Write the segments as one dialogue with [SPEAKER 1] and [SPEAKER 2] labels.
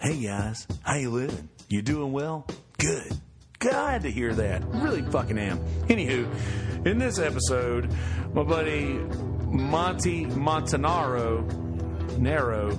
[SPEAKER 1] Hey guys, how you living? You doing well? Good. Glad to hear that. Really fucking am. Anywho, in this episode, my buddy Monty Montanaro Nero.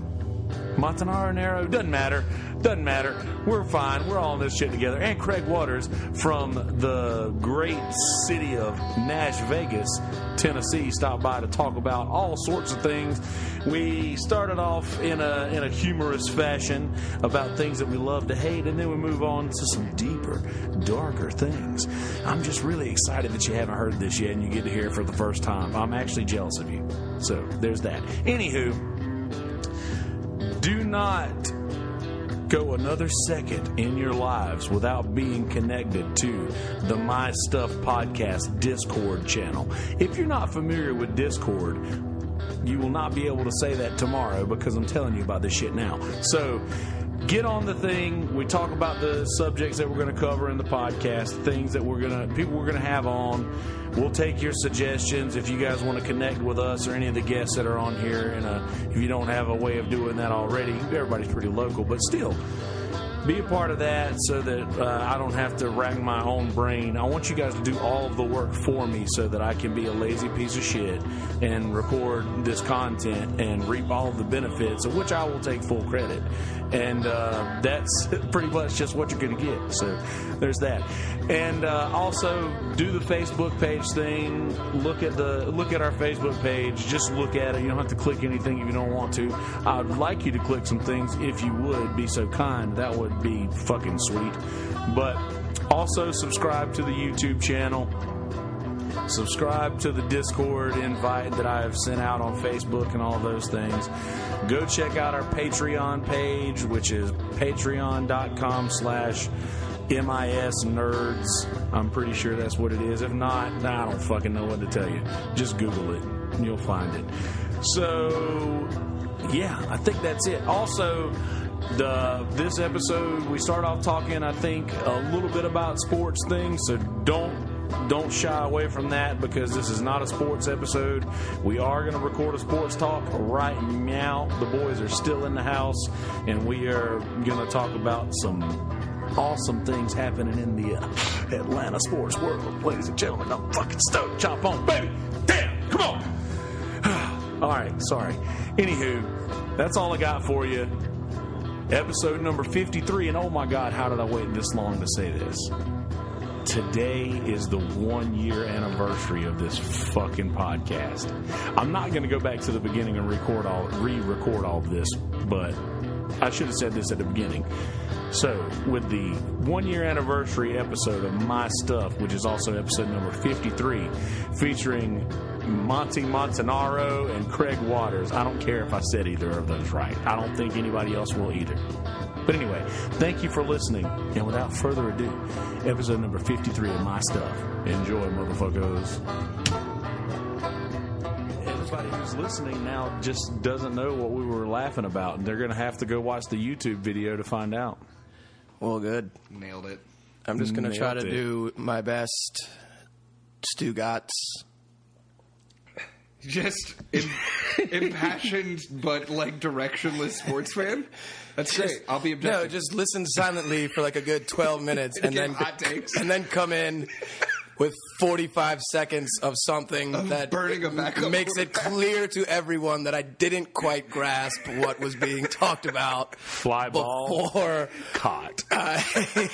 [SPEAKER 1] Montanaro Nero? Doesn't matter. Doesn't matter. We're fine. We're all in this shit together. And Craig Waters from the great city of Nash Vegas, Tennessee, stopped by to talk about all sorts of things. We started off in a in a humorous fashion about things that we love to hate, and then we move on to some deeper, darker things. I'm just really excited that you haven't heard this yet and you get to hear it for the first time. I'm actually jealous of you. So there's that. Anywho, do not go another second in your lives without being connected to the My Stuff Podcast Discord channel. If you're not familiar with Discord, you will not be able to say that tomorrow because I'm telling you about this shit now. So get on the thing. We talk about the subjects that we're going to cover in the podcast, things that we're going to, people we're going to have on. We'll take your suggestions if you guys want to connect with us or any of the guests that are on here. And uh, if you don't have a way of doing that already, everybody's pretty local, but still be a part of that so that uh, I don't have to rack my own brain. I want you guys to do all of the work for me so that I can be a lazy piece of shit and record this content and reap all of the benefits, of which I will take full credit. And uh, that's pretty much just what you're going to get. So there's that. And uh, also do the Facebook page thing. Look at the look at our Facebook page. Just look at it. You don't have to click anything if you don't want to. I'd like you to click some things if you would be so kind. That would be fucking sweet. But also subscribe to the YouTube channel. Subscribe to the Discord invite that I have sent out on Facebook and all those things. Go check out our Patreon page, which is patreon.com slash MIS nerds. I'm pretty sure that's what it is. If not, I don't fucking know what to tell you. Just Google it. and You'll find it. So, yeah, I think that's it. Also, the this episode we start off talking, I think, a little bit about sports things. So don't don't shy away from that because this is not a sports episode. We are going to record a sports talk right now. The boys are still in the house, and we are going to talk about some awesome things happening in the uh, Atlanta sports world. Ladies and gentlemen, I'm fucking stoked. Chop on, baby. Damn, come on. all right, sorry. Anywho, that's all I got for you. Episode number 53, and oh my god, how did I wait this long to say this? Today is the one year anniversary of this fucking podcast. I'm not going to go back to the beginning and record all, re-record all this, but I should have said this at the beginning. So, with the one year anniversary episode of My Stuff, which is also episode number 53, featuring Monty Montanaro and Craig Waters, I don't care if I said either of those right. I don't think anybody else will either. But anyway, thank you for listening. And without further ado, episode number 53 of My Stuff. Enjoy, motherfuckers everybody who's listening now just doesn't know what we were laughing about, and they're going to have to go watch the YouTube video to find out.
[SPEAKER 2] Well, good.
[SPEAKER 3] Nailed it.
[SPEAKER 2] I'm just going to try
[SPEAKER 1] Nailed
[SPEAKER 2] to
[SPEAKER 1] it.
[SPEAKER 2] do my best Stugatz.
[SPEAKER 3] Just im- impassioned but like directionless sports fan. That's great. I'll be
[SPEAKER 2] No,
[SPEAKER 3] objective.
[SPEAKER 2] just listen silently for like a good 12 minutes and
[SPEAKER 3] Give
[SPEAKER 2] then
[SPEAKER 3] hot takes.
[SPEAKER 2] and then come in with 45 seconds of something that
[SPEAKER 3] burning a backup
[SPEAKER 2] makes it clear to everyone that I didn't quite grasp what was being talked about
[SPEAKER 1] Fly ball
[SPEAKER 2] before
[SPEAKER 1] caught.
[SPEAKER 2] I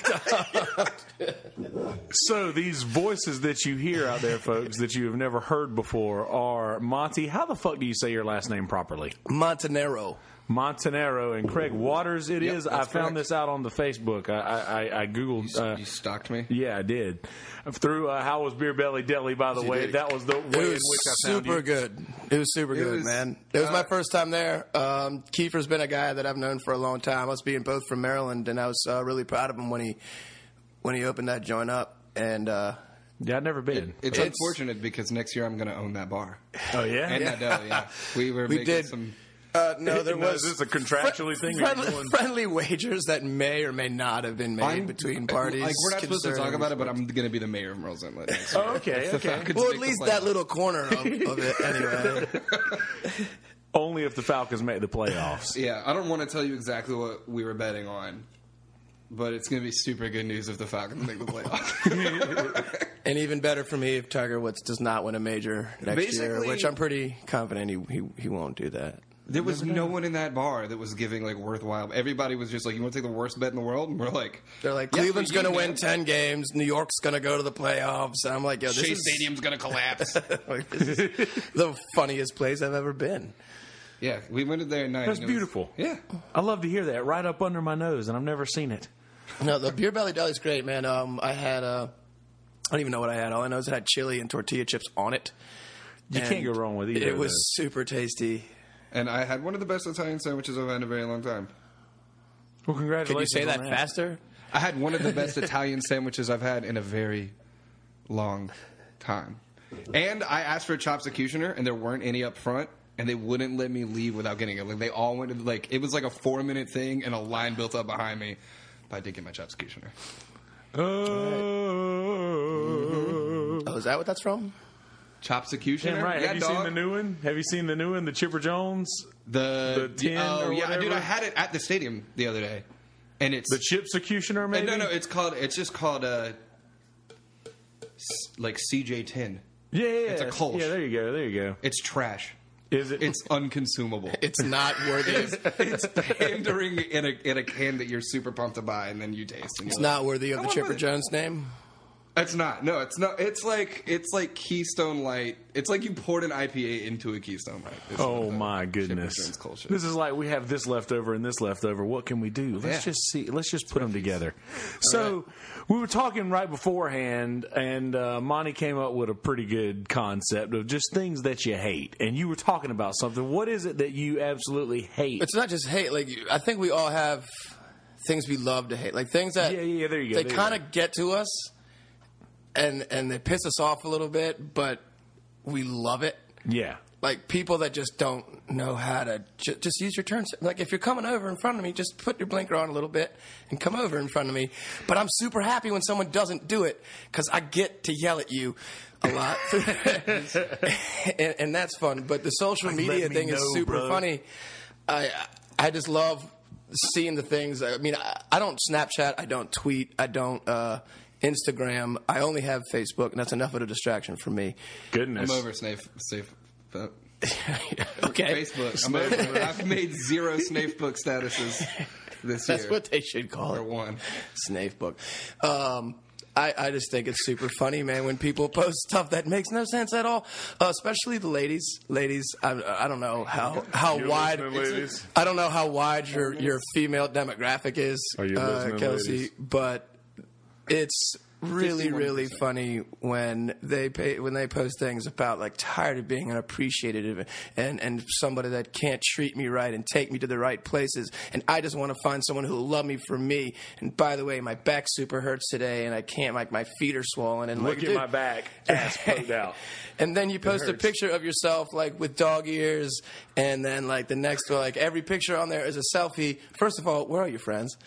[SPEAKER 1] So these voices that you hear out there, folks, that you have never heard before, are Monty. How the fuck do you say your last name properly?
[SPEAKER 2] Montanero.
[SPEAKER 1] Montanaro and Craig Waters. It is.
[SPEAKER 3] Yep,
[SPEAKER 1] I
[SPEAKER 3] that's
[SPEAKER 1] found
[SPEAKER 3] correct.
[SPEAKER 1] this out on the Facebook. I I, I, I googled. uh,
[SPEAKER 3] you stalked me.
[SPEAKER 1] yeah, I did. Through uh, How Was Beer Belly Deli, by the way.
[SPEAKER 3] did.
[SPEAKER 1] That was the way in
[SPEAKER 2] It
[SPEAKER 1] which
[SPEAKER 2] was
[SPEAKER 1] I found
[SPEAKER 2] super
[SPEAKER 1] you.
[SPEAKER 2] good. It was super good,
[SPEAKER 3] was,
[SPEAKER 2] man. It was
[SPEAKER 3] uh,
[SPEAKER 2] my first time there. Um, Kiefer's been a guy that I've known for a long time. Us being both from Maryland, and I was uh, really proud of him when he when he opened that joint up. And uh,
[SPEAKER 1] Yeah, I've never been.
[SPEAKER 3] It's,
[SPEAKER 2] It's-
[SPEAKER 3] unfortunate because next year I'm going to own that bar
[SPEAKER 1] oh, yeah?
[SPEAKER 3] and that deli. Yeah, we were
[SPEAKER 2] we
[SPEAKER 3] making
[SPEAKER 2] did.
[SPEAKER 3] some.
[SPEAKER 2] Uh, no, there
[SPEAKER 1] No,
[SPEAKER 2] was
[SPEAKER 1] this is a contractually thing we were
[SPEAKER 2] Friendly,
[SPEAKER 1] doing.
[SPEAKER 2] friendly wagers that may or may not have been made between parties.
[SPEAKER 3] Like we're not supposed to talk
[SPEAKER 2] concerning-
[SPEAKER 3] about it, but I'm going to be the mayor of Merle's Inlet. Next year.
[SPEAKER 1] Oh, okay,
[SPEAKER 3] That's the
[SPEAKER 1] okay.
[SPEAKER 3] Falcons
[SPEAKER 2] Well, at
[SPEAKER 3] make the
[SPEAKER 2] least
[SPEAKER 3] playoffs.
[SPEAKER 2] that little corner of, of it, anyway.
[SPEAKER 1] Only if the Falcons make the
[SPEAKER 2] Oh.
[SPEAKER 1] playoffs.
[SPEAKER 3] Yeah, I don't want to tell you exactly what we were betting on, but it's going to be super good news if the Falcons make the playoffs.
[SPEAKER 2] And even better for me if Tiger Woods does not win a major next year,
[SPEAKER 3] Basically-
[SPEAKER 2] which I'm pretty confident he, he, he won't do that.
[SPEAKER 3] there was no one in that bar that was giving like worthwhile. Everybody was just like, "You want to take the worst bet in the world?" And we're like,
[SPEAKER 2] They're like,
[SPEAKER 3] "Yes,
[SPEAKER 2] Cleveland's
[SPEAKER 3] we
[SPEAKER 2] going to
[SPEAKER 3] do,
[SPEAKER 2] win
[SPEAKER 3] man.
[SPEAKER 2] 10 games. New York's going to go to the playoffs. And I'm like, yo, this
[SPEAKER 3] Shea
[SPEAKER 2] is,
[SPEAKER 3] Stadium's going to collapse."
[SPEAKER 2] like, this is the funniest place I've ever been.
[SPEAKER 3] yeah, we went in there at night.
[SPEAKER 1] That's
[SPEAKER 3] and it was-
[SPEAKER 1] beautiful.
[SPEAKER 3] yeah,
[SPEAKER 1] I love to hear that right up under my nose, and I've never seen it.
[SPEAKER 2] No, the Beer Belly Deli's great, man. Um, I had, uh, I don't even know what I had. All I know is it had chili and tortilla chips on it.
[SPEAKER 1] You can't
[SPEAKER 2] And
[SPEAKER 1] go wrong with either.
[SPEAKER 2] It
[SPEAKER 1] of
[SPEAKER 2] was
[SPEAKER 1] those.
[SPEAKER 2] super tasty.
[SPEAKER 3] and I had one of the best Italian sandwiches I've had in a very long time.
[SPEAKER 1] Well,
[SPEAKER 2] Can you
[SPEAKER 1] congratulations.
[SPEAKER 2] say
[SPEAKER 1] on
[SPEAKER 2] that faster?
[SPEAKER 3] I had one of the best Italian sandwiches I've had in a very long time. And I asked for a chops executioner, and there weren't any up front, and they wouldn't let me leave without getting it. Like they all went to like it was like a four minute thing, and a line built up behind me. But I did get my chops executioner.
[SPEAKER 1] Oh.
[SPEAKER 2] Oh, is that what that's from?
[SPEAKER 3] Chops executioner.
[SPEAKER 1] Damn right.
[SPEAKER 3] Yeah,
[SPEAKER 1] Have you
[SPEAKER 3] dog.
[SPEAKER 1] seen the new one? Have you seen the new one, the Chipper Jones, the
[SPEAKER 3] The,
[SPEAKER 1] tin
[SPEAKER 3] Oh
[SPEAKER 1] or
[SPEAKER 3] yeah, dude, I
[SPEAKER 1] whatever?
[SPEAKER 3] had it at the stadium the other day, and it's
[SPEAKER 1] the Chips Executioner? Maybe.
[SPEAKER 3] and no, no, it's called. It's just called uh, s- like CJ ten.
[SPEAKER 1] yeah, yeah, yeah.
[SPEAKER 3] it's a Kolsch.
[SPEAKER 1] Yeah, there you go. There you go.
[SPEAKER 3] It's trash.
[SPEAKER 1] Is it?
[SPEAKER 3] It's unconsumable.
[SPEAKER 2] It's not worthy of,
[SPEAKER 3] it's pandering in a in a can that you're super pumped to buy, and then you taste. And
[SPEAKER 2] it's not worthy of the
[SPEAKER 3] want
[SPEAKER 2] Chipper
[SPEAKER 3] mine.
[SPEAKER 2] Jones name.
[SPEAKER 3] It's not. No, it's not. It's like it's like Keystone Light. It's like you poured an IPA into a Keystone Light. It's
[SPEAKER 1] Oh
[SPEAKER 3] not the
[SPEAKER 1] my
[SPEAKER 3] Chipper
[SPEAKER 1] goodness!
[SPEAKER 3] Jones culture.
[SPEAKER 1] This is like we have this left over and this left over. What can we do? Let's
[SPEAKER 3] Yeah.
[SPEAKER 1] just see. Let's just put them together. So we were talking right beforehand, and uh, Monty came up with a pretty good concept of just things that you hate. And you were talking about something. What is it that you absolutely hate?
[SPEAKER 2] It's not just hate. Like I think we all have things we love to hate. Like things that
[SPEAKER 1] Yeah, yeah, yeah, there you go,
[SPEAKER 2] They
[SPEAKER 1] there you
[SPEAKER 2] kind of get to us, and and they piss us off a little bit, but we love it.
[SPEAKER 1] yeah,
[SPEAKER 2] Like people that just don't know how to ju- just use your turn. si- Like if you're coming over in front of me, just put your blinker on a little bit and come over in front of me. But I'm super happy when someone doesn't do it because I get to yell at you a lot, and, and that's fun. But the social media
[SPEAKER 1] me
[SPEAKER 2] thing
[SPEAKER 1] know,
[SPEAKER 2] is super
[SPEAKER 1] bro.
[SPEAKER 2] funny. I I just love seeing the things. I mean, I, I don't Snapchat, I don't tweet, I don't uh, Instagram. I only have Facebook, and that's enough of a distraction for me.
[SPEAKER 1] goodness.
[SPEAKER 3] I'm over Snafe Safe. uh,
[SPEAKER 2] okay,
[SPEAKER 3] Facebook. I'm over. it. I've made zero Snafebook statuses this
[SPEAKER 2] that's
[SPEAKER 3] year.
[SPEAKER 2] what they should call
[SPEAKER 3] or
[SPEAKER 2] it.
[SPEAKER 3] one.
[SPEAKER 2] Snafebook. Um, I, I just think it's super funny, man, when people post stuff that makes no sense at all. Uh, especially the ladies. Ladies, I, I don't know how how
[SPEAKER 1] You
[SPEAKER 2] wide.
[SPEAKER 1] listening, ladies?
[SPEAKER 2] I don't know how wide your your female demographic is,
[SPEAKER 1] Are you
[SPEAKER 2] uh,
[SPEAKER 1] listening,
[SPEAKER 2] Kelsey.
[SPEAKER 1] ladies?
[SPEAKER 2] But it's really, really
[SPEAKER 3] 51%.
[SPEAKER 2] funny when they pay, when they post things about like tired of being unappreciative and and somebody that can't treat me right and take me to the right places and I just want to find someone who'll love me for me and by the way my back super hurts today and I can't like my feet are swollen and
[SPEAKER 1] Look
[SPEAKER 2] like,
[SPEAKER 1] at
[SPEAKER 2] dude.
[SPEAKER 1] my back, ass poked out.
[SPEAKER 2] And then you post a
[SPEAKER 1] hurts.
[SPEAKER 2] picture of yourself like with dog ears, and then like the next like every picture on there is a selfie. First of all, where are your friends?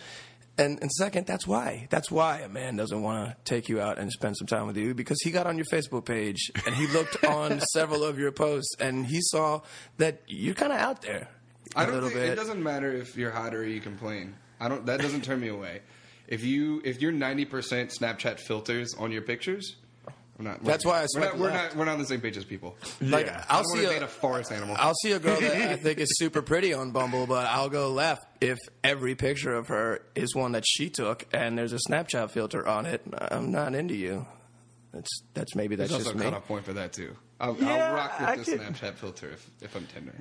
[SPEAKER 2] And, and second, that's why. That's why a man doesn't want to take you out and spend some time with you because he got on your Facebook page and he looked on several of your posts and he saw that you're kind of out there a
[SPEAKER 3] I don't
[SPEAKER 2] little
[SPEAKER 3] think it
[SPEAKER 2] bit.
[SPEAKER 3] doesn't matter if you're hot or you complain. I don't. That doesn't turn me away. If you if you're ninety percent Snapchat filters on your pictures, I'm not.
[SPEAKER 2] That's why I
[SPEAKER 3] we're not,
[SPEAKER 2] swipe
[SPEAKER 3] we're
[SPEAKER 2] left.
[SPEAKER 3] not we're not on the same page as people.
[SPEAKER 2] like
[SPEAKER 1] Yeah.
[SPEAKER 2] I'll
[SPEAKER 3] I don't
[SPEAKER 2] see
[SPEAKER 3] want to
[SPEAKER 2] a-
[SPEAKER 3] date a forest animal.
[SPEAKER 2] I'll see a girl that I think is super pretty on Bumble, but I'll go left if every picture of her is one that she took and there's a Snapchat filter on it. I'm not into you. That's that's maybe that's
[SPEAKER 3] There's
[SPEAKER 2] just me.
[SPEAKER 3] also cut off point for that too. I'll,
[SPEAKER 1] Yeah,
[SPEAKER 3] I'll rock
[SPEAKER 1] I
[SPEAKER 3] with the
[SPEAKER 1] could-
[SPEAKER 3] Snapchat filter if, if I'm Tinder.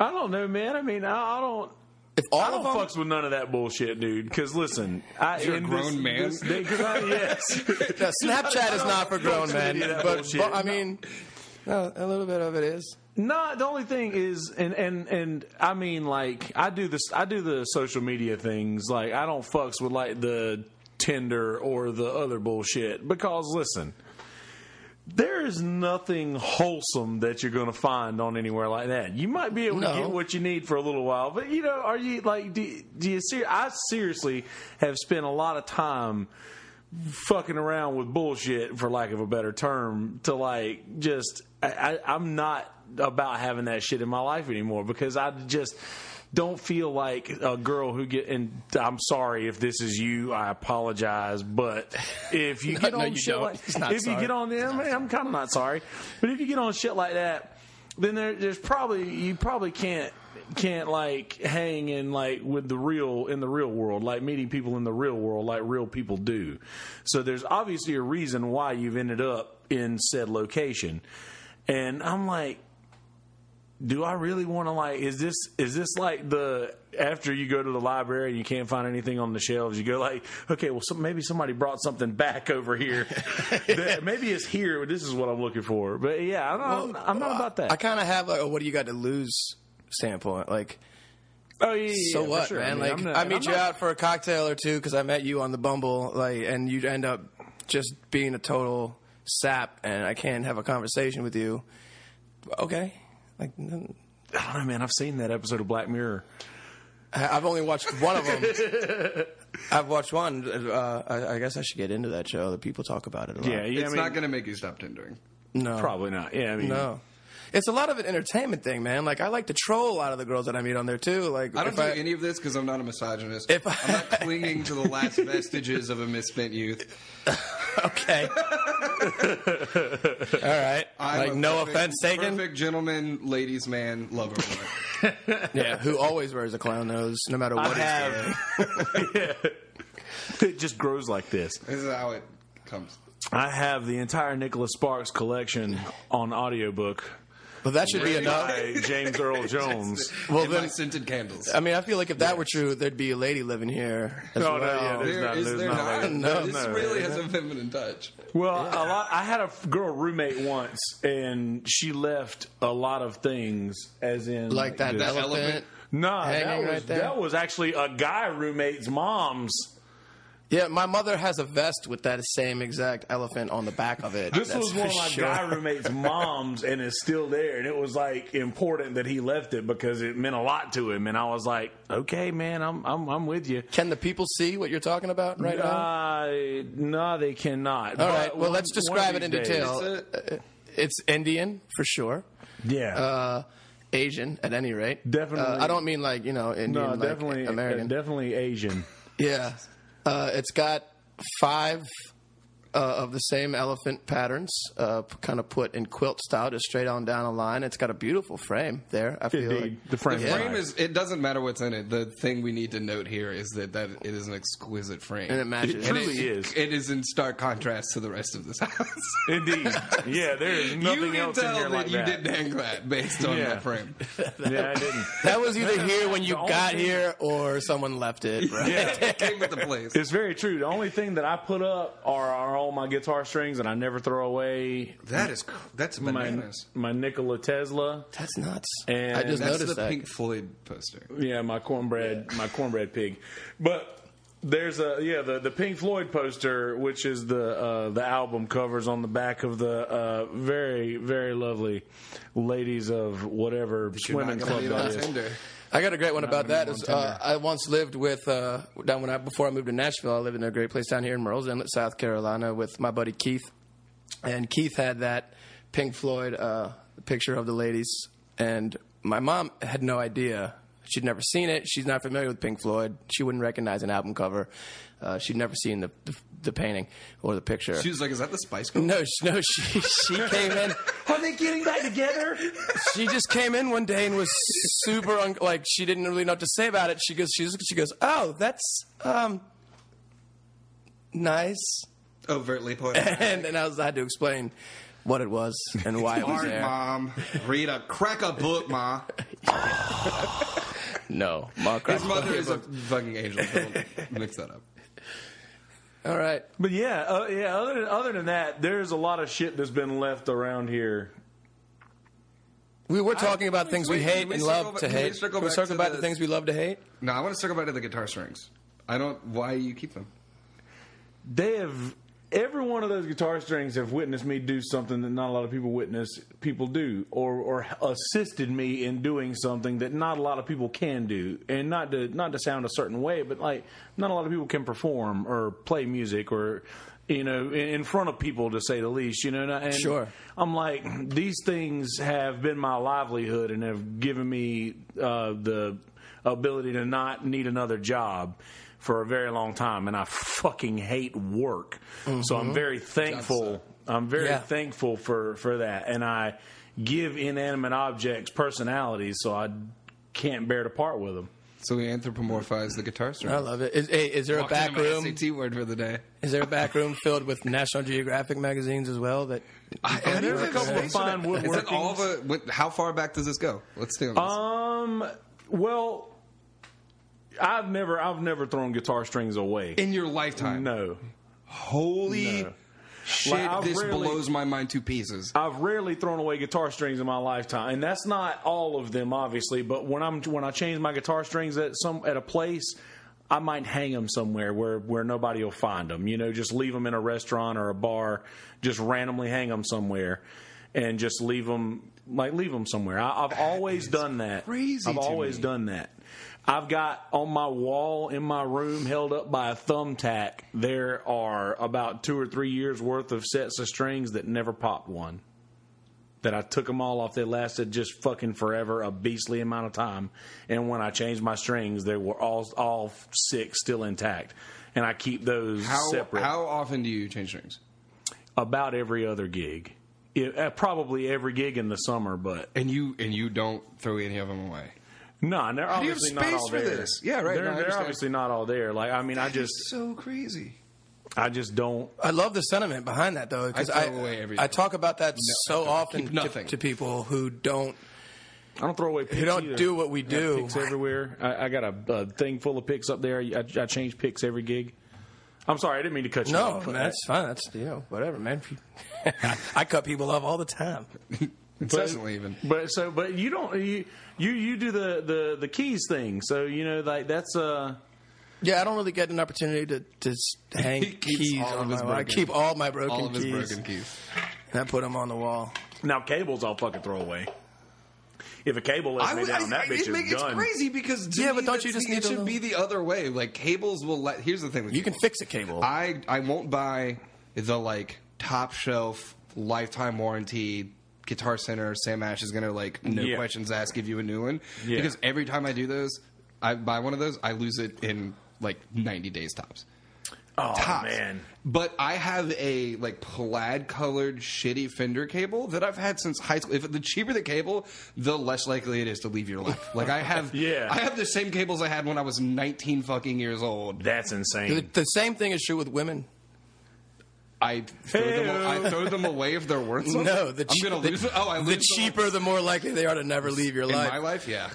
[SPEAKER 1] I don't know, man. I mean, I, I don't.
[SPEAKER 2] If all
[SPEAKER 1] I don't
[SPEAKER 2] of 'em-
[SPEAKER 1] fucks with none of that bullshit, dude. Because listen, I
[SPEAKER 3] You're a
[SPEAKER 1] in this-
[SPEAKER 3] grown man.
[SPEAKER 1] this day- 'cause I- yes.
[SPEAKER 2] No, Snapchat is not for grown men,
[SPEAKER 1] Yeah,
[SPEAKER 2] but,
[SPEAKER 1] bullshit.
[SPEAKER 2] but I mean, no, a little bit of it is.
[SPEAKER 1] No, the only thing is, and and and I mean, like I do this, I do the social media things. Like I don't fucks with like the Tinder or the other bullshit because listen, there is nothing wholesome that you're going to find on anywhere like that. You might be able
[SPEAKER 2] No.
[SPEAKER 1] to get what you need for a little while, but you know, are you like do, do you see? I seriously have spent a lot of time fucking around with bullshit, for lack of a better term, to like just. I, I, I'm not about having that shit in my life anymore because I just don't feel like a girl who get and I'm sorry if this is you I apologize but if you get
[SPEAKER 2] no,
[SPEAKER 1] on
[SPEAKER 2] you
[SPEAKER 1] shit
[SPEAKER 2] don't.
[SPEAKER 1] like
[SPEAKER 2] It's not
[SPEAKER 1] if you
[SPEAKER 2] sorry.
[SPEAKER 1] get on yeah, man, I'm kind of not sorry but if you get on shit like that then there, there's probably you probably can't can't like hang in like with the real in the real world like meeting people in the real world like real people do so there's obviously a reason why you've ended up in said location and i'm like do i really want to like is this is this like the after you go to the library and you can't find anything on the shelves you go like okay well some, maybe somebody brought something back over here that, maybe it's here but this is what i'm looking for but yeah i'm, I'm- I'm, not about that
[SPEAKER 2] I kind of have like a what do you got to lose standpoint. Like,
[SPEAKER 1] Oh yeah, yeah,
[SPEAKER 2] so
[SPEAKER 1] yeah, for
[SPEAKER 2] what,
[SPEAKER 1] sure.
[SPEAKER 2] man?
[SPEAKER 1] mean,
[SPEAKER 2] like,
[SPEAKER 1] I'm not-
[SPEAKER 2] I meet
[SPEAKER 1] I'm
[SPEAKER 2] you
[SPEAKER 1] not-
[SPEAKER 2] out for a cocktail or two because I met you on the Bumble, like, and you end up just being a total sap, and I can't have a conversation with you. Okay, like, n-
[SPEAKER 1] I don't know, man. I've seen that episode of Black Mirror.
[SPEAKER 2] I- I've only watched one of them. I've watched one. Uh, I, I guess I should get into that show. The people talk about it a lot.
[SPEAKER 1] Yeah, yeah.
[SPEAKER 3] it's
[SPEAKER 1] I mean,
[SPEAKER 3] not going to make you stop tendering.
[SPEAKER 2] no,
[SPEAKER 1] probably not. Yeah, I mean,
[SPEAKER 2] um, no. It's a lot of an entertainment thing, man. Like I like to troll a lot of the girls that I meet on there too. Like
[SPEAKER 3] I don't
[SPEAKER 2] if
[SPEAKER 3] do any of this because I'm not a misogynist.
[SPEAKER 2] If I-
[SPEAKER 3] I'm not clinging to the last vestiges of a misspent youth.
[SPEAKER 2] Okay. All right.
[SPEAKER 3] I'm
[SPEAKER 2] like
[SPEAKER 3] a
[SPEAKER 2] no
[SPEAKER 3] perfect-
[SPEAKER 2] offense taken.
[SPEAKER 3] Perfect gentleman, ladies man, lover boy.
[SPEAKER 2] Yeah, who always wears a clown nose, no matter what.
[SPEAKER 1] I
[SPEAKER 2] he's wearing.
[SPEAKER 1] have. yeah. It just grows like this.
[SPEAKER 3] this is how it comes.
[SPEAKER 1] I have the entire Nicholas Sparks collection on audiobook
[SPEAKER 2] But that should be enough.
[SPEAKER 1] by James Earl Jones.
[SPEAKER 2] Well,
[SPEAKER 3] Well, In my
[SPEAKER 2] then-
[SPEAKER 3] scented candles.
[SPEAKER 2] I mean, I feel like if that were true, there'd be a lady living here. As
[SPEAKER 1] No, Oh, no,
[SPEAKER 2] well.
[SPEAKER 1] yeah, there's- not-
[SPEAKER 3] There is there
[SPEAKER 1] not
[SPEAKER 3] not?
[SPEAKER 1] like-
[SPEAKER 2] no,
[SPEAKER 3] this
[SPEAKER 1] no.
[SPEAKER 3] really has a feminine touch.
[SPEAKER 1] Well, a lot. I had a f- girl roommate once, and she left a lot of things, as in
[SPEAKER 2] like that,
[SPEAKER 1] this.
[SPEAKER 2] elephant.
[SPEAKER 3] elephant.
[SPEAKER 1] Nah, that
[SPEAKER 2] hanging
[SPEAKER 1] was,
[SPEAKER 2] right there.
[SPEAKER 1] that was actually a guy roommate's mom's.
[SPEAKER 2] Yeah, my mother has a vest with that same exact elephant on the back of it.
[SPEAKER 1] This
[SPEAKER 2] That's
[SPEAKER 1] was one
[SPEAKER 2] for
[SPEAKER 1] of my
[SPEAKER 2] sure.
[SPEAKER 1] guy roommate's moms, and it's still there. And it was like important that he left it because it meant a lot to him. And I was like, okay, man, I'm I'm, I'm with you.
[SPEAKER 2] Can the people see what you're talking about right now?
[SPEAKER 1] Uh, no, they cannot.
[SPEAKER 2] All right. Well, let's describe it in detail.
[SPEAKER 3] days.
[SPEAKER 2] Uh, It's Indian for sure.
[SPEAKER 1] Yeah.
[SPEAKER 2] Uh, Asian, at any rate.
[SPEAKER 1] Definitely.
[SPEAKER 2] Uh, I don't mean like you know Indian,
[SPEAKER 1] no,
[SPEAKER 2] like
[SPEAKER 1] definitely uh,
[SPEAKER 2] American.
[SPEAKER 1] definitely Asian.
[SPEAKER 2] Yeah. Uh, it's got five uh, of the same elephant patterns, uh, p- kind of put in quilt style, just straight on down a line. It's got a beautiful frame there. I feel
[SPEAKER 1] Indeed,
[SPEAKER 2] like
[SPEAKER 1] the frame.
[SPEAKER 2] Yeah.
[SPEAKER 3] Frame is. It doesn't matter what's in it. The thing we need to note here is that that it is an exquisite frame.
[SPEAKER 2] and it matches.
[SPEAKER 1] It
[SPEAKER 3] And
[SPEAKER 1] truly
[SPEAKER 3] it,
[SPEAKER 1] is.
[SPEAKER 3] It is in stark contrast to the rest of this house.
[SPEAKER 1] Indeed. Yeah, there is nothing
[SPEAKER 3] you can
[SPEAKER 1] else
[SPEAKER 3] tell
[SPEAKER 1] in here
[SPEAKER 3] that
[SPEAKER 1] like
[SPEAKER 3] you didn't hang that based on
[SPEAKER 1] Yeah.
[SPEAKER 3] that frame.
[SPEAKER 1] Yeah, I didn't.
[SPEAKER 2] that was either here when you
[SPEAKER 1] The only
[SPEAKER 2] got
[SPEAKER 1] thing-
[SPEAKER 2] here or someone left it. Right?
[SPEAKER 1] Yeah.
[SPEAKER 3] It came with the place.
[SPEAKER 1] It's very true. The only thing that I put up are, are all my guitar strings, and I never throw away
[SPEAKER 3] That is. cr- That's
[SPEAKER 1] my,
[SPEAKER 3] bananas.
[SPEAKER 1] my Nikola Tesla.
[SPEAKER 2] That's nuts.
[SPEAKER 1] And
[SPEAKER 2] I
[SPEAKER 1] that's
[SPEAKER 2] just
[SPEAKER 3] That's
[SPEAKER 2] noticed
[SPEAKER 3] the
[SPEAKER 2] that.
[SPEAKER 3] Pink Floyd poster.
[SPEAKER 1] Yeah, my cornbread, my cornbread pig. But there's a yeah, the the Pink Floyd poster, which is the uh, the album covers on the back of the uh, very very lovely ladies of whatever swimming club
[SPEAKER 3] Put it on
[SPEAKER 1] that is.
[SPEAKER 3] Tinder.
[SPEAKER 2] I got a great one about that.
[SPEAKER 1] on
[SPEAKER 2] Is,
[SPEAKER 1] Tinder.
[SPEAKER 2] uh, I once lived with uh, down when I before I moved to Nashville. I lived in a great place down here in Merle's Inlet, South Carolina, with my buddy Keith. And Keith had that Pink Floyd uh, picture of the ladies, and my mom had no idea. She'd never seen it. She's not familiar with Pink Floyd. She wouldn't recognize an album cover. Uh, she'd never seen the, the the painting or the picture.
[SPEAKER 3] She was like, "Is that the Spice Girl?"
[SPEAKER 2] no, she- no, she she came in.
[SPEAKER 1] Are they getting back together?
[SPEAKER 2] she just came in one day and was super un- like she didn't really know what to say about it. She goes, she, she goes, oh, that's um, nice.
[SPEAKER 3] Overtly pointed.
[SPEAKER 2] And and I was I had to explain what it was and why it was
[SPEAKER 3] Art,
[SPEAKER 2] there.
[SPEAKER 3] mom. Read a crack a book, ma.
[SPEAKER 2] No, Mark.
[SPEAKER 3] His mother is a fucking angel. Don't mix that up.
[SPEAKER 2] All right.
[SPEAKER 1] But yeah, uh, yeah. Other than, other than that, there's a lot of shit that's been left around here.
[SPEAKER 2] We were talking about things we
[SPEAKER 3] wait,
[SPEAKER 2] hate
[SPEAKER 3] can we
[SPEAKER 2] and
[SPEAKER 3] circle
[SPEAKER 2] love
[SPEAKER 3] ba-
[SPEAKER 2] to
[SPEAKER 3] can we
[SPEAKER 2] hate.
[SPEAKER 3] circle
[SPEAKER 2] Can we
[SPEAKER 3] back
[SPEAKER 2] circle
[SPEAKER 3] to
[SPEAKER 2] about the
[SPEAKER 3] the-
[SPEAKER 2] things we love to hate?
[SPEAKER 3] No, I want to circle back to the guitar strings. I don't. Why you keep them?
[SPEAKER 1] They have every one of those guitar strings have witnessed me do something that not a lot of people witness people do or or assisted me in doing something that not a lot of people can do and not to not to sound a certain way but like not a lot of people can perform or play music or you know in, in front of people to say the least you know and, I- and
[SPEAKER 2] Sure.
[SPEAKER 1] I'm like these things have been my livelihood and have given me uh, the ability to not need another job for a very long time and I fucking hate work. So I'm very thankful. I'm very
[SPEAKER 2] Yeah.
[SPEAKER 1] thankful for for that and I give inanimate objects personalities so I can't bear to part with them.
[SPEAKER 3] So we anthropomorphize the guitar string.
[SPEAKER 2] I love it. Is, hey, is there a
[SPEAKER 3] Walked into
[SPEAKER 2] back
[SPEAKER 3] my
[SPEAKER 2] room?
[SPEAKER 3] SAT word for the day.
[SPEAKER 2] Is there a back room filled with National Geographic magazines as well? That
[SPEAKER 3] And
[SPEAKER 1] there's
[SPEAKER 3] there's
[SPEAKER 1] a couple
[SPEAKER 3] of
[SPEAKER 1] fine
[SPEAKER 3] Is it all
[SPEAKER 1] woodworkings.
[SPEAKER 3] the? What, how far back does this go? Let's do this.
[SPEAKER 1] Um well I've never I've never thrown guitar strings away.
[SPEAKER 3] In your lifetime,
[SPEAKER 1] No.
[SPEAKER 3] holy
[SPEAKER 1] No.
[SPEAKER 3] shit!
[SPEAKER 1] Like, I
[SPEAKER 3] this
[SPEAKER 1] rarely-
[SPEAKER 3] blows my mind to pieces.
[SPEAKER 1] I've rarely thrown away guitar strings in my lifetime, and that's not all of them, obviously. But when I'm when I change my guitar strings at some at a place, I might hang them somewhere where where nobody will find them. You know, just leave them in a restaurant or a bar, just randomly hang them somewhere, and just leave them like leave them somewhere. I, I've always done that.
[SPEAKER 3] crazy
[SPEAKER 1] I've
[SPEAKER 3] to
[SPEAKER 1] always
[SPEAKER 3] me.
[SPEAKER 1] done that. I've got on my wall in my room, held up by a thumbtack, there are about two or three years worth of sets of strings that never popped one that I took them all off. They lasted just fucking forever, a beastly amount of time. And when I changed my strings, they were all all six still intact. And I keep those
[SPEAKER 3] How
[SPEAKER 1] separate
[SPEAKER 3] how often do you change strings?
[SPEAKER 1] about every other gig. It, uh, probably every gig in the summer, but
[SPEAKER 3] And you and you don't throw any of them away.
[SPEAKER 1] no, nah, they're
[SPEAKER 3] do you have
[SPEAKER 1] obviously not
[SPEAKER 3] space
[SPEAKER 1] all
[SPEAKER 3] for
[SPEAKER 1] there.
[SPEAKER 3] this? Yeah,
[SPEAKER 1] They're,
[SPEAKER 3] right, no, I
[SPEAKER 1] they're
[SPEAKER 3] understand.
[SPEAKER 1] obviously not all there. Like I mean, I just
[SPEAKER 3] so crazy.
[SPEAKER 1] I just don't.
[SPEAKER 2] I love the sentiment behind that though. 'cause I,
[SPEAKER 3] I throw away everything.
[SPEAKER 2] I talk about that so often to,
[SPEAKER 3] nothing.
[SPEAKER 2] to people who don't
[SPEAKER 1] I don't throw away. Picks
[SPEAKER 2] who
[SPEAKER 1] either.
[SPEAKER 2] don't do what we
[SPEAKER 1] I got
[SPEAKER 2] do.
[SPEAKER 1] Picks everywhere. I, I got a, a thing full of picks up there. I, I change picks every gig. I'm sorry, I didn't mean to cut you
[SPEAKER 2] No,
[SPEAKER 1] off.
[SPEAKER 2] man, that's fine. That's you know whatever, man. I cut people off all the time.
[SPEAKER 3] Incessantly, even.
[SPEAKER 1] But so, but you don't you you, you do the, the the keys thing. So you know, like that's uh
[SPEAKER 2] Yeah, I don't really get an opportunity to to s- hang
[SPEAKER 3] He keeps
[SPEAKER 2] keys
[SPEAKER 3] all of
[SPEAKER 2] on
[SPEAKER 3] his
[SPEAKER 2] my wall. I
[SPEAKER 3] broken-
[SPEAKER 2] keep all my broken
[SPEAKER 3] All of his
[SPEAKER 2] keys.
[SPEAKER 3] broken keys.
[SPEAKER 2] And I put them on the wall.
[SPEAKER 1] now cables. I'll fucking throw away. If a cable lets me
[SPEAKER 3] would-
[SPEAKER 1] down, that
[SPEAKER 3] it
[SPEAKER 1] bitch
[SPEAKER 3] make-
[SPEAKER 1] is done.
[SPEAKER 3] It's crazy because to
[SPEAKER 2] Yeah,
[SPEAKER 3] me,
[SPEAKER 2] but don't you
[SPEAKER 3] that's-
[SPEAKER 2] just need
[SPEAKER 3] it should
[SPEAKER 2] to-
[SPEAKER 3] be the other way? Like cables will let. Here's the thing: with
[SPEAKER 2] You can
[SPEAKER 3] cables.
[SPEAKER 2] fix a cable.
[SPEAKER 3] I I won't buy the like top shelf lifetime warranty. Guitar Center, Sam Ash is gonna like no
[SPEAKER 1] Yeah.
[SPEAKER 3] questions asked give you a new one
[SPEAKER 1] Yeah.
[SPEAKER 3] because every time I do those, I buy one of those, I lose it in like ninety days tops.
[SPEAKER 1] Oh
[SPEAKER 3] Tops.
[SPEAKER 1] man,
[SPEAKER 3] But I have a like plaid colored shitty fender cable that I've had since high school. If the cheaper the cable, the less likely it is to leave your life. Like I have,
[SPEAKER 1] Yeah.
[SPEAKER 3] I have the same cables I had when I was nineteen fucking years old.
[SPEAKER 1] that's
[SPEAKER 2] the,
[SPEAKER 1] insane.
[SPEAKER 2] the same thing is true with women.
[SPEAKER 3] I throw, them,
[SPEAKER 1] Hey-o.
[SPEAKER 3] I throw them away if they're worth something.
[SPEAKER 2] No, the
[SPEAKER 3] I'm gonna
[SPEAKER 2] cheap-
[SPEAKER 3] lose. it. Oh, I lose
[SPEAKER 2] The
[SPEAKER 3] so much
[SPEAKER 2] cheaper, the more likely they are to never leave your
[SPEAKER 3] in
[SPEAKER 2] life.
[SPEAKER 3] my life. Yeah.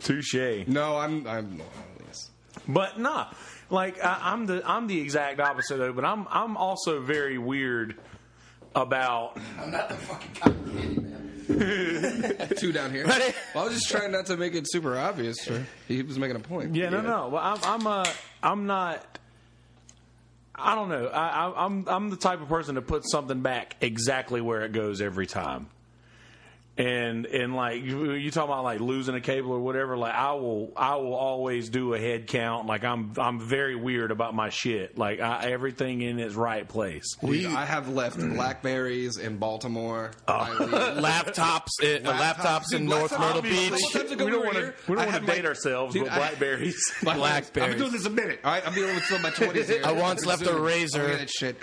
[SPEAKER 1] Touche.
[SPEAKER 3] No, I'm. I'm. yes.
[SPEAKER 1] But nah, like I, I'm the I'm the exact opposite though. But I'm I'm also very weird about
[SPEAKER 2] I'm not the fucking cotton candy man.
[SPEAKER 3] Two down here.
[SPEAKER 2] Ready?
[SPEAKER 3] Well, I was just trying not to make it super obvious. Sure. He was making a point.
[SPEAKER 1] Yeah, no, no. Well, I'm, I'm, uh, I'm not. I don't know. I, I, I'm, I'm the type of person to put something back exactly where it goes every time. And and like you you talking about like losing a cable or whatever. Like I will, I will always do a head count. Like I'm, I'm very weird about my shit. Like I, everything in its right place.
[SPEAKER 3] Dude, I have left
[SPEAKER 2] Mm.
[SPEAKER 3] Blackberries in Baltimore.
[SPEAKER 2] Oh.
[SPEAKER 3] I leave-
[SPEAKER 2] Laptops, in, uh, laptops, in
[SPEAKER 3] Dude,
[SPEAKER 2] North
[SPEAKER 3] laptop-
[SPEAKER 2] Myrtle
[SPEAKER 3] obviously.
[SPEAKER 2] Beach.
[SPEAKER 3] Sometimes
[SPEAKER 1] we
[SPEAKER 3] ago we
[SPEAKER 1] don't
[SPEAKER 3] were
[SPEAKER 1] want to,
[SPEAKER 3] here,
[SPEAKER 1] we
[SPEAKER 3] I
[SPEAKER 1] don't want
[SPEAKER 3] had
[SPEAKER 1] to
[SPEAKER 3] my-
[SPEAKER 1] date ourselves,
[SPEAKER 3] Dude,
[SPEAKER 1] but
[SPEAKER 3] I-
[SPEAKER 1] blackberries.
[SPEAKER 2] Blackberries.
[SPEAKER 3] I've been doing this a minute. All right, I've been doing this till my twenties. Here.
[SPEAKER 2] I once left a
[SPEAKER 3] Zoom.
[SPEAKER 2] razor.
[SPEAKER 3] Look at that shit.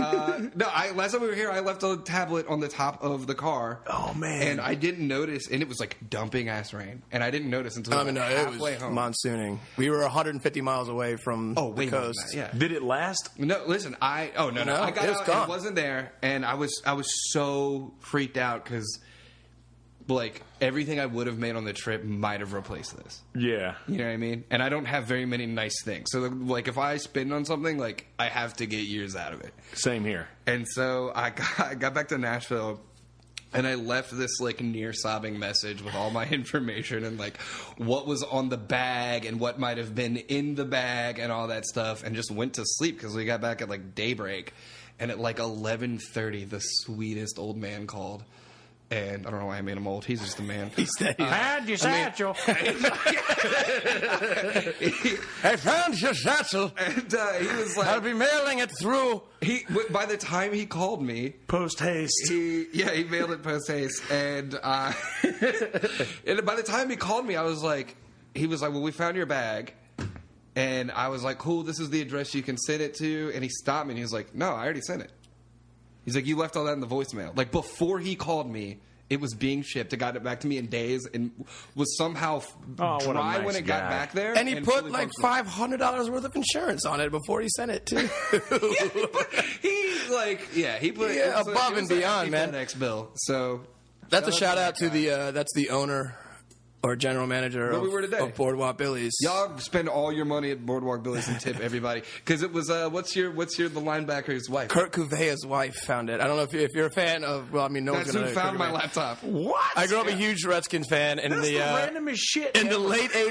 [SPEAKER 3] Uh, no, I, last time we were here, I left a tablet on the top of the car.
[SPEAKER 1] Oh, man.
[SPEAKER 3] And I didn't notice, and it was like dumping ass rain, and I didn't notice until
[SPEAKER 2] I mean, no,
[SPEAKER 3] like,
[SPEAKER 2] it
[SPEAKER 3] halfway
[SPEAKER 2] was
[SPEAKER 3] home.
[SPEAKER 2] monsooning. We were 150 miles away from
[SPEAKER 3] oh,
[SPEAKER 2] the
[SPEAKER 3] way more than
[SPEAKER 2] coast.
[SPEAKER 3] that, Yeah.
[SPEAKER 1] Did it last?
[SPEAKER 3] No, listen, I oh no no,
[SPEAKER 2] No,
[SPEAKER 3] I got
[SPEAKER 2] it was
[SPEAKER 3] out
[SPEAKER 2] gone.
[SPEAKER 3] and wasn't there, and I was I was so freaked out because like everything I would have made on the trip might have replaced this.
[SPEAKER 1] Yeah.
[SPEAKER 3] You know what I mean? And I don't have very many nice things. So like if I spend on something, like I have to get years out of it.
[SPEAKER 1] Same here.
[SPEAKER 3] And so I got I got back to Nashville And I left this like near sobbing message with all my information and like what was on the bag and what might have been in the bag and all that stuff, and just went to sleep because we got back at like daybreak. And at like eleven thirty, the sweetest old man called, and I don't know why I made him old. He's just a man.
[SPEAKER 1] Hide your satchel.
[SPEAKER 2] I found your satchel.
[SPEAKER 3] and uh, he was
[SPEAKER 2] I'll
[SPEAKER 3] like,
[SPEAKER 2] be mailing it through.
[SPEAKER 3] he. w- By the time he called me,
[SPEAKER 1] Post haste.
[SPEAKER 3] he yeah he mailed it post haste and uh and by the time he called me i was like he was like well we found your bag and i was like cool this is the address you can send it to and he stopped me and he was like no i already sent it he's like you left all that in the voicemail like before he called me it was being shipped. It got it back to me in days, and was somehow f-
[SPEAKER 1] Oh, what a
[SPEAKER 3] dry
[SPEAKER 1] nice
[SPEAKER 3] when it
[SPEAKER 1] guy.
[SPEAKER 3] got back there.
[SPEAKER 2] And he put
[SPEAKER 3] fully
[SPEAKER 2] like
[SPEAKER 3] functional.
[SPEAKER 2] five hundred dollars worth of insurance on it before he sent it too.
[SPEAKER 3] he like yeah, he put
[SPEAKER 2] Yeah,
[SPEAKER 3] it was a-
[SPEAKER 2] above
[SPEAKER 3] it was
[SPEAKER 2] and
[SPEAKER 3] a
[SPEAKER 2] beyond, man.
[SPEAKER 3] FedEx bill. So
[SPEAKER 2] that's a
[SPEAKER 3] out
[SPEAKER 2] shout
[SPEAKER 3] to
[SPEAKER 2] out
[SPEAKER 3] that
[SPEAKER 2] to the uh, that's the owner or general manager
[SPEAKER 3] Where
[SPEAKER 2] of,
[SPEAKER 3] we were today.
[SPEAKER 2] of Boardwalk Billy's.
[SPEAKER 3] Y'all spend all your money at Boardwalk Billy's and tip everybody because it was uh, what's your what's your the linebacker's wife?
[SPEAKER 2] Kurt Cuvea's wife found it. I don't know if you're, if you're a fan of. Well, I mean, no
[SPEAKER 3] That's
[SPEAKER 2] one's gonna
[SPEAKER 3] who
[SPEAKER 2] know
[SPEAKER 3] found
[SPEAKER 2] Kurt
[SPEAKER 3] my
[SPEAKER 2] Cobain.
[SPEAKER 3] laptop.
[SPEAKER 1] What?
[SPEAKER 2] I grew up a huge Redskins fan, and in
[SPEAKER 1] That's the,
[SPEAKER 2] the, uh,
[SPEAKER 1] randomest shit.
[SPEAKER 2] in the late
[SPEAKER 3] Swear to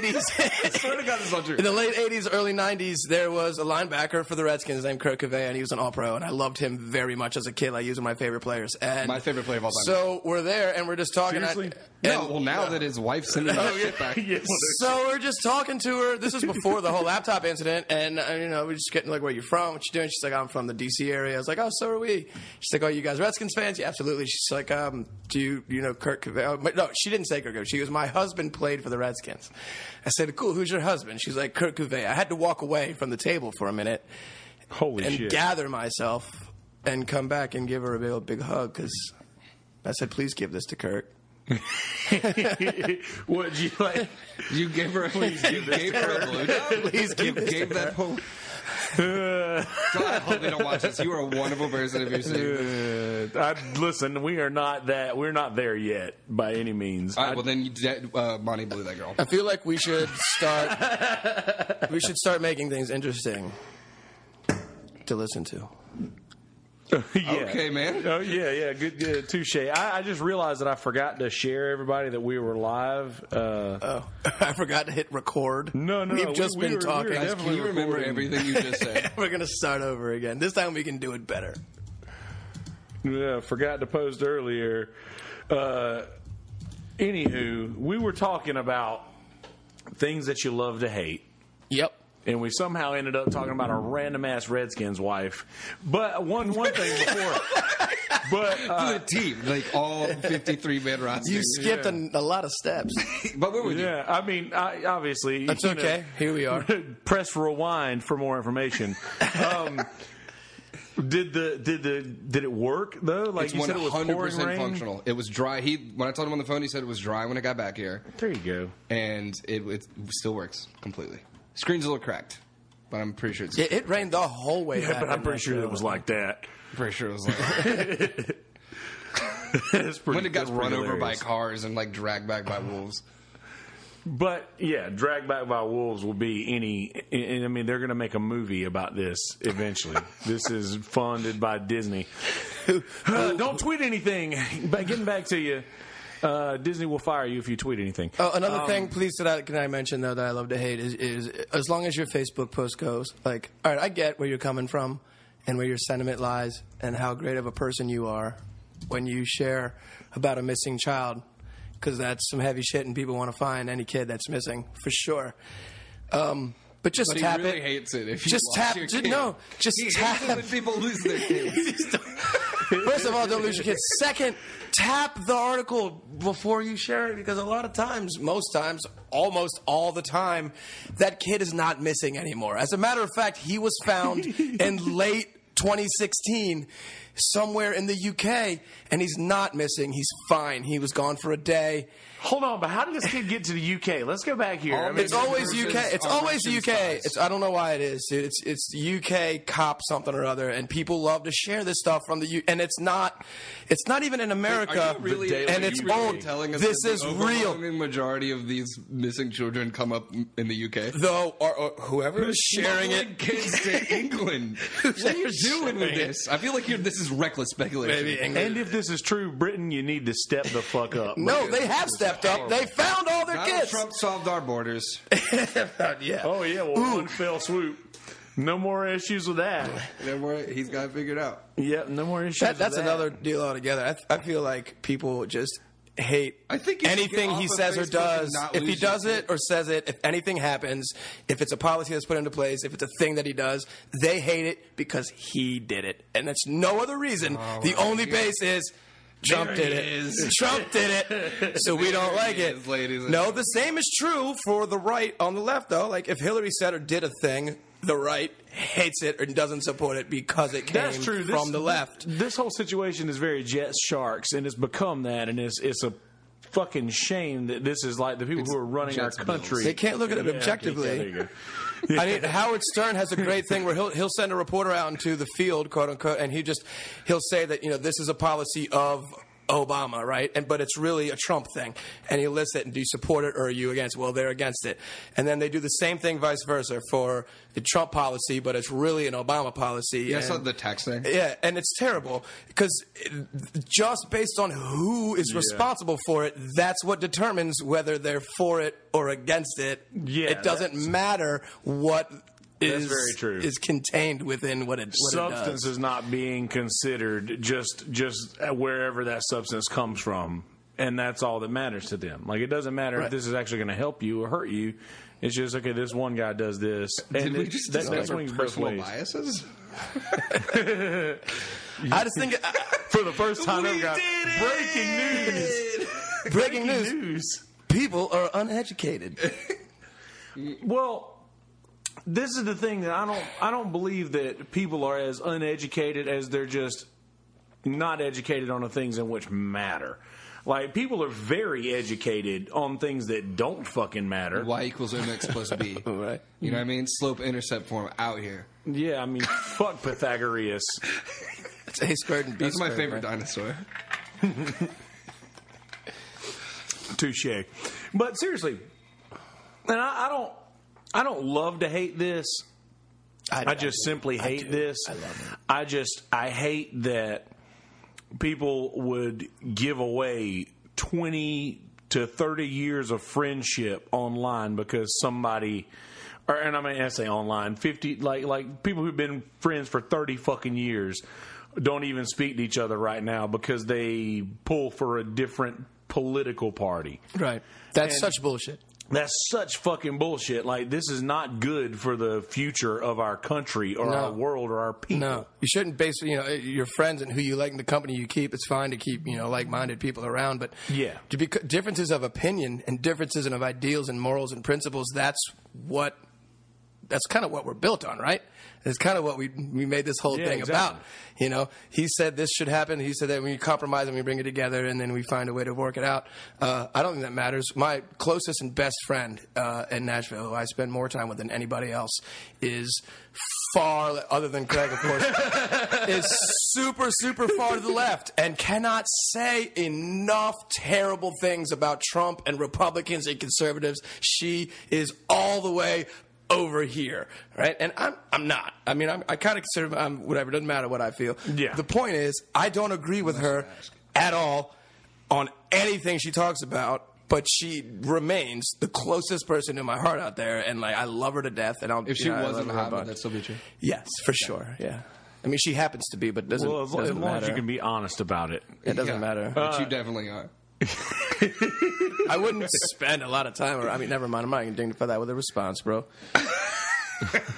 [SPEAKER 2] '80s.
[SPEAKER 3] God, this is all true.
[SPEAKER 2] In the late '80s, early '90s, there was a linebacker for the Redskins named Kurt Covey, and he was an All-Pro, and I loved him very much as a kid. Like he was one of my favorite players. And
[SPEAKER 3] My favorite player of all time.
[SPEAKER 2] So we're there, and we're just talking. I-
[SPEAKER 1] Seriously?
[SPEAKER 3] no,
[SPEAKER 2] and-
[SPEAKER 3] well now that his wife's sending that shit back,
[SPEAKER 1] Yeah, well,
[SPEAKER 2] So we're just talking to her. This is before the whole laptop incident, and uh, you know we're just getting like, "Where you from? What you doing?" She's like, "I'm from the D.C. area." I was like, "Oh, so are we." She's like, "Oh, you guys Redskins fans?" Yeah, absolutely. She's like, "Um, do you you know Kurt Cobain?" Oh, but no, she didn't say Kurt Cobain. She goes, "My husband played for the Redskins." I said, "Cool. Who's your husband?" She's like, "Kurt Cobain." I had to walk away from the table for a minute
[SPEAKER 1] holy
[SPEAKER 2] and
[SPEAKER 1] shit.
[SPEAKER 2] gather myself and come back and give her a real big hug because I said, "Please give this to Kurt."
[SPEAKER 1] Would you like?
[SPEAKER 3] you gave her a, you gave her a blowjob.
[SPEAKER 2] Please
[SPEAKER 3] You
[SPEAKER 2] give this
[SPEAKER 3] gave
[SPEAKER 2] to
[SPEAKER 3] that
[SPEAKER 2] her.
[SPEAKER 3] whole.
[SPEAKER 1] Uh,
[SPEAKER 3] God, I hope they don't watch this. You are a wonderful person if you're saying.
[SPEAKER 1] I, listen, we are not that. We're not there yet by any means.
[SPEAKER 3] All right, well then you de- uh, Monty blew that girl.
[SPEAKER 2] I feel like we should start. we should start making things interesting to listen to.
[SPEAKER 1] yeah.
[SPEAKER 3] Okay, man.
[SPEAKER 1] Oh yeah, yeah, good, good touche. I, I just realized that I forgot to share everybody that we were live. Uh,
[SPEAKER 2] Oh, I forgot to hit record.
[SPEAKER 1] No, no,
[SPEAKER 2] we've
[SPEAKER 1] no,
[SPEAKER 2] just
[SPEAKER 1] we- we
[SPEAKER 2] been
[SPEAKER 1] were- we were
[SPEAKER 2] talking.
[SPEAKER 1] definitely-
[SPEAKER 3] Can you remember
[SPEAKER 1] recording.
[SPEAKER 3] everything you just said?
[SPEAKER 2] We're gonna start over again. This time we can do it better.
[SPEAKER 1] yeah, forgot to post earlier. Uh, anywho, we were talking about things that you love to hate.
[SPEAKER 2] Yep.
[SPEAKER 1] and we somehow ended up talking about a random ass Redskins wife. But one one thing before, but uh,
[SPEAKER 3] the team, like all 53 man roster.
[SPEAKER 2] You skipped a, a lot of steps.
[SPEAKER 3] but what would you?
[SPEAKER 1] yeah, I mean, I, obviously,
[SPEAKER 2] That's
[SPEAKER 1] you know,
[SPEAKER 2] okay. Here we are.
[SPEAKER 1] press rewind for more information. Um, did the did the did it work though? Like
[SPEAKER 3] It's
[SPEAKER 1] you
[SPEAKER 3] one
[SPEAKER 1] said, it was
[SPEAKER 3] hundred
[SPEAKER 1] pouring
[SPEAKER 3] percent
[SPEAKER 1] rain.
[SPEAKER 3] functional. It was dry. He when I told him on the phone, he said it was dry when I got back here,
[SPEAKER 1] There you go.
[SPEAKER 3] and it, it still works completely. Screen's a little cracked, but I'm pretty sure it's
[SPEAKER 2] Yeah, it rained the whole way.
[SPEAKER 1] Yeah,
[SPEAKER 2] back
[SPEAKER 1] but I'm
[SPEAKER 2] in
[SPEAKER 1] pretty sure
[SPEAKER 2] Nashville.
[SPEAKER 1] it was like that.
[SPEAKER 3] pretty sure it was like
[SPEAKER 1] It's pretty,
[SPEAKER 3] when it got
[SPEAKER 1] that's
[SPEAKER 3] run
[SPEAKER 1] pretty
[SPEAKER 3] over by
[SPEAKER 1] hilarious.
[SPEAKER 3] cars and like dragged back by wolves.
[SPEAKER 1] But yeah, Drag Back by Wolves will be any. And I mean, they're going to make a movie about this eventually. this is funded by Disney. Uh, don't tweet anything. But getting back to you, uh, Disney will fire you if you tweet anything.
[SPEAKER 2] Oh,
[SPEAKER 3] Um,
[SPEAKER 2] another thing, please, that I, can I mention though that I love to hate is, is as long as your Facebook post goes like, all right, I get where you're coming from, and where your sentiment lies, and how great of a person you are when you share about a missing child, because that's some heavy shit, and people want to find any kid that's missing for sure. Um, but just
[SPEAKER 3] But he
[SPEAKER 2] tap
[SPEAKER 3] really
[SPEAKER 2] it.
[SPEAKER 3] hates it. If you
[SPEAKER 2] Just
[SPEAKER 3] lost
[SPEAKER 2] tap-
[SPEAKER 3] your
[SPEAKER 2] ju-
[SPEAKER 3] kid.
[SPEAKER 2] no, just
[SPEAKER 3] he
[SPEAKER 2] tap.
[SPEAKER 3] Hates it when people lose their kids.
[SPEAKER 2] First of all, don't lose your kids. Second, tap the article before you share it because a lot of times, most times, almost all the time, that kid is not missing anymore. As a matter of fact, he was found in late 2016 somewhere in the UK and he's not missing. He's fine. He was gone for a day.
[SPEAKER 1] Hold on, but how did this kid get to the UK? Let's go back here.
[SPEAKER 3] All
[SPEAKER 1] I mean,
[SPEAKER 2] It's always
[SPEAKER 3] versus
[SPEAKER 2] UK. It's
[SPEAKER 3] our
[SPEAKER 2] always
[SPEAKER 3] Russian
[SPEAKER 2] UK.
[SPEAKER 3] spies.
[SPEAKER 2] It's I don't know why it is, dude. It's it's the UK cop something or other, and people love to share this stuff from the U. And it's not, it's not even in America.
[SPEAKER 3] Are you really,
[SPEAKER 1] Daily
[SPEAKER 2] and
[SPEAKER 3] are
[SPEAKER 2] it's
[SPEAKER 3] you really
[SPEAKER 2] old.
[SPEAKER 3] telling us
[SPEAKER 2] This
[SPEAKER 3] that
[SPEAKER 2] is
[SPEAKER 3] the
[SPEAKER 2] real.
[SPEAKER 3] overwhelming majority of these missing children come up in the UK.
[SPEAKER 2] Though, or, or whoever is sharing
[SPEAKER 3] Smuggling
[SPEAKER 2] it,
[SPEAKER 3] kids to England. what are you doing with this? I feel like you're, this is is reckless speculation.
[SPEAKER 2] Maybe England.
[SPEAKER 1] And if this is true, Britain, you need to step the fuck up.
[SPEAKER 2] no, they have stepped up. They found all their
[SPEAKER 3] Donald
[SPEAKER 2] kids.
[SPEAKER 3] Trump solved our borders.
[SPEAKER 2] yeah.
[SPEAKER 1] Oh yeah, well one fell swoop. No more issues with that.
[SPEAKER 3] Don't worry, he's got it figured out.
[SPEAKER 1] Yep, no more issues.
[SPEAKER 2] That,
[SPEAKER 1] with
[SPEAKER 2] that's
[SPEAKER 1] that.
[SPEAKER 2] another deal altogether. I, th- I feel like people just hate
[SPEAKER 3] I think you should
[SPEAKER 2] anything
[SPEAKER 3] get
[SPEAKER 2] he
[SPEAKER 3] off of
[SPEAKER 2] says or
[SPEAKER 3] Facebook
[SPEAKER 2] does.
[SPEAKER 3] and not
[SPEAKER 2] If he
[SPEAKER 3] lose your
[SPEAKER 2] does it
[SPEAKER 3] shit.
[SPEAKER 2] or says it, if anything happens, if it's a policy that's put into place, if it's a thing that he does, they hate it because he did it, and that's no other reason.
[SPEAKER 3] Oh,
[SPEAKER 2] the only base is. Trump
[SPEAKER 3] There
[SPEAKER 2] did
[SPEAKER 3] it
[SPEAKER 2] it.
[SPEAKER 3] is.
[SPEAKER 2] Trump did it. So we don't
[SPEAKER 3] There
[SPEAKER 2] like
[SPEAKER 3] it
[SPEAKER 2] it.
[SPEAKER 3] is, ladies and
[SPEAKER 2] no, the same is true for the right on the left, though. Like, if Hillary said or did a thing, the right hates it or doesn't support it because it came
[SPEAKER 1] That's true. This-
[SPEAKER 2] from the left.
[SPEAKER 1] This whole situation is very Jets Sharks, and it's become that, and it's it's a fucking shame that this is like the people who are running
[SPEAKER 3] Jets
[SPEAKER 1] our
[SPEAKER 3] and Bills.
[SPEAKER 1] country.
[SPEAKER 2] They can't look at it
[SPEAKER 1] Yeah,
[SPEAKER 2] objectively.
[SPEAKER 1] yeah, there you go.
[SPEAKER 2] I mean, Howard Stern has a great thing where he'll he'll send a reporter out into the field, quote unquote, and he just he'll say that you know this is a policy of Obama, right? And but it's really a Trump thing, and he lists it. And do you support it or are you against? it? Well, they're against it, and then they do the same thing vice versa for the Trump policy, but it's really an Obama policy.
[SPEAKER 3] Yeah, I
[SPEAKER 2] and-
[SPEAKER 3] saw the tax thing.
[SPEAKER 2] yeah, and it's terrible because just based on who is responsible for it, that's what determines whether they're for it or against it.
[SPEAKER 1] Yeah,
[SPEAKER 2] it doesn't
[SPEAKER 1] that's-
[SPEAKER 2] matter what is
[SPEAKER 1] very true.
[SPEAKER 2] is contained within what it what
[SPEAKER 1] substance is not being considered just just wherever that substance comes from and that's all that matters to them like it doesn't matter if
[SPEAKER 2] Right.
[SPEAKER 1] this is actually going to help you or hurt you it's just okay this one guy does this
[SPEAKER 3] Did
[SPEAKER 1] and
[SPEAKER 3] we
[SPEAKER 1] it-
[SPEAKER 3] just
[SPEAKER 1] that, that
[SPEAKER 3] discuss our
[SPEAKER 1] swings both
[SPEAKER 3] personal
[SPEAKER 1] ways
[SPEAKER 3] biases?
[SPEAKER 2] It does. I just think uh, I-
[SPEAKER 1] for the first time
[SPEAKER 3] We
[SPEAKER 1] ever guys,
[SPEAKER 3] did
[SPEAKER 1] breaking
[SPEAKER 3] it!
[SPEAKER 1] news
[SPEAKER 2] breaking news:
[SPEAKER 1] news
[SPEAKER 2] people are uneducated.
[SPEAKER 1] Well, this is the thing that I don't I don't believe that people are as uneducated as they're just not educated on the things in which matter. Like people are very educated on things that don't fucking matter.
[SPEAKER 3] Y equals mx plus b.
[SPEAKER 2] right?
[SPEAKER 3] You know what I mean? Slope intercept form out here.
[SPEAKER 1] Yeah, I mean, fuck Pythagoras.
[SPEAKER 2] It's a squared and b
[SPEAKER 3] That's my
[SPEAKER 2] squared,
[SPEAKER 3] favorite
[SPEAKER 2] right?
[SPEAKER 3] dinosaur.
[SPEAKER 1] Touche. But seriously, and I, I don't I don't love to hate this. I just simply hate
[SPEAKER 2] do.
[SPEAKER 1] this. I, just I hate that people would give away twenty to thirty years of friendship online because somebody or and I mean I say online, fifty like like people who've been friends for thirty fucking years don't even speak to each other right now because they pull for a different political party.
[SPEAKER 2] right. That's such bullshit.
[SPEAKER 1] That's such fucking bullshit. Like this is not good for the future of our country or
[SPEAKER 2] No.
[SPEAKER 1] our world or our people.
[SPEAKER 2] No, you shouldn't base you know eh, your friends and who you like and the company you keep. It's fine to keep you know like-minded people around, but
[SPEAKER 1] Yeah.
[SPEAKER 2] to be, differences of opinion and differences in of ideals and morals and principles. That's what. That's kind of what we're built on, right? It's kind of what we we made this whole
[SPEAKER 1] Yeah,
[SPEAKER 2] thing
[SPEAKER 1] exactly.
[SPEAKER 2] about. You know, he said this should happen. He said that when you compromise and we bring it together and then we find a way to work it out. Uh, I don't think that matters. My closest and best friend uh, in Nashville, who I spend more time with than anybody else, is far le- other than Craig, of course, is super super far to the left and cannot say enough terrible things about Trump and Republicans and conservatives. She is all the way over here, right? And I'm I'm not. I mean, I'm, I kind of consider I'm whatever. Doesn't matter what I feel.
[SPEAKER 1] Yeah.
[SPEAKER 2] The point is, I don't agree with her at all on anything she talks about. But she remains the closest person in my heart out there, and like I love her to death. And I'll
[SPEAKER 3] If she
[SPEAKER 2] you know, I love
[SPEAKER 3] wasn't
[SPEAKER 2] her a
[SPEAKER 3] hot,
[SPEAKER 2] bunch.
[SPEAKER 3] that'd still be true.
[SPEAKER 2] yes, for sure. Yeah. I mean, she happens to be, but doesn't
[SPEAKER 1] Well, as, lo- as
[SPEAKER 2] doesn't
[SPEAKER 1] long
[SPEAKER 2] matter.
[SPEAKER 1] as you can be honest about it.
[SPEAKER 2] it doesn't
[SPEAKER 3] Yeah.
[SPEAKER 2] matter. Uh,
[SPEAKER 3] But you definitely are.
[SPEAKER 2] I wouldn't spend a lot of time. Or, I mean, never mind. I'm not going to dignify that with a response, bro.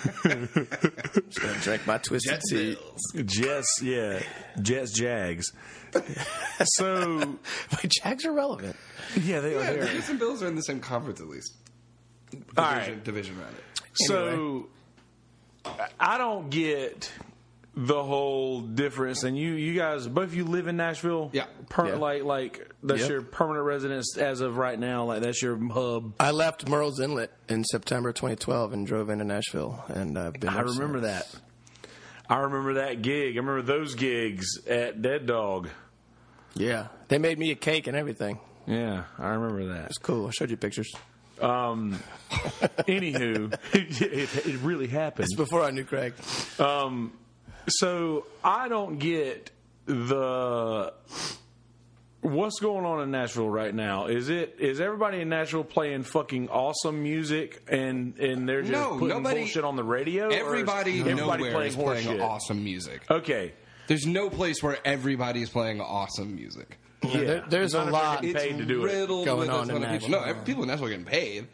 [SPEAKER 2] Just gonna drink my twisted tea.
[SPEAKER 1] Jets, yeah, Jets, Jags. So
[SPEAKER 2] My Jags are relevant.
[SPEAKER 1] yeah, they are.
[SPEAKER 3] Yeah,
[SPEAKER 1] there.
[SPEAKER 3] the Jets and Bills are in the same conference at least. Division,
[SPEAKER 1] All right.
[SPEAKER 3] division rather.
[SPEAKER 1] So I don't get the whole difference. And you, you guys, both of you live in Nashville.
[SPEAKER 3] Yeah.
[SPEAKER 1] Per-
[SPEAKER 2] Yeah.
[SPEAKER 1] Like, like that's
[SPEAKER 2] Yep.
[SPEAKER 1] your permanent residence as of right now. Like that's your hub.
[SPEAKER 2] I left Merle's Inlet in September 2012 and drove into Nashville, and I've been.
[SPEAKER 1] I remember that. I remember that gig. I remember those gigs at Dead Dog.
[SPEAKER 2] Yeah, they made me a cake and everything.
[SPEAKER 1] Yeah, I remember that.
[SPEAKER 2] It's cool. I showed you pictures.
[SPEAKER 1] Anywho, it, it really happened.
[SPEAKER 2] It's before I knew Craig.
[SPEAKER 1] So I don't get the what's going on in Nashville right now? Is it is everybody in Nashville playing fucking awesome music and and they're just
[SPEAKER 3] No,
[SPEAKER 1] putting
[SPEAKER 3] nobody-
[SPEAKER 1] bullshit on the radio? or is
[SPEAKER 3] Everybody, nowhere is playing
[SPEAKER 1] horseshit?
[SPEAKER 3] awesome music.
[SPEAKER 1] Okay,
[SPEAKER 3] There's no place where everybody is playing awesome music.
[SPEAKER 1] yeah.
[SPEAKER 2] there- there's a
[SPEAKER 1] None of
[SPEAKER 2] lot.
[SPEAKER 1] them are getting paid to do it.
[SPEAKER 3] riddled
[SPEAKER 2] Going
[SPEAKER 3] with a
[SPEAKER 2] on
[SPEAKER 3] ton
[SPEAKER 2] in
[SPEAKER 3] of people.
[SPEAKER 2] Nashville.
[SPEAKER 3] No, every, people in Nashville are getting paid,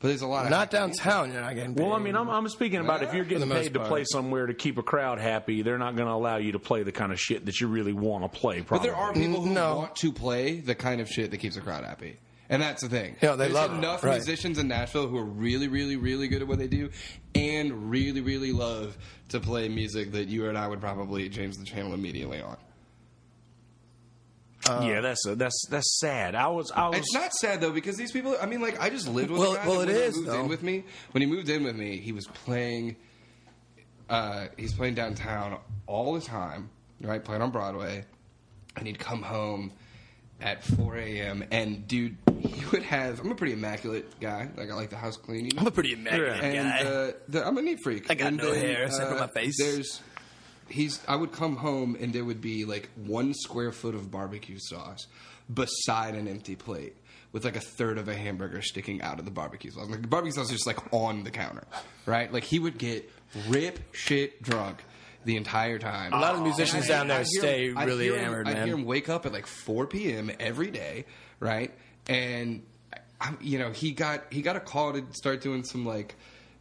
[SPEAKER 3] but there's a lot of
[SPEAKER 2] Not downtown. You're not getting. Paid.
[SPEAKER 1] Well, I mean, I'm, I'm speaking about if you're
[SPEAKER 3] For
[SPEAKER 2] the
[SPEAKER 1] getting
[SPEAKER 2] most
[SPEAKER 1] paid to
[SPEAKER 2] part.
[SPEAKER 1] play somewhere to keep a crowd happy, they're not going to allow you to play the kind of shit that you really want to play.
[SPEAKER 3] But
[SPEAKER 1] Probably.
[SPEAKER 3] there are people who
[SPEAKER 2] Mm, no.
[SPEAKER 3] want to play the kind of shit that keeps the crowd happy. And that's the thing.
[SPEAKER 2] Yeah, they
[SPEAKER 3] There's
[SPEAKER 2] love it.
[SPEAKER 3] enough
[SPEAKER 2] Right.
[SPEAKER 3] musicians in Nashville who are really, really, really good at what they do and really, really love to play music that you and I would probably change the channel immediately on.
[SPEAKER 1] yeah, that's a, that's that's sad. I was I was
[SPEAKER 3] uh, It's not sad though because these people. I mean, like I just lived with.
[SPEAKER 2] Well-
[SPEAKER 3] a guy
[SPEAKER 2] well, it
[SPEAKER 3] that when he
[SPEAKER 2] is,
[SPEAKER 3] Moved
[SPEAKER 2] though.
[SPEAKER 3] in with me when he moved in with me, he was playing. Uh, he's playing downtown all the time, right? Playing on Broadway, and he'd come home at 4 a.m. and dude, he would have. I'm a pretty immaculate guy. Like I like the house clean. You know?
[SPEAKER 2] a pretty immaculate
[SPEAKER 1] Yeah.
[SPEAKER 3] and uh, the, I'm a neat freak. I
[SPEAKER 2] got
[SPEAKER 3] and uh,
[SPEAKER 2] no hair except for my face.
[SPEAKER 3] There's, he's. I would come home and there would be like one square foot of barbecue sauce beside an empty plate with like a third of a hamburger sticking out of the barbecue sauce. Like the barbecue sauce is just like on the counter, right? Like he would get rip shit drunk the entire time.
[SPEAKER 2] A lot of the musicians
[SPEAKER 3] I-
[SPEAKER 2] down there
[SPEAKER 3] I'd hear
[SPEAKER 2] stay
[SPEAKER 3] him- I'd
[SPEAKER 2] really
[SPEAKER 3] hear him-
[SPEAKER 2] hammered,
[SPEAKER 3] I'd
[SPEAKER 2] man.
[SPEAKER 3] hear him wake up at like 4 p.m. every day, right? And I, you know, he got he got a call to start doing some like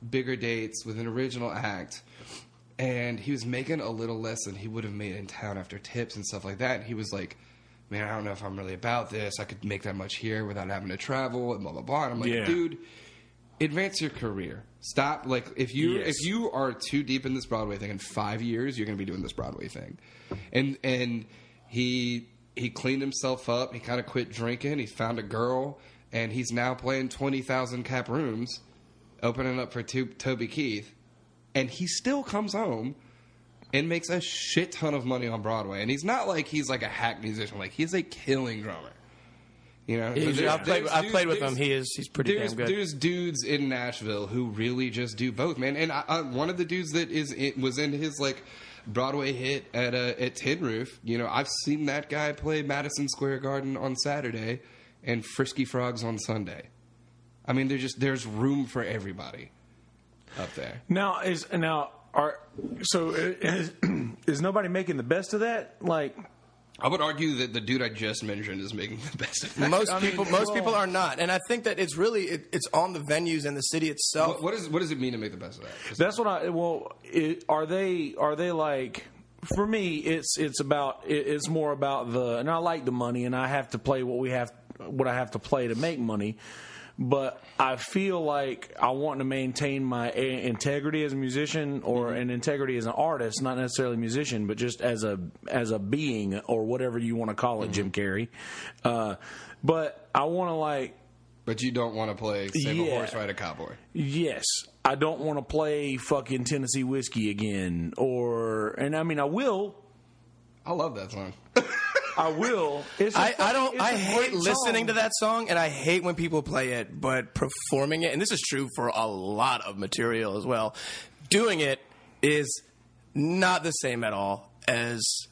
[SPEAKER 3] bigger dates with an original act. And he was making a little less than he would have made in town after tips and stuff like that. And he was like, "Man, I don't know if I'm really about this. I could make that much here without having to travel and blah blah blah." And I'm like,
[SPEAKER 1] Yeah.
[SPEAKER 3] "Dude, advance your career. Stop like if you
[SPEAKER 1] Yes.
[SPEAKER 3] if you are too deep in this Broadway thing in 5 years you're going to be doing this Broadway thing." And and he he cleaned himself up. He kind of quit drinking. He found a girl and he's now playing 20,000 cap rooms opening up for to- Toby Keith and he still comes home and makes a shit ton of money on Broadway. And he's not like he's like a hack musician. Like he's a killing drummer. You know,
[SPEAKER 2] He's-
[SPEAKER 3] There's-
[SPEAKER 2] I played,
[SPEAKER 3] there's
[SPEAKER 2] I
[SPEAKER 3] dudes-
[SPEAKER 2] played with
[SPEAKER 3] there's-
[SPEAKER 2] him. He is. He's pretty
[SPEAKER 3] there's,
[SPEAKER 2] damn good.
[SPEAKER 3] there's dudes in Nashville who really just do both, man. And I, I, one of the dudes that is in, was in his like Broadway hit at uh, at Tin Roof. You know, I've seen that guy play Madison Square Garden on Saturday and Frisky Frogs on Sunday. I mean, there's just there's room for everybody up there.
[SPEAKER 1] now is now are so is, is nobody making the best of that? Like
[SPEAKER 3] I would argue that the dude I just mentioned is making the best of that.
[SPEAKER 2] most
[SPEAKER 1] I mean,
[SPEAKER 2] people, most
[SPEAKER 1] well-
[SPEAKER 2] people are not, and I think that it's really it, it's on the venues and the city itself.
[SPEAKER 3] What- what is what does it mean to make the best of that?
[SPEAKER 1] That's what I well. It, are they are they like? For me, it's it's about it, it's more about the and I like the money and I have to play what we have what I have to play to make money, but I feel like I want to maintain my i- integrity as a musician or an integrity as an artist, not necessarily a musician, but just as a as a being or whatever you want to call it, Jim Carrey. Uh, but I want to like
[SPEAKER 3] But you don't want to play save a
[SPEAKER 1] Yeah.
[SPEAKER 3] horse, ride a cowboy.
[SPEAKER 1] Yes, I don't want to play fucking Tennessee whiskey again, or and I mean I will,
[SPEAKER 3] I love that song.
[SPEAKER 1] I will. It's a
[SPEAKER 2] I,
[SPEAKER 1] fuck-
[SPEAKER 2] I don't.
[SPEAKER 1] it's
[SPEAKER 2] I
[SPEAKER 1] a
[SPEAKER 2] hate
[SPEAKER 1] great song.
[SPEAKER 2] listening to that song, and I hate when people play it, but performing it, and this is true for a lot of material as well. Doing it is not the same at all as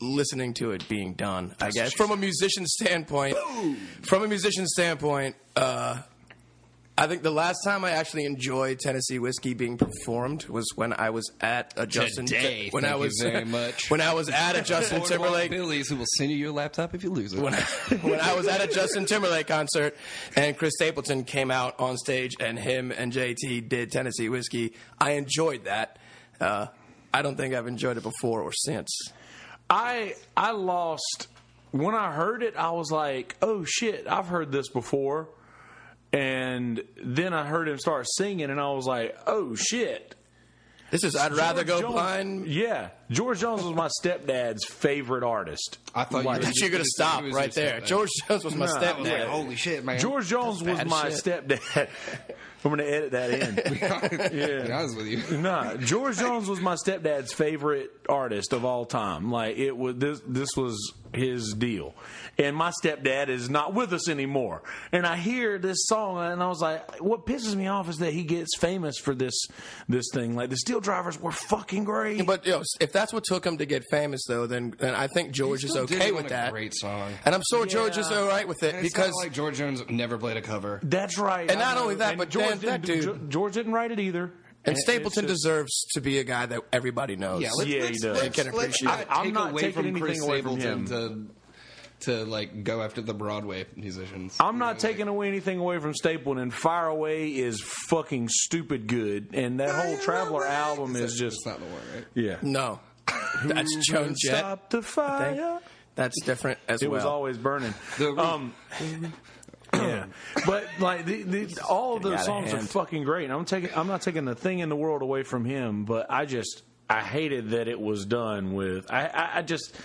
[SPEAKER 2] listening to it being done. I guess from a musician standpoint, from a musician standpoint, uh, I think the last time I actually enjoyed Tennessee whiskey being performed was when I was at a Justin.
[SPEAKER 3] Today,
[SPEAKER 2] when
[SPEAKER 3] thank
[SPEAKER 2] I
[SPEAKER 3] you
[SPEAKER 2] was
[SPEAKER 3] very much.
[SPEAKER 2] when I was at a Justin
[SPEAKER 3] Boardwalk
[SPEAKER 2] Timberlake
[SPEAKER 3] Phillies, who will send you your laptop if you lose it.
[SPEAKER 2] when I, when I was at a Justin Timberlake concert and Chris Stapleton came out on stage and him and JT did Tennessee Whiskey, I enjoyed that. Uh, I don't think I've enjoyed it before or since.
[SPEAKER 1] I I lost when I heard it. I was like, oh shit, I've heard this before, and then I heard him start singing, and I was like, oh shit.
[SPEAKER 2] This is I'd rather
[SPEAKER 1] George
[SPEAKER 2] go
[SPEAKER 1] Jones-
[SPEAKER 2] blind.
[SPEAKER 1] Yeah, George Jones was my stepdad's favorite artist.
[SPEAKER 3] I thought you
[SPEAKER 2] I
[SPEAKER 3] were
[SPEAKER 2] thought you were gonna
[SPEAKER 3] just-
[SPEAKER 2] stop
[SPEAKER 3] it was
[SPEAKER 2] right
[SPEAKER 3] just
[SPEAKER 2] there.
[SPEAKER 3] something.
[SPEAKER 2] George Jones was my
[SPEAKER 1] No, I was
[SPEAKER 2] stepdad.
[SPEAKER 3] Holy shit, man!
[SPEAKER 1] George Jones was
[SPEAKER 2] bad
[SPEAKER 1] my
[SPEAKER 2] shit.
[SPEAKER 1] stepdad. I'm going to edit that in.
[SPEAKER 3] yeah. be honest with you.
[SPEAKER 1] Nah, George Jones was my stepdad's favorite artist of all time. Like it was this this was his deal. And my stepdad is not with us anymore. And I hear this song and I was like, what pisses me off is that he gets famous for this this thing. Like the steel drivers were fucking great.
[SPEAKER 2] But you know, if that's what took him to get famous, though, then, then I think George is
[SPEAKER 3] still did
[SPEAKER 2] okay
[SPEAKER 3] it on
[SPEAKER 2] with
[SPEAKER 3] a
[SPEAKER 2] that.
[SPEAKER 3] great song.
[SPEAKER 2] And I'm sure George is
[SPEAKER 1] Yeah.
[SPEAKER 2] all right with it
[SPEAKER 3] And it's
[SPEAKER 2] because
[SPEAKER 3] not like George Jones never played a cover.
[SPEAKER 1] That's right.
[SPEAKER 2] And
[SPEAKER 1] I
[SPEAKER 2] not
[SPEAKER 1] know.
[SPEAKER 2] only that,
[SPEAKER 1] And
[SPEAKER 2] but
[SPEAKER 1] George
[SPEAKER 2] damn,
[SPEAKER 1] didn't,
[SPEAKER 2] that
[SPEAKER 1] do-
[SPEAKER 2] dude-
[SPEAKER 1] Jo- George didn't write it either.
[SPEAKER 2] and Stapleton
[SPEAKER 1] it's just-
[SPEAKER 2] deserves to be a guy that everybody knows.
[SPEAKER 3] Yeah, let's,
[SPEAKER 1] Yeah, he
[SPEAKER 3] let's,
[SPEAKER 1] does.
[SPEAKER 3] let's,
[SPEAKER 2] Can
[SPEAKER 3] let's
[SPEAKER 2] appreciate
[SPEAKER 1] it.
[SPEAKER 3] not
[SPEAKER 1] I'm
[SPEAKER 3] take
[SPEAKER 1] not
[SPEAKER 3] away
[SPEAKER 1] taking
[SPEAKER 3] from
[SPEAKER 1] anything
[SPEAKER 3] Chris
[SPEAKER 1] away from
[SPEAKER 3] Stapleton to to like go after the Broadway musicians.
[SPEAKER 1] I'm not taking away anything away from Stapleton. and Fire Away is fucking stupid good, and that whole Traveler album is
[SPEAKER 3] That's
[SPEAKER 1] just
[SPEAKER 3] not the word, right?
[SPEAKER 1] yeah.
[SPEAKER 2] No, that's Joan Jett.
[SPEAKER 1] Stop the fire.
[SPEAKER 2] That's different as
[SPEAKER 1] It
[SPEAKER 2] well.
[SPEAKER 1] was always burning.
[SPEAKER 3] The-
[SPEAKER 1] um, yeah, but like the, the, all of
[SPEAKER 2] Getting out
[SPEAKER 1] those
[SPEAKER 2] of
[SPEAKER 1] songs are
[SPEAKER 2] hand.
[SPEAKER 1] fucking great. And I'm taking, I'm not taking a thing in the world away from him, but I just, I hated that it was done with. I, I, I just,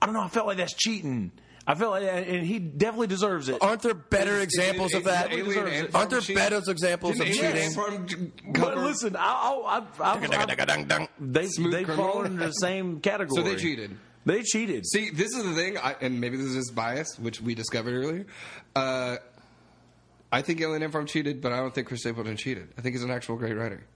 [SPEAKER 1] I don't know. I felt like that's cheating. I felt like, and he definitely deserves it.
[SPEAKER 2] Aren't there better examples of that?
[SPEAKER 3] Alien Ant Farm
[SPEAKER 2] Aren't there
[SPEAKER 3] cheat-
[SPEAKER 2] better examples of
[SPEAKER 3] Didn't Alien
[SPEAKER 2] cheating?
[SPEAKER 3] Ant Farm j-
[SPEAKER 1] But
[SPEAKER 3] cover-
[SPEAKER 1] listen, I, I, I, I, I they
[SPEAKER 3] Smooth
[SPEAKER 1] they
[SPEAKER 3] criminal.
[SPEAKER 1] fall into the same category.
[SPEAKER 3] So they cheated.
[SPEAKER 1] They cheated.
[SPEAKER 3] See, this is the thing, I, and maybe this is just bias, which we discovered earlier. Uh, I think Alien Ant Farm cheated, but I don't think Chris Stapleton cheated. I think he's an actual great writer.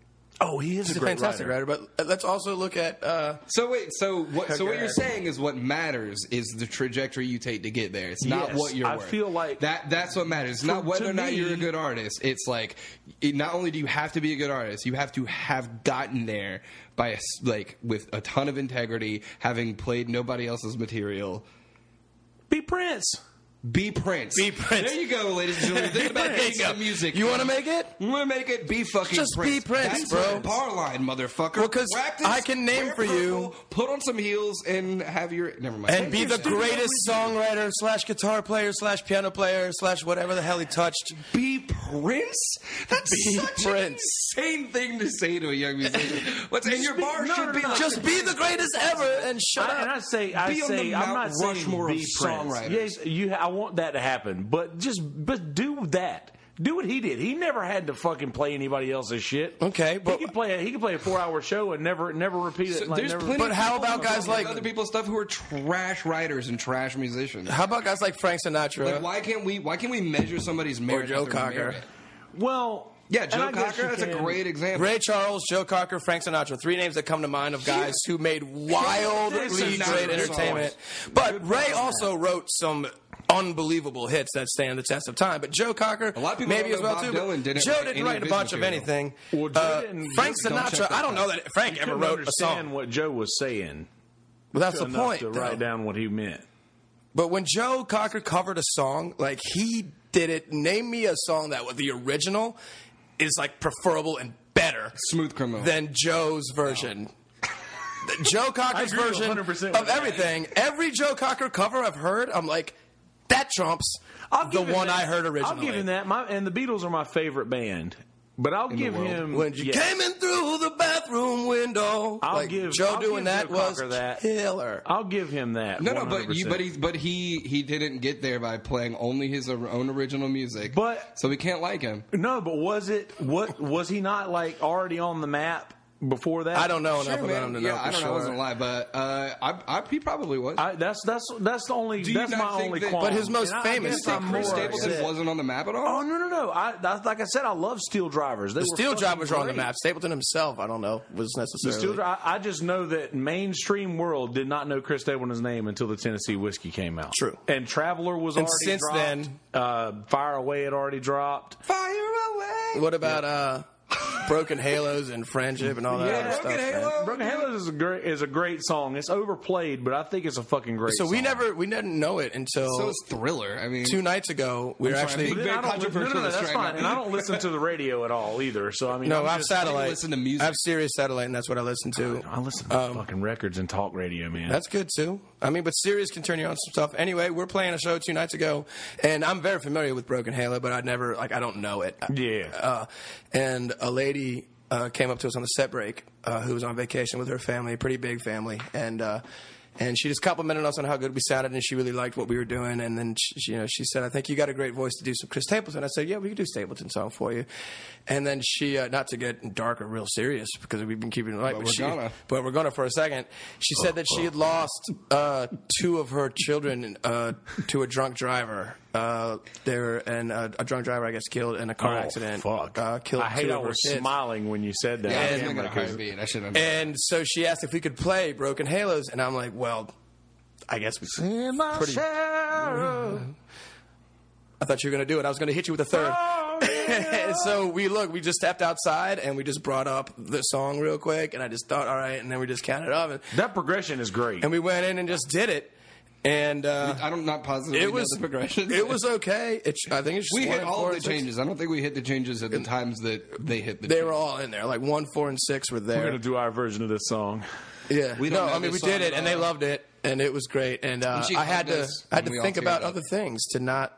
[SPEAKER 1] oh, he is
[SPEAKER 2] He's
[SPEAKER 1] a
[SPEAKER 2] a
[SPEAKER 1] great
[SPEAKER 2] fantastic
[SPEAKER 1] writer.
[SPEAKER 2] writer. but let's also look at. Uh,
[SPEAKER 3] So wait, so what? So what
[SPEAKER 2] Okay.
[SPEAKER 3] you're saying is what matters is the trajectory you take to get there. It's not
[SPEAKER 1] Yes,
[SPEAKER 3] what you're.
[SPEAKER 1] I
[SPEAKER 3] worth.
[SPEAKER 1] feel like-
[SPEAKER 3] that. That's what matters. It's not
[SPEAKER 1] To-
[SPEAKER 3] whether
[SPEAKER 1] to
[SPEAKER 3] or not you're
[SPEAKER 1] me-
[SPEAKER 3] a good artist. It's like it, not only do you have to be a good artist, you have to have gotten there by a s like with a ton of integrity, having played nobody else's material.
[SPEAKER 1] Be Prince.
[SPEAKER 3] Be Prince.
[SPEAKER 2] Be Prince.
[SPEAKER 3] There you go, ladies and gentlemen. Think about
[SPEAKER 2] There you
[SPEAKER 3] the
[SPEAKER 2] go.
[SPEAKER 3] music.
[SPEAKER 2] You wanna make it?
[SPEAKER 3] You want to make it? Be fucking
[SPEAKER 2] Just
[SPEAKER 3] Prince.
[SPEAKER 2] be Prince,
[SPEAKER 3] That's the
[SPEAKER 2] bro.
[SPEAKER 3] Bar line, motherfucker.
[SPEAKER 2] Well, 'cause
[SPEAKER 3] Practice,
[SPEAKER 2] I can name
[SPEAKER 3] wear
[SPEAKER 2] for you-
[SPEAKER 3] purple, Put on some heels and have your. Never mind.
[SPEAKER 2] and be
[SPEAKER 3] Take
[SPEAKER 2] the
[SPEAKER 3] your-
[SPEAKER 2] greatest songwriter slash guitar player slash piano player slash whatever the hell he touched.
[SPEAKER 3] Be Prince? That's
[SPEAKER 2] Be
[SPEAKER 3] such
[SPEAKER 2] Prince.
[SPEAKER 3] an insane thing to say to a young musician. What's and your
[SPEAKER 1] Speak-
[SPEAKER 3] bar
[SPEAKER 1] no,
[SPEAKER 3] should
[SPEAKER 1] no,
[SPEAKER 3] be
[SPEAKER 1] no.
[SPEAKER 3] like
[SPEAKER 2] Just be the greatest ever and shut
[SPEAKER 1] I, and I
[SPEAKER 2] up.
[SPEAKER 1] say, I
[SPEAKER 3] Be on
[SPEAKER 1] say,
[SPEAKER 3] the
[SPEAKER 1] I'm
[SPEAKER 3] Mount
[SPEAKER 1] not saying
[SPEAKER 3] Rushmore of
[SPEAKER 1] be Prince.
[SPEAKER 3] songwriters.
[SPEAKER 1] Yes, you. I want that to happen, but just but do that. Do what he did. He never had to fucking play anybody else's shit.
[SPEAKER 2] Okay, but-
[SPEAKER 1] he could play. A, he could play a four hour show and never never repeat it.
[SPEAKER 3] So
[SPEAKER 1] like,
[SPEAKER 3] there's
[SPEAKER 1] never,
[SPEAKER 3] plenty
[SPEAKER 2] But
[SPEAKER 3] of
[SPEAKER 2] how
[SPEAKER 3] people
[SPEAKER 2] about
[SPEAKER 3] who
[SPEAKER 2] guys
[SPEAKER 3] love
[SPEAKER 2] like-
[SPEAKER 3] other people's stuff who are trash writers and trash musicians?
[SPEAKER 2] How about guys like Frank Sinatra?
[SPEAKER 3] Like why can't we why can't we measure somebody's merit?
[SPEAKER 2] Joe
[SPEAKER 3] after
[SPEAKER 2] Cocker.
[SPEAKER 3] merit?
[SPEAKER 1] well,
[SPEAKER 3] Yeah,
[SPEAKER 1] and
[SPEAKER 3] Joe
[SPEAKER 1] I guess
[SPEAKER 3] Cocker,
[SPEAKER 1] you
[SPEAKER 3] that's a
[SPEAKER 1] can-
[SPEAKER 3] great example.
[SPEAKER 2] Ray Charles, Joe Cocker, Frank Sinatra, three names that come to mind of guys who made wildly
[SPEAKER 3] Sinatra
[SPEAKER 2] great
[SPEAKER 3] songs.
[SPEAKER 2] entertainment. But Ray also wrote some unbelievable hits that stand the test of time. But Joe Cocker,
[SPEAKER 3] A lot of people
[SPEAKER 2] maybe as
[SPEAKER 3] don't know
[SPEAKER 2] well
[SPEAKER 3] Bob
[SPEAKER 2] too. but
[SPEAKER 3] Dylan didn't
[SPEAKER 2] Joe
[SPEAKER 3] write
[SPEAKER 2] didn't
[SPEAKER 3] any
[SPEAKER 2] write a
[SPEAKER 3] of his
[SPEAKER 2] bunch of
[SPEAKER 3] material.
[SPEAKER 2] anything.
[SPEAKER 1] Well, Joe
[SPEAKER 2] Uh,
[SPEAKER 1] didn't-
[SPEAKER 2] Frank
[SPEAKER 1] don't check
[SPEAKER 2] Sinatra,
[SPEAKER 3] that
[SPEAKER 2] I don't know that Frank
[SPEAKER 1] You
[SPEAKER 2] ever
[SPEAKER 1] couldn't
[SPEAKER 2] wrote a
[SPEAKER 1] understand
[SPEAKER 2] song.
[SPEAKER 1] what Joe was saying.
[SPEAKER 2] But that's the
[SPEAKER 1] enough
[SPEAKER 2] point.
[SPEAKER 1] to
[SPEAKER 2] though.
[SPEAKER 1] write down what he meant.
[SPEAKER 2] But when Joe Cocker covered a song, like he did it. Name me a song that was the original is like preferable and better
[SPEAKER 3] Smooth criminal.
[SPEAKER 2] than Joe's version. The Joe Cocker's
[SPEAKER 1] agree
[SPEAKER 2] version
[SPEAKER 1] 100% with
[SPEAKER 2] of
[SPEAKER 1] that.
[SPEAKER 2] everything. Every Joe Cocker cover I've heard, I'm like, that trumps
[SPEAKER 1] I'll
[SPEAKER 2] the
[SPEAKER 1] give him
[SPEAKER 2] one
[SPEAKER 1] that.
[SPEAKER 2] I heard originally.
[SPEAKER 1] I'll give him that. My, and the Beatles are my favorite band, but I'll give
[SPEAKER 3] world.
[SPEAKER 1] him
[SPEAKER 2] When you
[SPEAKER 1] yeah.
[SPEAKER 2] came in through the bathroom window,
[SPEAKER 1] I'll
[SPEAKER 2] like
[SPEAKER 1] give-
[SPEAKER 2] Joe
[SPEAKER 1] I'll give
[SPEAKER 2] doing that
[SPEAKER 1] Joe
[SPEAKER 2] was
[SPEAKER 1] Cocker that.
[SPEAKER 2] killer.
[SPEAKER 1] I'll give him that.
[SPEAKER 3] no, no, but you,
[SPEAKER 1] 100%.
[SPEAKER 3] but he, but he, he didn't get there by playing only his or- own original music.
[SPEAKER 1] But-
[SPEAKER 3] so we can't like him.
[SPEAKER 1] No, but was it what was he not like already on the map before that?
[SPEAKER 2] I don't know enough
[SPEAKER 3] Sure,
[SPEAKER 2] about
[SPEAKER 3] man.
[SPEAKER 2] him to
[SPEAKER 3] yeah,
[SPEAKER 2] know.
[SPEAKER 3] I
[SPEAKER 2] for
[SPEAKER 3] don't know. I
[SPEAKER 2] sure.
[SPEAKER 3] wasn't lie, but uh, I, I, he probably was.
[SPEAKER 1] I, that's that's that's the only
[SPEAKER 3] you
[SPEAKER 1] that's
[SPEAKER 3] not
[SPEAKER 1] my
[SPEAKER 3] think
[SPEAKER 1] only
[SPEAKER 3] that-
[SPEAKER 1] qualm.
[SPEAKER 3] But
[SPEAKER 2] his most
[SPEAKER 1] And I
[SPEAKER 2] famous
[SPEAKER 1] guess
[SPEAKER 2] thing,
[SPEAKER 1] I'm
[SPEAKER 3] Chris
[SPEAKER 1] more
[SPEAKER 3] Stapleton
[SPEAKER 1] upset.
[SPEAKER 3] wasn't on the map at
[SPEAKER 1] Oh
[SPEAKER 3] all.
[SPEAKER 1] no no no! I, I like I said, I love steel drivers. They
[SPEAKER 2] The
[SPEAKER 1] were
[SPEAKER 2] steel
[SPEAKER 1] fucking
[SPEAKER 2] drivers were on the
[SPEAKER 1] great.
[SPEAKER 2] map. Stapleton himself, I don't know, was
[SPEAKER 1] The
[SPEAKER 2] necessarily.
[SPEAKER 1] steel dri- I I just know that mainstream world did not know Chris Stapleton's name until the Tennessee whiskey came out.
[SPEAKER 2] True.
[SPEAKER 1] and Traveler was
[SPEAKER 2] And
[SPEAKER 1] already
[SPEAKER 2] since
[SPEAKER 1] dropped.
[SPEAKER 2] then-
[SPEAKER 1] uh, Fire Away had already dropped.
[SPEAKER 3] Fire away.
[SPEAKER 2] what about uh, broken halos and friendship and all that
[SPEAKER 1] Yeah,
[SPEAKER 2] other stuff?
[SPEAKER 3] Broken
[SPEAKER 2] man?
[SPEAKER 3] Halo.
[SPEAKER 1] Broken Halos is a great is a great song. It's overplayed, but I think it's a fucking great.
[SPEAKER 2] So we
[SPEAKER 1] song.
[SPEAKER 2] never we didn't know it until
[SPEAKER 3] So it's Thriller. I mean,
[SPEAKER 2] Oh. two nights ago. We were
[SPEAKER 3] sorry,
[SPEAKER 2] actually
[SPEAKER 3] big
[SPEAKER 1] Then I
[SPEAKER 3] Very
[SPEAKER 1] don't, no, no,
[SPEAKER 3] controversial
[SPEAKER 1] no, that's
[SPEAKER 3] right
[SPEAKER 1] fine.
[SPEAKER 3] now.
[SPEAKER 1] And I don't listen to the radio at all either. So I mean,
[SPEAKER 2] no.
[SPEAKER 1] I'm
[SPEAKER 2] I have
[SPEAKER 1] just-
[SPEAKER 2] satellite.
[SPEAKER 3] I listen to music.
[SPEAKER 2] I have Sirius satellite, and that's what I listen to.
[SPEAKER 1] I listen to fucking records and talk radio, man.
[SPEAKER 2] Um, That's good too. I mean, but Sirius can turn you on to some stuff. Anyway, we're playing a show two nights ago, and I'm very familiar with Broken Halo, but I never like I don't know it.
[SPEAKER 1] Yeah.
[SPEAKER 2] Uh, and a lady uh, came up to us on the set break uh, who was on vacation with her family, pretty big family, and. Uh, and she just complimented us on how good we sounded, and she really liked what we were doing. And then she, she- you know, she said, "I think you got a great voice to do some Chris Stapleton." I said, "Yeah, we could do Stapleton song for you." And then she, uh, not to get dark or real serious because we've been keeping it light, but,
[SPEAKER 3] we're
[SPEAKER 2] she,
[SPEAKER 3] gonna. Oh,
[SPEAKER 2] but we're gonna for a second. She said that she had lost uh, two of her children uh, to a drunk driver uh, Uh, they were and uh, a drunk driver, I guess, killed in a car
[SPEAKER 1] Oh,
[SPEAKER 2] accident.
[SPEAKER 1] Fuck.
[SPEAKER 2] Uh, killed
[SPEAKER 1] I hate
[SPEAKER 2] two
[SPEAKER 1] I
[SPEAKER 2] of her
[SPEAKER 1] was
[SPEAKER 2] kids.
[SPEAKER 1] smiling when you said that.
[SPEAKER 3] I was
[SPEAKER 2] And-
[SPEAKER 3] thinking a higher beat. I should have.
[SPEAKER 2] And so she asked if we could play Broken Halos, and I'm like, well, I guess we.
[SPEAKER 1] In my
[SPEAKER 2] Pretty-
[SPEAKER 1] shadow.
[SPEAKER 2] I thought you were gonna do it. I was gonna hit you with a third.
[SPEAKER 1] Oh,
[SPEAKER 2] And so we look, we just stepped outside and we just brought up the song real quick, and I just thought, all right, and then we just counted up, and,
[SPEAKER 1] That progression is great.
[SPEAKER 2] and we went in and just did it, and uh,
[SPEAKER 3] I don't not positive.
[SPEAKER 2] it was
[SPEAKER 3] the progression.
[SPEAKER 2] It was okay. It, I think it's just
[SPEAKER 3] We
[SPEAKER 2] one
[SPEAKER 3] hit
[SPEAKER 2] and
[SPEAKER 3] all
[SPEAKER 2] four
[SPEAKER 3] of the
[SPEAKER 2] and six.
[SPEAKER 3] changes. I don't think we hit the changes at the times that they hit the.
[SPEAKER 2] They were
[SPEAKER 3] changes.
[SPEAKER 2] all in there. Like one, four, and six were
[SPEAKER 1] We're
[SPEAKER 2] there.
[SPEAKER 1] gonna do our version of this song.
[SPEAKER 2] yeah,
[SPEAKER 3] We
[SPEAKER 2] no,
[SPEAKER 3] don't know
[SPEAKER 2] I mean we
[SPEAKER 3] this
[SPEAKER 2] did
[SPEAKER 3] song
[SPEAKER 2] it,
[SPEAKER 3] at
[SPEAKER 2] and they
[SPEAKER 3] all.
[SPEAKER 2] loved it, and it was great. And uh,
[SPEAKER 3] she
[SPEAKER 2] I had
[SPEAKER 3] hugged
[SPEAKER 2] to,
[SPEAKER 3] us,
[SPEAKER 2] I had
[SPEAKER 3] and we
[SPEAKER 2] to
[SPEAKER 3] all
[SPEAKER 2] think about
[SPEAKER 3] teared up.
[SPEAKER 2] other things to not.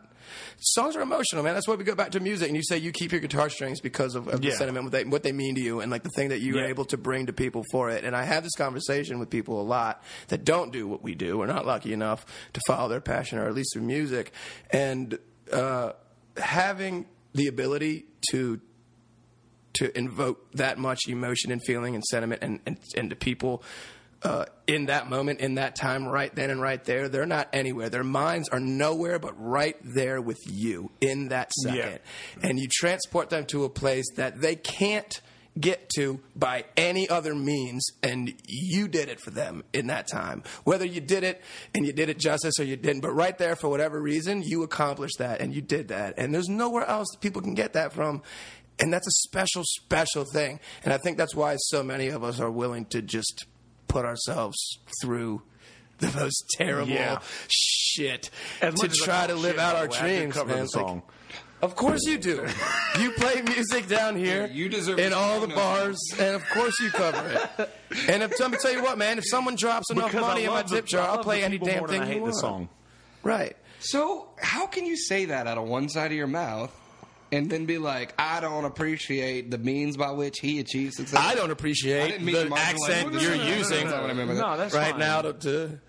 [SPEAKER 2] Songs are emotional, man. That's why we go back to music. And you say you keep your guitar strings because of, of
[SPEAKER 1] Yeah.
[SPEAKER 2] the sentiment, what they, what they mean to you, and like the thing that you are
[SPEAKER 1] Yeah.
[SPEAKER 2] able to bring to people for it. And I have this conversation with people a lot that don't do what we do. We're not lucky enough to follow their passion, or at least through music. And uh, having the ability to to invoke that much emotion and feeling and sentiment and and, and to people uh, in that moment, in that time, right then and right there, they're not anywhere. Their minds are nowhere but right there with you in that second, and you transport them to a place that they can't get to by any other means and you did it for them in that time whether you did it and you did it justice or you didn't but right there for whatever reason you accomplished that and you did that and there's nowhere else people can get that from and that's a special, special thing. And I think that's why so many of us are willing to just put ourselves through the most terrible
[SPEAKER 1] Yeah.
[SPEAKER 2] shit
[SPEAKER 1] As
[SPEAKER 2] to
[SPEAKER 1] much as I
[SPEAKER 2] try
[SPEAKER 1] talk
[SPEAKER 2] to live
[SPEAKER 1] shit,
[SPEAKER 2] out
[SPEAKER 1] by
[SPEAKER 2] our
[SPEAKER 1] the way, I did
[SPEAKER 2] dreams.
[SPEAKER 1] cover
[SPEAKER 2] man.
[SPEAKER 1] the
[SPEAKER 2] It's like,
[SPEAKER 1] song.
[SPEAKER 2] of course you do. you play music down here.
[SPEAKER 3] You deserve
[SPEAKER 2] in
[SPEAKER 3] to
[SPEAKER 2] all
[SPEAKER 3] be
[SPEAKER 2] the
[SPEAKER 3] known.
[SPEAKER 2] bars, and of course you cover it. and if, let me tell you what, man, if someone drops enough
[SPEAKER 1] Because I
[SPEAKER 2] money in my
[SPEAKER 1] love the-
[SPEAKER 2] tip jar,
[SPEAKER 1] I love
[SPEAKER 2] I'll play
[SPEAKER 1] the
[SPEAKER 2] any
[SPEAKER 1] people
[SPEAKER 2] damn
[SPEAKER 1] more than
[SPEAKER 2] thing
[SPEAKER 1] I hate
[SPEAKER 2] you
[SPEAKER 1] the
[SPEAKER 2] want.
[SPEAKER 1] song.
[SPEAKER 2] Right.
[SPEAKER 3] So how can you say that out of one side of your mouth, and then be like, I don't appreciate the means by which he achieves success?
[SPEAKER 2] I don't appreciate
[SPEAKER 3] didn't mean to
[SPEAKER 2] the
[SPEAKER 3] marginalize-
[SPEAKER 2] accent
[SPEAKER 3] No, no,
[SPEAKER 2] you're
[SPEAKER 3] no, no, no, no,
[SPEAKER 2] using
[SPEAKER 3] no, no, no, no, no, no.
[SPEAKER 1] No, that's
[SPEAKER 2] right
[SPEAKER 1] fine.
[SPEAKER 2] now to- to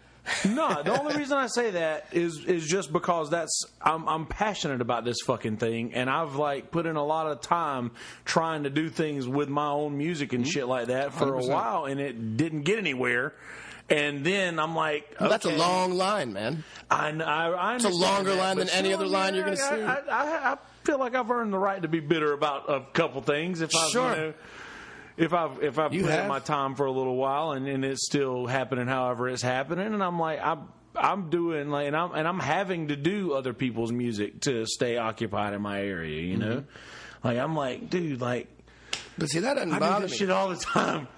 [SPEAKER 1] No, the only reason I say that is is just because that's I'm I'm passionate about this fucking thing, and I've like put in a lot of time trying to do things with my own music
[SPEAKER 2] Mm-hmm.
[SPEAKER 1] and shit like that for a
[SPEAKER 3] 100%.
[SPEAKER 1] while, and it didn't get anywhere. And then I'm like, okay,
[SPEAKER 2] That's a long line, man.
[SPEAKER 1] I, kn- I, I
[SPEAKER 2] a
[SPEAKER 1] understand
[SPEAKER 2] longer
[SPEAKER 1] that,
[SPEAKER 2] line
[SPEAKER 1] but
[SPEAKER 2] than any
[SPEAKER 1] still,
[SPEAKER 2] other
[SPEAKER 1] I
[SPEAKER 2] line you're
[SPEAKER 1] I-
[SPEAKER 2] gonna see.
[SPEAKER 1] I, I, I feel like I've earned the right to be bitter about a couple things. If I,
[SPEAKER 2] Sure.
[SPEAKER 1] you know, if I've if I've
[SPEAKER 2] You
[SPEAKER 1] put in
[SPEAKER 2] have.
[SPEAKER 1] my time for a little while and, and it's still happening, however it's happening, and I'm like I'm I'm doing like and I'm and I'm having to do other people's music to stay occupied in my area.
[SPEAKER 2] Mm-hmm.
[SPEAKER 1] You know, like I'm like dude, like
[SPEAKER 2] But see, that doesn't
[SPEAKER 1] I do
[SPEAKER 2] bother
[SPEAKER 1] this
[SPEAKER 2] me.
[SPEAKER 1] shit all the time.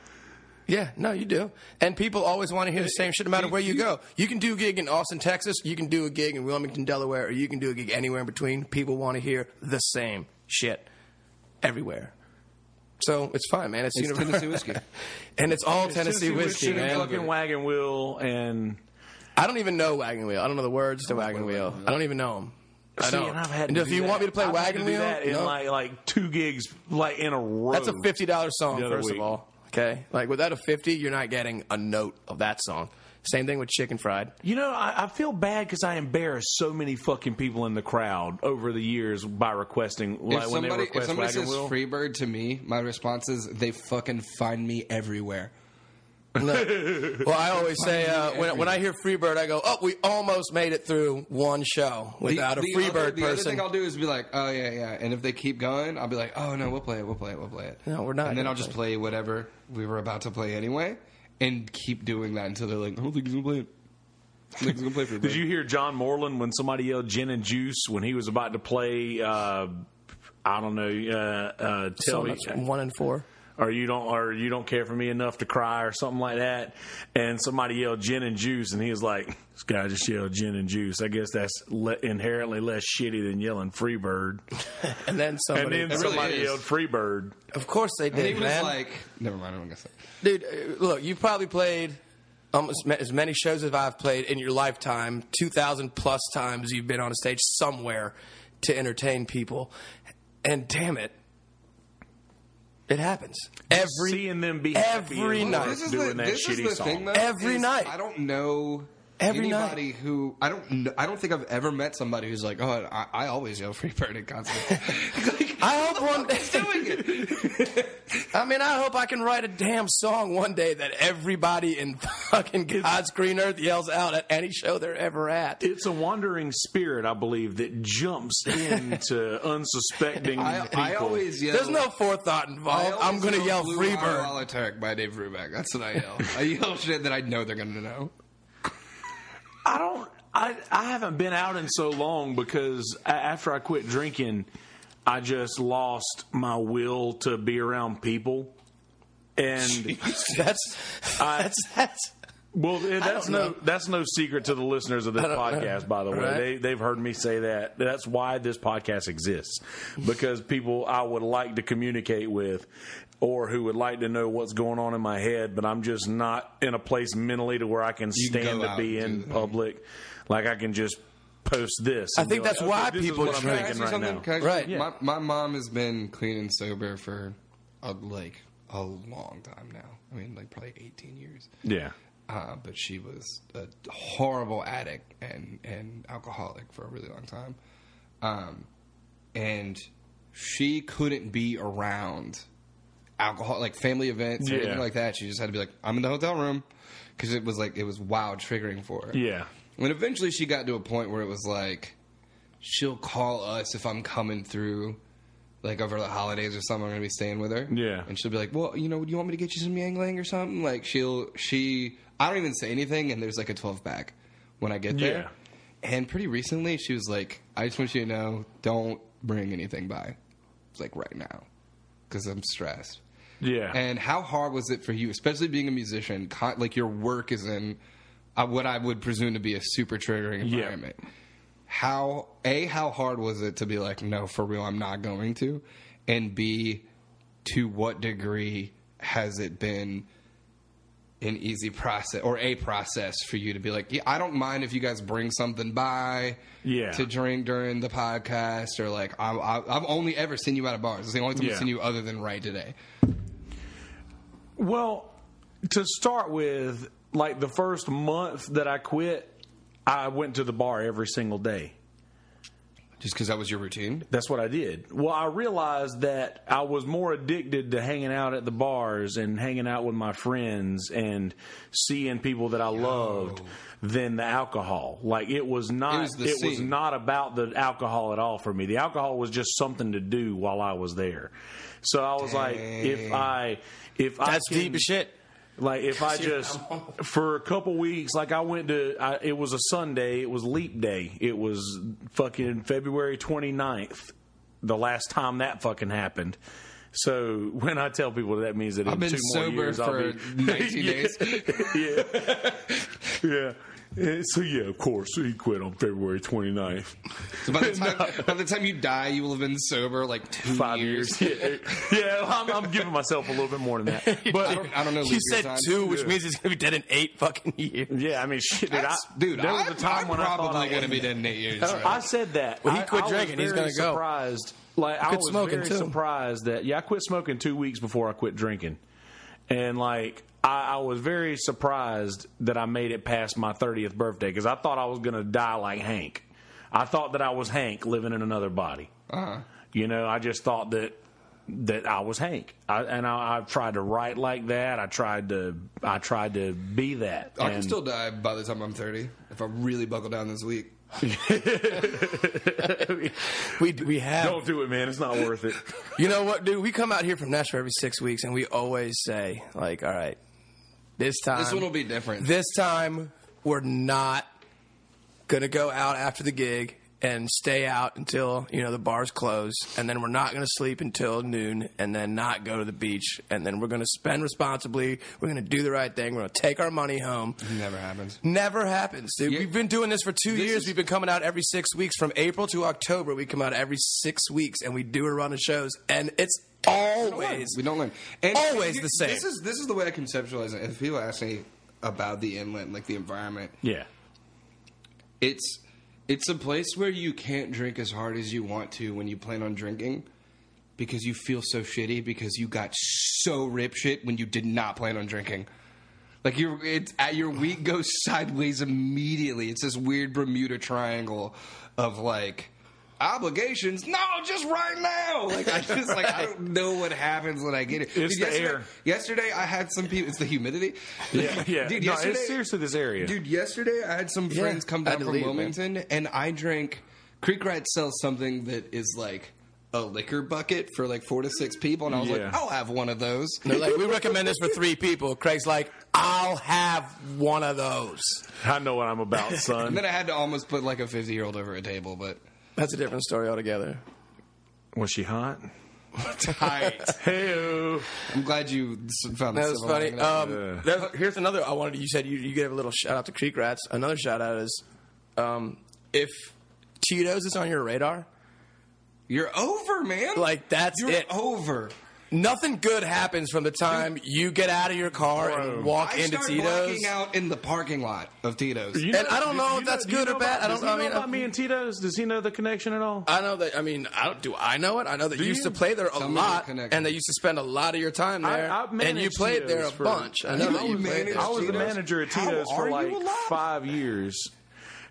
[SPEAKER 2] Yeah, no, you do. And people always want to hear the same shit, no matter where you go. You can do a gig in Austin, Texas. You can do a gig in Wilmington, Delaware, or you can do a gig anywhere in between. People want to hear the same shit everywhere. So it's fine, man. It's,
[SPEAKER 3] It's
[SPEAKER 2] universal.
[SPEAKER 3] Tennessee whiskey.
[SPEAKER 2] and it's all Tennessee, whiskey,
[SPEAKER 1] and
[SPEAKER 2] man.
[SPEAKER 1] fucking wagon wheel and.
[SPEAKER 2] I don't even know Wagon Wheel. I don't know the words to Wagon Wheel. I don't even know them. I
[SPEAKER 1] See,
[SPEAKER 2] don't.
[SPEAKER 1] and I've had
[SPEAKER 2] And
[SPEAKER 1] to
[SPEAKER 2] if
[SPEAKER 1] do
[SPEAKER 2] you
[SPEAKER 1] that.
[SPEAKER 2] want me to play
[SPEAKER 1] I've had
[SPEAKER 2] Wagon
[SPEAKER 1] do
[SPEAKER 2] Wheel,
[SPEAKER 1] that in
[SPEAKER 2] no.
[SPEAKER 1] like like two gigs like in a row.
[SPEAKER 2] That's a fifty dollar song,
[SPEAKER 1] The other
[SPEAKER 2] first
[SPEAKER 1] week.
[SPEAKER 2] of all. Okay, like without a fifty, you're not getting a note of that song. Same thing with chicken fried.
[SPEAKER 1] You know, I, I feel bad because I embarrassed so many fucking people in the crowd over the years by requesting like
[SPEAKER 3] if
[SPEAKER 1] when they
[SPEAKER 3] somebody, if
[SPEAKER 1] request
[SPEAKER 3] somebody
[SPEAKER 1] Wagon
[SPEAKER 3] says
[SPEAKER 1] Wheel.
[SPEAKER 3] Freebird to me, my response is they fucking find me everywhere.
[SPEAKER 2] No. well, I always say uh, when, when I hear Freebird, I go, "Oh, we almost made it through one show
[SPEAKER 3] The-
[SPEAKER 2] without
[SPEAKER 3] the
[SPEAKER 2] a Freebird
[SPEAKER 3] other, The other
[SPEAKER 2] person."
[SPEAKER 3] thing I'll do is be like, oh yeah, yeah, and if they keep going, I'll be like, oh no, we'll play it, we'll play it, we'll play it.
[SPEAKER 2] No, we're not
[SPEAKER 3] And then
[SPEAKER 2] gonna
[SPEAKER 3] I'll just play whatever we were about to play anyway, and keep doing that until they're like, I don't think he's gonna play it. I think he's gonna play Freebird.
[SPEAKER 1] Did you hear John Moreland when somebody yelled "Gin and Juice" when he was about to play? Uh, I don't know. Uh, uh, tell
[SPEAKER 2] so
[SPEAKER 1] me,
[SPEAKER 2] that's one and four.
[SPEAKER 1] or you don't, or you don't care for me enough to cry, or something like that. And somebody yelled "Gin and Juice," and he was like, "This guy just yelled gin and juice." I guess that's le- inherently less shitty than yelling "Freebird."
[SPEAKER 2] And then
[SPEAKER 1] And
[SPEAKER 2] somebody,
[SPEAKER 1] then
[SPEAKER 3] really
[SPEAKER 1] somebody
[SPEAKER 3] is.
[SPEAKER 1] yelled "Freebird."
[SPEAKER 2] of course, they
[SPEAKER 3] And he
[SPEAKER 2] did,
[SPEAKER 3] was
[SPEAKER 2] man.
[SPEAKER 3] like, never mind, I don't guess that.
[SPEAKER 2] Dude, uh, look, you've probably played almost ma- as many shows as I've played in your lifetime. 2,000 plus times you've been on a stage somewhere to entertain people. And damn it, it happens. Every,
[SPEAKER 1] seeing them be
[SPEAKER 2] every
[SPEAKER 1] happy is
[SPEAKER 2] night.
[SPEAKER 1] worth
[SPEAKER 2] This is
[SPEAKER 1] doing that
[SPEAKER 3] this is
[SPEAKER 1] shitty
[SPEAKER 3] the
[SPEAKER 1] song.
[SPEAKER 3] Thing, though,
[SPEAKER 2] Every
[SPEAKER 3] is
[SPEAKER 2] night.
[SPEAKER 3] I don't know
[SPEAKER 2] Every night.
[SPEAKER 3] anybody who I don't. kn- I don't think I've ever met somebody who's like, oh, I, I always yell Freebird at concerts. like,
[SPEAKER 2] I hope one
[SPEAKER 3] who's doing it.
[SPEAKER 2] I mean, I hope I can write a damn song one day that everybody in fucking God's green earth yells out at any show they're ever at.
[SPEAKER 1] It's a wandering spirit, I believe, that jumps into unsuspecting
[SPEAKER 3] I,
[SPEAKER 1] people.
[SPEAKER 3] I always yell.
[SPEAKER 2] There's no forethought
[SPEAKER 3] I
[SPEAKER 2] involved.
[SPEAKER 3] always
[SPEAKER 2] I'm gonna yell
[SPEAKER 3] "Blue Eyed
[SPEAKER 2] Freebird.
[SPEAKER 3] Wallatack by Dave Brubeck. That's what I yell. I yell shit that I know they're gonna know.
[SPEAKER 1] I don't. I I haven't been out in so long because a- after I quit drinking, I just lost my will to be around people. And
[SPEAKER 2] That's that's that's.
[SPEAKER 1] well, that's
[SPEAKER 2] don't
[SPEAKER 1] no
[SPEAKER 2] know.
[SPEAKER 1] that's no secret to the listeners of this
[SPEAKER 2] don't know.
[SPEAKER 1] podcast. By the way,
[SPEAKER 2] Right.
[SPEAKER 1] they they've heard me say that. That's why this podcast exists because people I would like to communicate with. Or who would like to know what's going on in my head, but I'm just not in a place mentally to where I can
[SPEAKER 3] can
[SPEAKER 1] stand
[SPEAKER 3] go
[SPEAKER 1] to
[SPEAKER 3] out
[SPEAKER 1] be
[SPEAKER 3] and do
[SPEAKER 1] in
[SPEAKER 3] the thing.
[SPEAKER 1] public. Like I can just post this.
[SPEAKER 2] I
[SPEAKER 1] and
[SPEAKER 2] think
[SPEAKER 1] be
[SPEAKER 2] that's why
[SPEAKER 1] this is
[SPEAKER 2] people
[SPEAKER 1] what I'm
[SPEAKER 2] drink.
[SPEAKER 3] Can I
[SPEAKER 1] thinking
[SPEAKER 3] ask you
[SPEAKER 1] right
[SPEAKER 3] something?
[SPEAKER 1] now.
[SPEAKER 3] Can I ask-
[SPEAKER 2] Right.
[SPEAKER 1] Yeah.
[SPEAKER 3] My, my mom has been clean and sober for a, like a long time now. I mean, like probably 18 years.
[SPEAKER 1] Yeah.
[SPEAKER 3] Uh, but she was a horrible addict and, and alcoholic for a really long time. Um, and she couldn't be around alcohol, like family events or
[SPEAKER 1] Yeah.
[SPEAKER 3] anything like that. She just had to be like, I'm in the hotel room. Because it was like, it was wild triggering for her.
[SPEAKER 1] Yeah.
[SPEAKER 3] And eventually she got to a point where it was like, she'll call us if I'm coming through, like over the holidays or something. I'm gonna be staying with her.
[SPEAKER 1] Yeah.
[SPEAKER 3] And she'll be like, well, you know, do you want me to get you some Yangling or something? Like she'll she I don't even say anything, and there's like a 12 pack when I get there. And pretty recently she was like, I just want you to know, don't bring anything by. It's like right now, because I'm stressed.
[SPEAKER 1] Yeah.
[SPEAKER 3] And how hard was it for you, especially being a musician? co- Like your work is in uh, what I would presume to be a super triggering
[SPEAKER 1] Yeah.
[SPEAKER 3] environment. How a how hard was it to be like, no, for real, I'm not going to, and b to what degree has it been an easy process or a process for you to be like, yeah, I don't mind if you guys bring something by
[SPEAKER 1] Yeah.
[SPEAKER 3] to drink during the podcast or like I, I, I've only ever seen you out of bars. It's the only time
[SPEAKER 1] Yeah.
[SPEAKER 3] I've seen you other than right today.
[SPEAKER 1] Well, to start with, like the first month that I quit, I went to the bar every single day.
[SPEAKER 3] Just because that was your routine?
[SPEAKER 1] That's what I did. Well, I realized that I was more addicted to hanging out at the bars and hanging out with my friends and seeing people that I loved than the alcohol. Like it was not
[SPEAKER 3] It
[SPEAKER 1] it,
[SPEAKER 3] was
[SPEAKER 1] was,
[SPEAKER 3] the scene.
[SPEAKER 1] not about the alcohol at all for me. The alcohol was just something to do while I was there. So I was like if I if I
[SPEAKER 2] That's
[SPEAKER 1] can-
[SPEAKER 2] deep as shit.
[SPEAKER 1] like if I
[SPEAKER 2] Cause you're-
[SPEAKER 1] just for a couple weeks, like I went to, I, it was a Sunday, it was Leap Day, it was fucking February 29th, the last time that fucking happened. So when I tell people that means that
[SPEAKER 3] I've
[SPEAKER 1] in
[SPEAKER 3] been
[SPEAKER 1] two more
[SPEAKER 3] sober
[SPEAKER 1] years I'll
[SPEAKER 3] for
[SPEAKER 1] be
[SPEAKER 3] 19 days.
[SPEAKER 1] yeah. yeah. Yeah, So yeah, of course he quit on February 29th.
[SPEAKER 3] So by the time by the time you die, you will have been sober like two
[SPEAKER 1] Five
[SPEAKER 3] years.
[SPEAKER 1] years. Yeah, yeah I'm, I'm giving myself a little bit more than that.
[SPEAKER 3] I
[SPEAKER 1] But
[SPEAKER 3] don't, I don't know.
[SPEAKER 2] You
[SPEAKER 3] leap year
[SPEAKER 2] said
[SPEAKER 3] time.
[SPEAKER 2] two, which means he's gonna be dead in eight fucking years.
[SPEAKER 1] yeah, I mean, shit, dude, I,
[SPEAKER 3] That's- dude,
[SPEAKER 1] there was
[SPEAKER 3] I'm,
[SPEAKER 1] a time
[SPEAKER 3] I'm
[SPEAKER 1] when I
[SPEAKER 3] probably
[SPEAKER 1] thought I
[SPEAKER 3] going to
[SPEAKER 1] wasn't
[SPEAKER 3] be dead in eight years.
[SPEAKER 1] Uh,
[SPEAKER 3] right?
[SPEAKER 1] I said that.
[SPEAKER 2] Well, he
[SPEAKER 1] I- I
[SPEAKER 2] quit
[SPEAKER 1] was
[SPEAKER 2] drinking. He's
[SPEAKER 1] very
[SPEAKER 2] gonna go.
[SPEAKER 1] Surprised. Like I
[SPEAKER 2] Quit
[SPEAKER 1] was
[SPEAKER 2] smoking,
[SPEAKER 1] very
[SPEAKER 2] too.
[SPEAKER 1] surprised that yeah, I quit smoking two weeks before I quit drinking, and like I, I was very surprised that I made it past my thirtieth birthday because I thought I was gonna die like Hank. I thought that I was Hank living in another body.
[SPEAKER 3] Uh-huh.
[SPEAKER 1] You know, I just thought that that I was Hank, I, and I, I tried to write like that. I tried to I tried to be that.
[SPEAKER 3] I can
[SPEAKER 1] And-
[SPEAKER 3] still die by the time I'm 30 if I really buckle down this week.
[SPEAKER 2] We we have
[SPEAKER 1] don't do it, man. It's not worth it.
[SPEAKER 2] You know what, dude? We come out here from Nashville every six weeks, and we always say, like, all right, this time,
[SPEAKER 3] This one will be different.
[SPEAKER 2] This time, we're not gonna go out after the gig and stay out until you know the bars close, and then we're not gonna sleep until noon, and then not go to the beach, and then we're gonna spend responsibly. We're gonna do the right thing. We're gonna take our money home.
[SPEAKER 3] Never happens.
[SPEAKER 2] Never happens, dude.
[SPEAKER 3] Yeah.
[SPEAKER 2] We've been doing this for two
[SPEAKER 3] This
[SPEAKER 2] years.
[SPEAKER 3] is-
[SPEAKER 2] We've been coming out every six weeks. From April to October, we come out every six weeks and we do a run of shows. And it's always.
[SPEAKER 3] We don't learn. And
[SPEAKER 2] Always the same.
[SPEAKER 3] This is this is the way I conceptualize it. If people ask me about the inlet, like the environment,
[SPEAKER 1] Yeah.
[SPEAKER 3] it's it's a place where you can't drink as hard as you want to when you plan on drinking because you feel so shitty because you got so rip shit when you did not plan on drinking. Like your it's at your week goes sideways immediately. It's this weird Bermuda triangle of like I- obligations. No, just right now. Like I just like I don't know what happens when I get it.
[SPEAKER 1] It's the
[SPEAKER 3] yesterday,
[SPEAKER 1] air.
[SPEAKER 3] Yesterday I had some people. It's the humidity.
[SPEAKER 1] Yeah, yeah.
[SPEAKER 3] Dude,
[SPEAKER 1] no,
[SPEAKER 3] yesterday-
[SPEAKER 1] it's seriously this area.
[SPEAKER 3] Dude, yesterday I had some friends come
[SPEAKER 2] I
[SPEAKER 3] down
[SPEAKER 2] had to
[SPEAKER 3] from
[SPEAKER 2] leave, man.
[SPEAKER 3] Wilmington, and I drank. Creek Rat sells something that is like a liquor bucket for like four to six people, and I was
[SPEAKER 1] Yeah.
[SPEAKER 3] like, I'll have one of those.
[SPEAKER 2] They're like, we recommend this for three people. Craig's like, I'll have one of those.
[SPEAKER 1] I know what I'm about,
[SPEAKER 3] And
[SPEAKER 1] son.
[SPEAKER 3] then I had to almost put like a fifty year old over a table, but
[SPEAKER 2] That's a different story altogether.
[SPEAKER 1] Was she hot?
[SPEAKER 3] tight.
[SPEAKER 1] Hey,
[SPEAKER 3] I'm glad you s- found
[SPEAKER 2] That
[SPEAKER 3] a
[SPEAKER 2] was
[SPEAKER 3] silver
[SPEAKER 2] funny.
[SPEAKER 3] lining in that.
[SPEAKER 2] Um, there's- here's another. I wanted. You said you, you gave a little shout out to Creek Rats. Another shout out is um, if Cheetos is on your radar,
[SPEAKER 3] You're over, man.
[SPEAKER 2] like that's
[SPEAKER 3] you're oh.
[SPEAKER 2] it.
[SPEAKER 3] over.
[SPEAKER 2] Nothing good happens from the time you get out of your car and
[SPEAKER 1] Bro.
[SPEAKER 2] walk
[SPEAKER 3] I
[SPEAKER 2] into
[SPEAKER 3] start blacking
[SPEAKER 2] Tito's.
[SPEAKER 3] out in the parking lot of Tito's.
[SPEAKER 1] you know-
[SPEAKER 2] And I don't know
[SPEAKER 1] you
[SPEAKER 2] if that's
[SPEAKER 1] you
[SPEAKER 2] good or
[SPEAKER 1] know
[SPEAKER 2] bad. I
[SPEAKER 1] about- does
[SPEAKER 2] don't-
[SPEAKER 1] he
[SPEAKER 2] I mean,
[SPEAKER 1] know about
[SPEAKER 2] I-
[SPEAKER 1] me and Tito's. Does he know the connection at all?
[SPEAKER 2] I know that. I mean, I don't. Do I know it? I know that you used
[SPEAKER 1] you?
[SPEAKER 2] to play there a
[SPEAKER 3] Tell me the
[SPEAKER 2] lot,
[SPEAKER 3] connection.
[SPEAKER 2] and they used to spend a lot of your time
[SPEAKER 1] I-
[SPEAKER 2] there,
[SPEAKER 1] I've
[SPEAKER 2] and you
[SPEAKER 1] managed
[SPEAKER 2] played there a
[SPEAKER 1] Tito's for-
[SPEAKER 2] bunch. I know
[SPEAKER 1] You
[SPEAKER 2] that you
[SPEAKER 3] managed
[SPEAKER 2] played there.
[SPEAKER 1] I was the
[SPEAKER 3] Tito's?
[SPEAKER 1] manager at
[SPEAKER 3] How
[SPEAKER 1] Tito's
[SPEAKER 3] are
[SPEAKER 1] for
[SPEAKER 3] you
[SPEAKER 1] like
[SPEAKER 3] alive?
[SPEAKER 1] five years.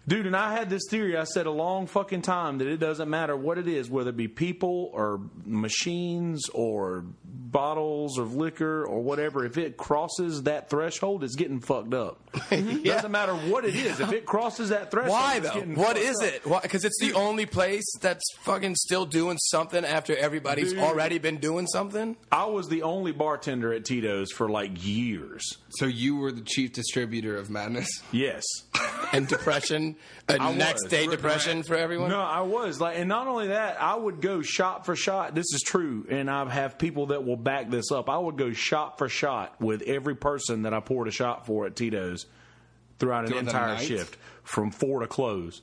[SPEAKER 1] Dude, and I had this theory. I said a long fucking time that it doesn't matter what it is, whether it be people or machines or bottles of liquor or whatever. If it crosses that threshold, it's getting fucked up. Doesn't matter what it is. If it crosses that threshold,
[SPEAKER 2] Why
[SPEAKER 1] it's
[SPEAKER 2] though?
[SPEAKER 1] getting
[SPEAKER 2] What
[SPEAKER 1] fucked
[SPEAKER 2] is
[SPEAKER 1] up.
[SPEAKER 2] it? Because it's the only place that's fucking still doing something after everybody's
[SPEAKER 1] Dude.
[SPEAKER 2] already been doing something.
[SPEAKER 1] I was the only bartender at Tito's for like years.
[SPEAKER 3] So you were the chief distributor of madness.
[SPEAKER 1] Yes.
[SPEAKER 2] And depression, a
[SPEAKER 1] was.
[SPEAKER 2] next day depression for everyone.
[SPEAKER 1] No, I was like, and not only that, I would go shot for shot. This is true, and I have people that will back this up. I would go shot for shot with every person that I poured a shot for at Tito's throughout an
[SPEAKER 3] During the
[SPEAKER 1] entire
[SPEAKER 3] night?
[SPEAKER 1] shift from four to close,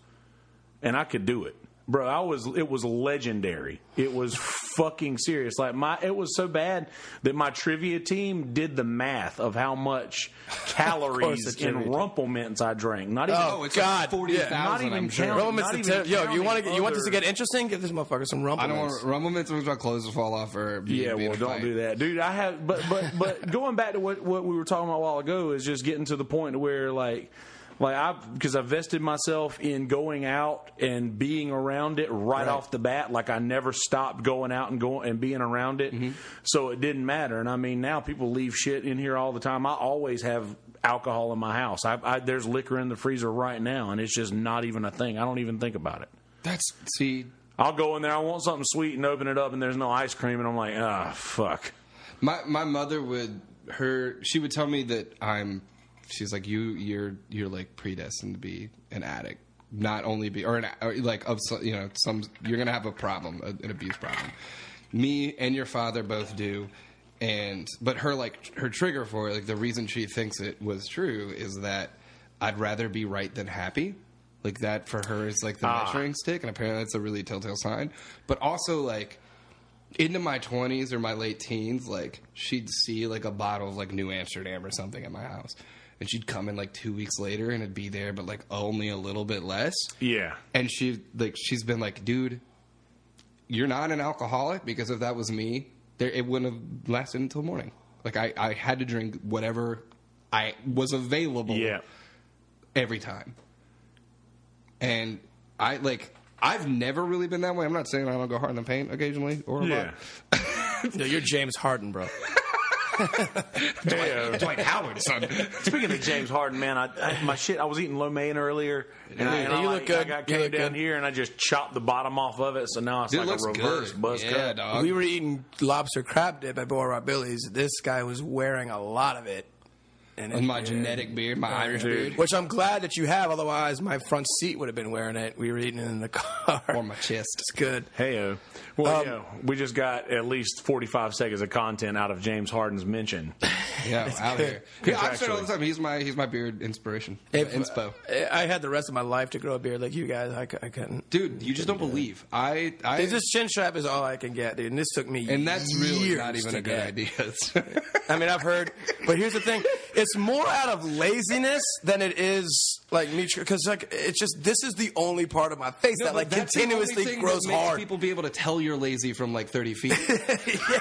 [SPEAKER 1] and I could do it, bro. I was it was legendary. It was fucking serious. Like my it was so bad that my trivia team did the math of how much
[SPEAKER 2] the
[SPEAKER 1] calories
[SPEAKER 2] trivia
[SPEAKER 1] and
[SPEAKER 2] team.
[SPEAKER 1] rumplemints I drank. Not even
[SPEAKER 2] Oh, God,
[SPEAKER 3] forty thousand.
[SPEAKER 1] yeah, not even
[SPEAKER 3] I'm sure.
[SPEAKER 1] count-
[SPEAKER 2] Rumble
[SPEAKER 1] Not
[SPEAKER 2] Mints
[SPEAKER 1] even
[SPEAKER 2] to- yo, you want to
[SPEAKER 1] counting
[SPEAKER 2] you want this to
[SPEAKER 1] other-
[SPEAKER 2] get interesting? Give this motherfucker some rumble.
[SPEAKER 3] I don't
[SPEAKER 2] Mints.
[SPEAKER 3] want Rumble Mints was my clothes to fall off or be,
[SPEAKER 1] Yeah,
[SPEAKER 3] be in
[SPEAKER 1] well,
[SPEAKER 3] a
[SPEAKER 1] don't
[SPEAKER 3] fight.
[SPEAKER 1] do that, dude. I have, but but but going back to what what we were talking about a while ago is just getting to the point where like. Like I, because I vested myself in going out and being around it right, off the bat. Like I never stopped going out and going and being around it, so it didn't matter. And I mean, now people leave shit in here all the time. I always have alcohol in my house. I, I there's liquor in the freezer right now, and it's just not even a thing. I don't even think about it.
[SPEAKER 3] That's see.
[SPEAKER 1] I'll go in there. I want something sweet and open it up, and there's no ice cream, and I'm like, ah, fuck.
[SPEAKER 3] My my mother would her she would tell me that I'm she's like you you're you're like predestined to be an addict not only be or an or like of so- you know some you're gonna have a problem a- an abuse problem me and your father both do and but her like her trigger for it, like the reason she thinks it was true is that I'd rather be right than happy like that for her is like the measuring stick and apparently that's a really telltale sign but also like into my 20s or my late teens, like she'd see like a bottle of like New Amsterdam or something at my house. And she'd come in like two weeks later and it'd be there, but like only a little bit less.
[SPEAKER 1] Yeah.
[SPEAKER 3] And she like she's been like, dude, you're not an alcoholic because if that was me, there it wouldn't have lasted until morning. Like I, I had to drink whatever I was available
[SPEAKER 1] Yeah.
[SPEAKER 3] every time. And I like I've never really been that way. I'm not saying I don't go hard in the paint occasionally or a
[SPEAKER 1] Yeah.
[SPEAKER 3] lot.
[SPEAKER 2] No, you're James Harden, bro.
[SPEAKER 1] Hey, uh,
[SPEAKER 3] Dwight Howard, son.
[SPEAKER 1] speaking of James Harden, man, I, I my shit. I was eating lo mein earlier, and, I, and
[SPEAKER 2] Yeah,
[SPEAKER 1] I,
[SPEAKER 2] you
[SPEAKER 1] like,
[SPEAKER 2] look good.
[SPEAKER 1] I got
[SPEAKER 2] You
[SPEAKER 1] came
[SPEAKER 2] look
[SPEAKER 1] down
[SPEAKER 2] good.
[SPEAKER 1] here and I just chopped the bottom off of it, so now it's
[SPEAKER 3] Dude,
[SPEAKER 1] like
[SPEAKER 3] looks
[SPEAKER 1] a reverse
[SPEAKER 3] good.
[SPEAKER 1] buzz
[SPEAKER 3] yeah,
[SPEAKER 1] cut.
[SPEAKER 3] dog.
[SPEAKER 2] we were eating lobster crab dip at Bora Billy's. This guy was wearing a lot of it. And it-
[SPEAKER 3] And my genetic beard, my Irish
[SPEAKER 1] Dude.
[SPEAKER 3] beard,
[SPEAKER 2] Which I'm glad that you have, otherwise my front seat would have been wearing it. We were eating it in the car.
[SPEAKER 3] or my chest.
[SPEAKER 2] It's good.
[SPEAKER 1] Hey, well,
[SPEAKER 2] Um,
[SPEAKER 1] yeah, we just got at least forty-five seconds of content out of James Harden's mention.
[SPEAKER 3] Yeah, out here. Yeah, I've said all
[SPEAKER 1] Contractually.
[SPEAKER 3] the time. He's my he's my beard inspiration.
[SPEAKER 2] If- uh,
[SPEAKER 3] inspo.
[SPEAKER 2] I had the rest of my life to grow a beard like you guys. I, cou- I couldn't.
[SPEAKER 3] Dude, you just don't believe. I I
[SPEAKER 2] Dude, this chin strap is all I can get, dude. And this took me
[SPEAKER 3] and that's really
[SPEAKER 2] years
[SPEAKER 3] not even
[SPEAKER 2] to
[SPEAKER 3] a good
[SPEAKER 2] get.
[SPEAKER 3] idea.
[SPEAKER 2] I mean, I've heard, but here's the thing: it's more out of laziness than it is like me because like it's just this is the only part of my face that like continuously grows hard.
[SPEAKER 3] People be able to tell you're lazy from like 30 feet.
[SPEAKER 2] Yeah.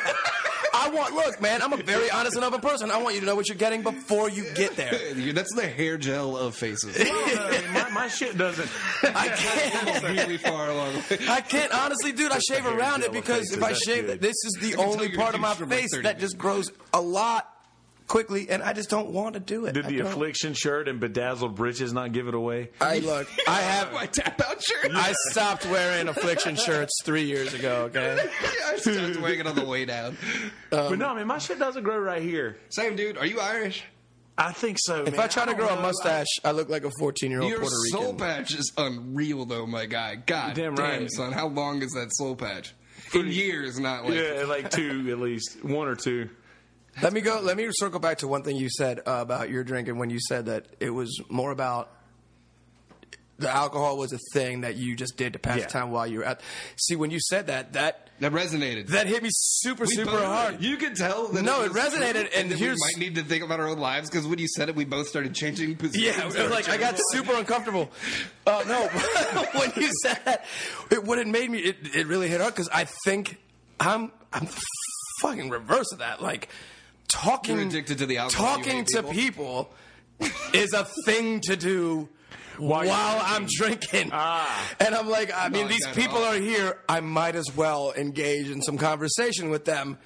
[SPEAKER 2] I want look, man. I'm a very honest and open person. I want you to know what you're getting before you get there.
[SPEAKER 3] That's the hair gel of faces.
[SPEAKER 1] I mean, my, my shit doesn't.
[SPEAKER 2] I can't.
[SPEAKER 3] really far along. the way.
[SPEAKER 2] I can't honestly, dude. I shave around it because if I
[SPEAKER 1] That's
[SPEAKER 2] shave,
[SPEAKER 1] good.
[SPEAKER 2] this is the
[SPEAKER 3] tell
[SPEAKER 2] only
[SPEAKER 3] you're
[SPEAKER 2] part of
[SPEAKER 3] huge
[SPEAKER 2] my
[SPEAKER 3] for about
[SPEAKER 2] face
[SPEAKER 3] 30
[SPEAKER 2] that just grows a lot quickly, and I just don't want to do it.
[SPEAKER 1] Did
[SPEAKER 2] I
[SPEAKER 1] the
[SPEAKER 2] don't.
[SPEAKER 1] affliction shirt and bedazzled breeches not give it away?
[SPEAKER 2] I look. I have.
[SPEAKER 3] my tap out shirt.
[SPEAKER 2] I stopped wearing affliction shirts three years ago. Okay.
[SPEAKER 3] I started wearing it on the way down.
[SPEAKER 1] but no, I mean, my shit doesn't grow right here.
[SPEAKER 3] Same dude. Are you Irish?
[SPEAKER 1] I think so.
[SPEAKER 2] If I try to grow a mustache, I look like a 14 year old
[SPEAKER 3] Your
[SPEAKER 2] Puerto Rican.
[SPEAKER 3] soul patch is unreal, though, my guy. God
[SPEAKER 1] Damn
[SPEAKER 3] damn,
[SPEAKER 1] right.
[SPEAKER 3] son. How long is that soul patch? In years, not like.
[SPEAKER 1] yeah, like two at least, one or two.
[SPEAKER 2] Let me go. Let me circle back to one thing you said uh, about your drinking when you said that it was more about the alcohol was a thing that you just did to pass
[SPEAKER 1] Yeah.
[SPEAKER 2] the time while you were out. See, when you said that, that
[SPEAKER 3] That resonated.
[SPEAKER 2] that hit me super
[SPEAKER 3] We
[SPEAKER 2] super
[SPEAKER 3] both-
[SPEAKER 2] hard.
[SPEAKER 3] You could tell. That
[SPEAKER 2] No,
[SPEAKER 3] it,
[SPEAKER 2] it
[SPEAKER 3] was true,
[SPEAKER 2] resonated, and
[SPEAKER 3] that
[SPEAKER 2] here's-
[SPEAKER 3] we might need to think about our own lives because when you said it, we both started changing positions.
[SPEAKER 2] Yeah, it was like I got super uncomfortable. Uh, no, when you said that, it, what it made me, it, it really hit hard because I think I'm I'm the fucking reverse of that. Like talking,
[SPEAKER 3] You're addicted to the alcohol, you
[SPEAKER 2] Talking
[SPEAKER 3] hate
[SPEAKER 2] to people is a thing to do. While,
[SPEAKER 1] you're
[SPEAKER 2] I'm drinking,
[SPEAKER 1] Ah.
[SPEAKER 2] and I'm like, I mean,
[SPEAKER 3] like
[SPEAKER 2] these
[SPEAKER 3] that at
[SPEAKER 2] people
[SPEAKER 3] all.
[SPEAKER 2] are here. I might as well engage in some conversation with them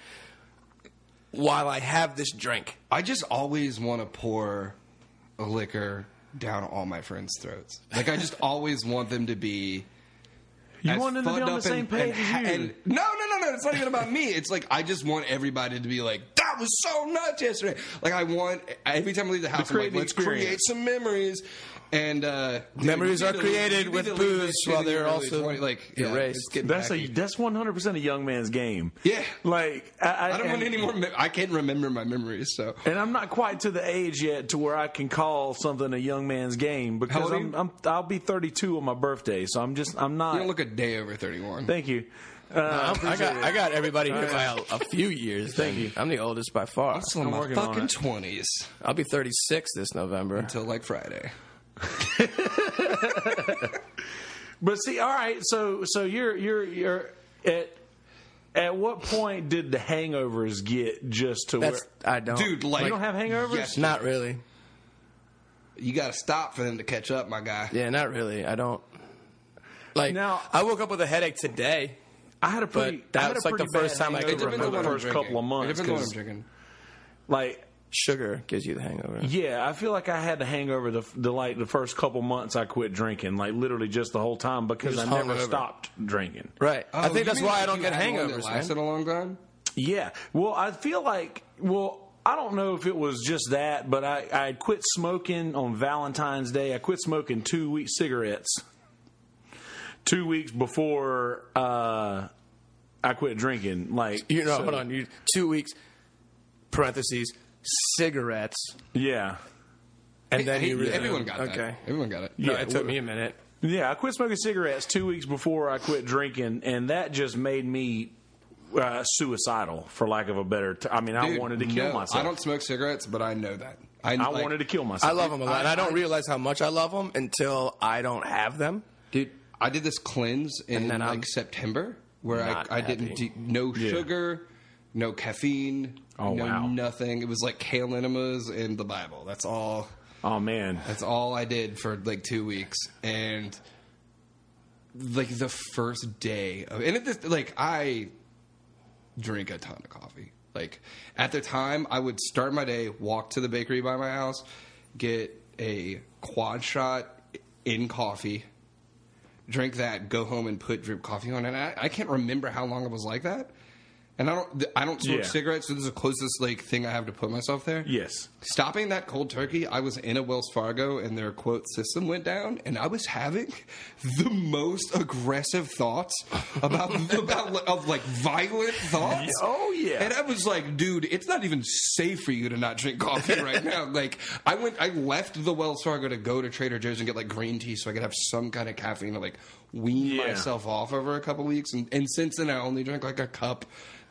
[SPEAKER 2] while I have this drink.
[SPEAKER 3] I just always want to pour a liquor down all my friends' throats. Like I just always want them to be.
[SPEAKER 1] You
[SPEAKER 3] as
[SPEAKER 1] want them to be
[SPEAKER 3] fucked
[SPEAKER 1] on the
[SPEAKER 3] up
[SPEAKER 1] same
[SPEAKER 3] and-
[SPEAKER 1] page
[SPEAKER 3] and ha-
[SPEAKER 1] as you.
[SPEAKER 3] and- no, no, no, no. It's not even about me. It's like I just want everybody to be like, "That was so nuts yesterday." Like I want every time I leave the house, I'm like,
[SPEAKER 1] creative
[SPEAKER 3] "Let's create
[SPEAKER 1] experience.
[SPEAKER 3] some memories." And uh, dude,
[SPEAKER 2] Memories
[SPEAKER 3] you
[SPEAKER 2] are
[SPEAKER 3] need to leave-
[SPEAKER 2] created
[SPEAKER 3] you
[SPEAKER 2] with
[SPEAKER 3] need to leave that
[SPEAKER 2] booze
[SPEAKER 3] shit
[SPEAKER 2] while
[SPEAKER 3] in your
[SPEAKER 2] they're
[SPEAKER 3] early
[SPEAKER 2] also
[SPEAKER 3] 20s. like yeah,
[SPEAKER 2] erased.
[SPEAKER 3] it's getting
[SPEAKER 1] That's a
[SPEAKER 3] tacky.
[SPEAKER 1] that's one hundred percent a young man's game.
[SPEAKER 3] Yeah.
[SPEAKER 1] like I,
[SPEAKER 3] I don't
[SPEAKER 1] and,
[SPEAKER 3] want any more. mem- I can't remember my memories, so
[SPEAKER 1] And I'm not quite to the age yet to where I can call something a young man's game
[SPEAKER 3] How
[SPEAKER 1] because
[SPEAKER 3] old are
[SPEAKER 1] I'm,
[SPEAKER 3] you?
[SPEAKER 1] I'm I'll be 32 on my birthday, so I'm just I'm
[SPEAKER 3] you
[SPEAKER 1] not.
[SPEAKER 3] don't look a day over thirty-one.
[SPEAKER 1] thank you. Uh,
[SPEAKER 2] I got I got everybody here by a, a few years. Thank you. I'm the oldest by far.
[SPEAKER 3] Still in
[SPEAKER 1] I'm
[SPEAKER 3] my
[SPEAKER 1] working on
[SPEAKER 3] fucking
[SPEAKER 1] it.
[SPEAKER 3] twenties
[SPEAKER 2] I'll be 36 this November.
[SPEAKER 3] till like Friday.
[SPEAKER 1] but see, all right, so so you're you're you're at at what point did the hangovers get just to
[SPEAKER 2] That's
[SPEAKER 1] where?
[SPEAKER 2] I don't.
[SPEAKER 3] Dude, like
[SPEAKER 1] You don't have hangovers?
[SPEAKER 3] Yes,
[SPEAKER 2] not really.
[SPEAKER 3] you got to stop for them to catch up, my guy.
[SPEAKER 2] Yeah, not really. I don't. Like
[SPEAKER 1] Now-
[SPEAKER 2] I woke up with a headache today.
[SPEAKER 1] I had a pretty
[SPEAKER 2] that
[SPEAKER 1] I had a
[SPEAKER 2] was like the
[SPEAKER 1] pretty
[SPEAKER 2] first
[SPEAKER 1] bad
[SPEAKER 2] time I could
[SPEAKER 1] hangover
[SPEAKER 2] remember
[SPEAKER 1] for the
[SPEAKER 2] what I'm
[SPEAKER 1] first couple of months.
[SPEAKER 3] It depends on what I'm
[SPEAKER 1] 'cause,
[SPEAKER 3] drinking.
[SPEAKER 1] like
[SPEAKER 2] Sugar gives you the hangover.
[SPEAKER 1] Yeah, I feel like I had the hangover the, the like the first couple months I quit drinking, like literally just the whole time because I
[SPEAKER 2] Just
[SPEAKER 1] never
[SPEAKER 2] hungover.
[SPEAKER 1] stopped drinking.
[SPEAKER 2] Right. I
[SPEAKER 3] Oh, you
[SPEAKER 2] think that's
[SPEAKER 3] mean
[SPEAKER 2] why
[SPEAKER 3] like
[SPEAKER 2] I don't
[SPEAKER 3] you
[SPEAKER 2] get
[SPEAKER 3] had one
[SPEAKER 2] hangovers.
[SPEAKER 3] That
[SPEAKER 2] man.
[SPEAKER 3] lasted a long time.
[SPEAKER 1] Yeah, well, I feel like well, I don't know if it was just that, but I I had quit smoking on Valentine's Day. I quit smoking two week cigarettes, two weeks before uh, I quit drinking. Like
[SPEAKER 2] You know,
[SPEAKER 1] so-
[SPEAKER 2] hold on. You two weeks. Parentheses cigarettes,
[SPEAKER 1] yeah.
[SPEAKER 2] and then
[SPEAKER 3] Hey,
[SPEAKER 2] you resume.
[SPEAKER 3] everyone got that.
[SPEAKER 2] Okay.
[SPEAKER 3] Everyone got it.
[SPEAKER 2] No,
[SPEAKER 1] Yeah,
[SPEAKER 2] it took me a minute.
[SPEAKER 1] Yeah, I quit smoking cigarettes two weeks before I quit drinking, and that just made me uh, suicidal, for lack of a better. T- I mean, I
[SPEAKER 3] Dude,
[SPEAKER 1] wanted to kill
[SPEAKER 3] no,
[SPEAKER 1] myself.
[SPEAKER 3] I don't smoke cigarettes, but I know that. I,
[SPEAKER 1] I wanted to kill myself.
[SPEAKER 2] I love them a lot. and I don't realize how much I love them until I don't have them.
[SPEAKER 3] dude. I did this cleanse in
[SPEAKER 2] And then
[SPEAKER 3] like
[SPEAKER 2] I'm
[SPEAKER 3] September where I,
[SPEAKER 2] not
[SPEAKER 3] I didn't
[SPEAKER 2] happy.
[SPEAKER 3] do no sugar, no caffeine,
[SPEAKER 1] Oh,
[SPEAKER 3] no
[SPEAKER 1] wow.
[SPEAKER 3] nothing. It was like kale enemas and the Bible. That's all.
[SPEAKER 1] Oh man,
[SPEAKER 3] That's all I did for like two weeks, and like the first day of, and at this, like I drink a ton of coffee. Like at the time, I would start my day, walk to the bakery by my house, get a quad shot in coffee, drink that, go home and put drip coffee on. And I, I can't remember how long I was like that. And I don't, I don't smoke
[SPEAKER 1] Yeah.
[SPEAKER 3] cigarettes, so this is the closest like thing I have to put myself there
[SPEAKER 1] yes.
[SPEAKER 3] stopping that cold turkey, I was in a Wells Fargo and their quote system went down, and I was having the most aggressive thoughts about about of like violent thoughts.
[SPEAKER 1] Oh, yeah.
[SPEAKER 3] and I was like, dude, it's not even safe for you to not drink coffee right now. Like, I went, I left the Wells Fargo to go to Trader Joe's and get like green tea so I could have some kind of caffeine to like weaned
[SPEAKER 1] Yeah.
[SPEAKER 3] myself off over a couple weeks, and, and since then I only drink like a cup,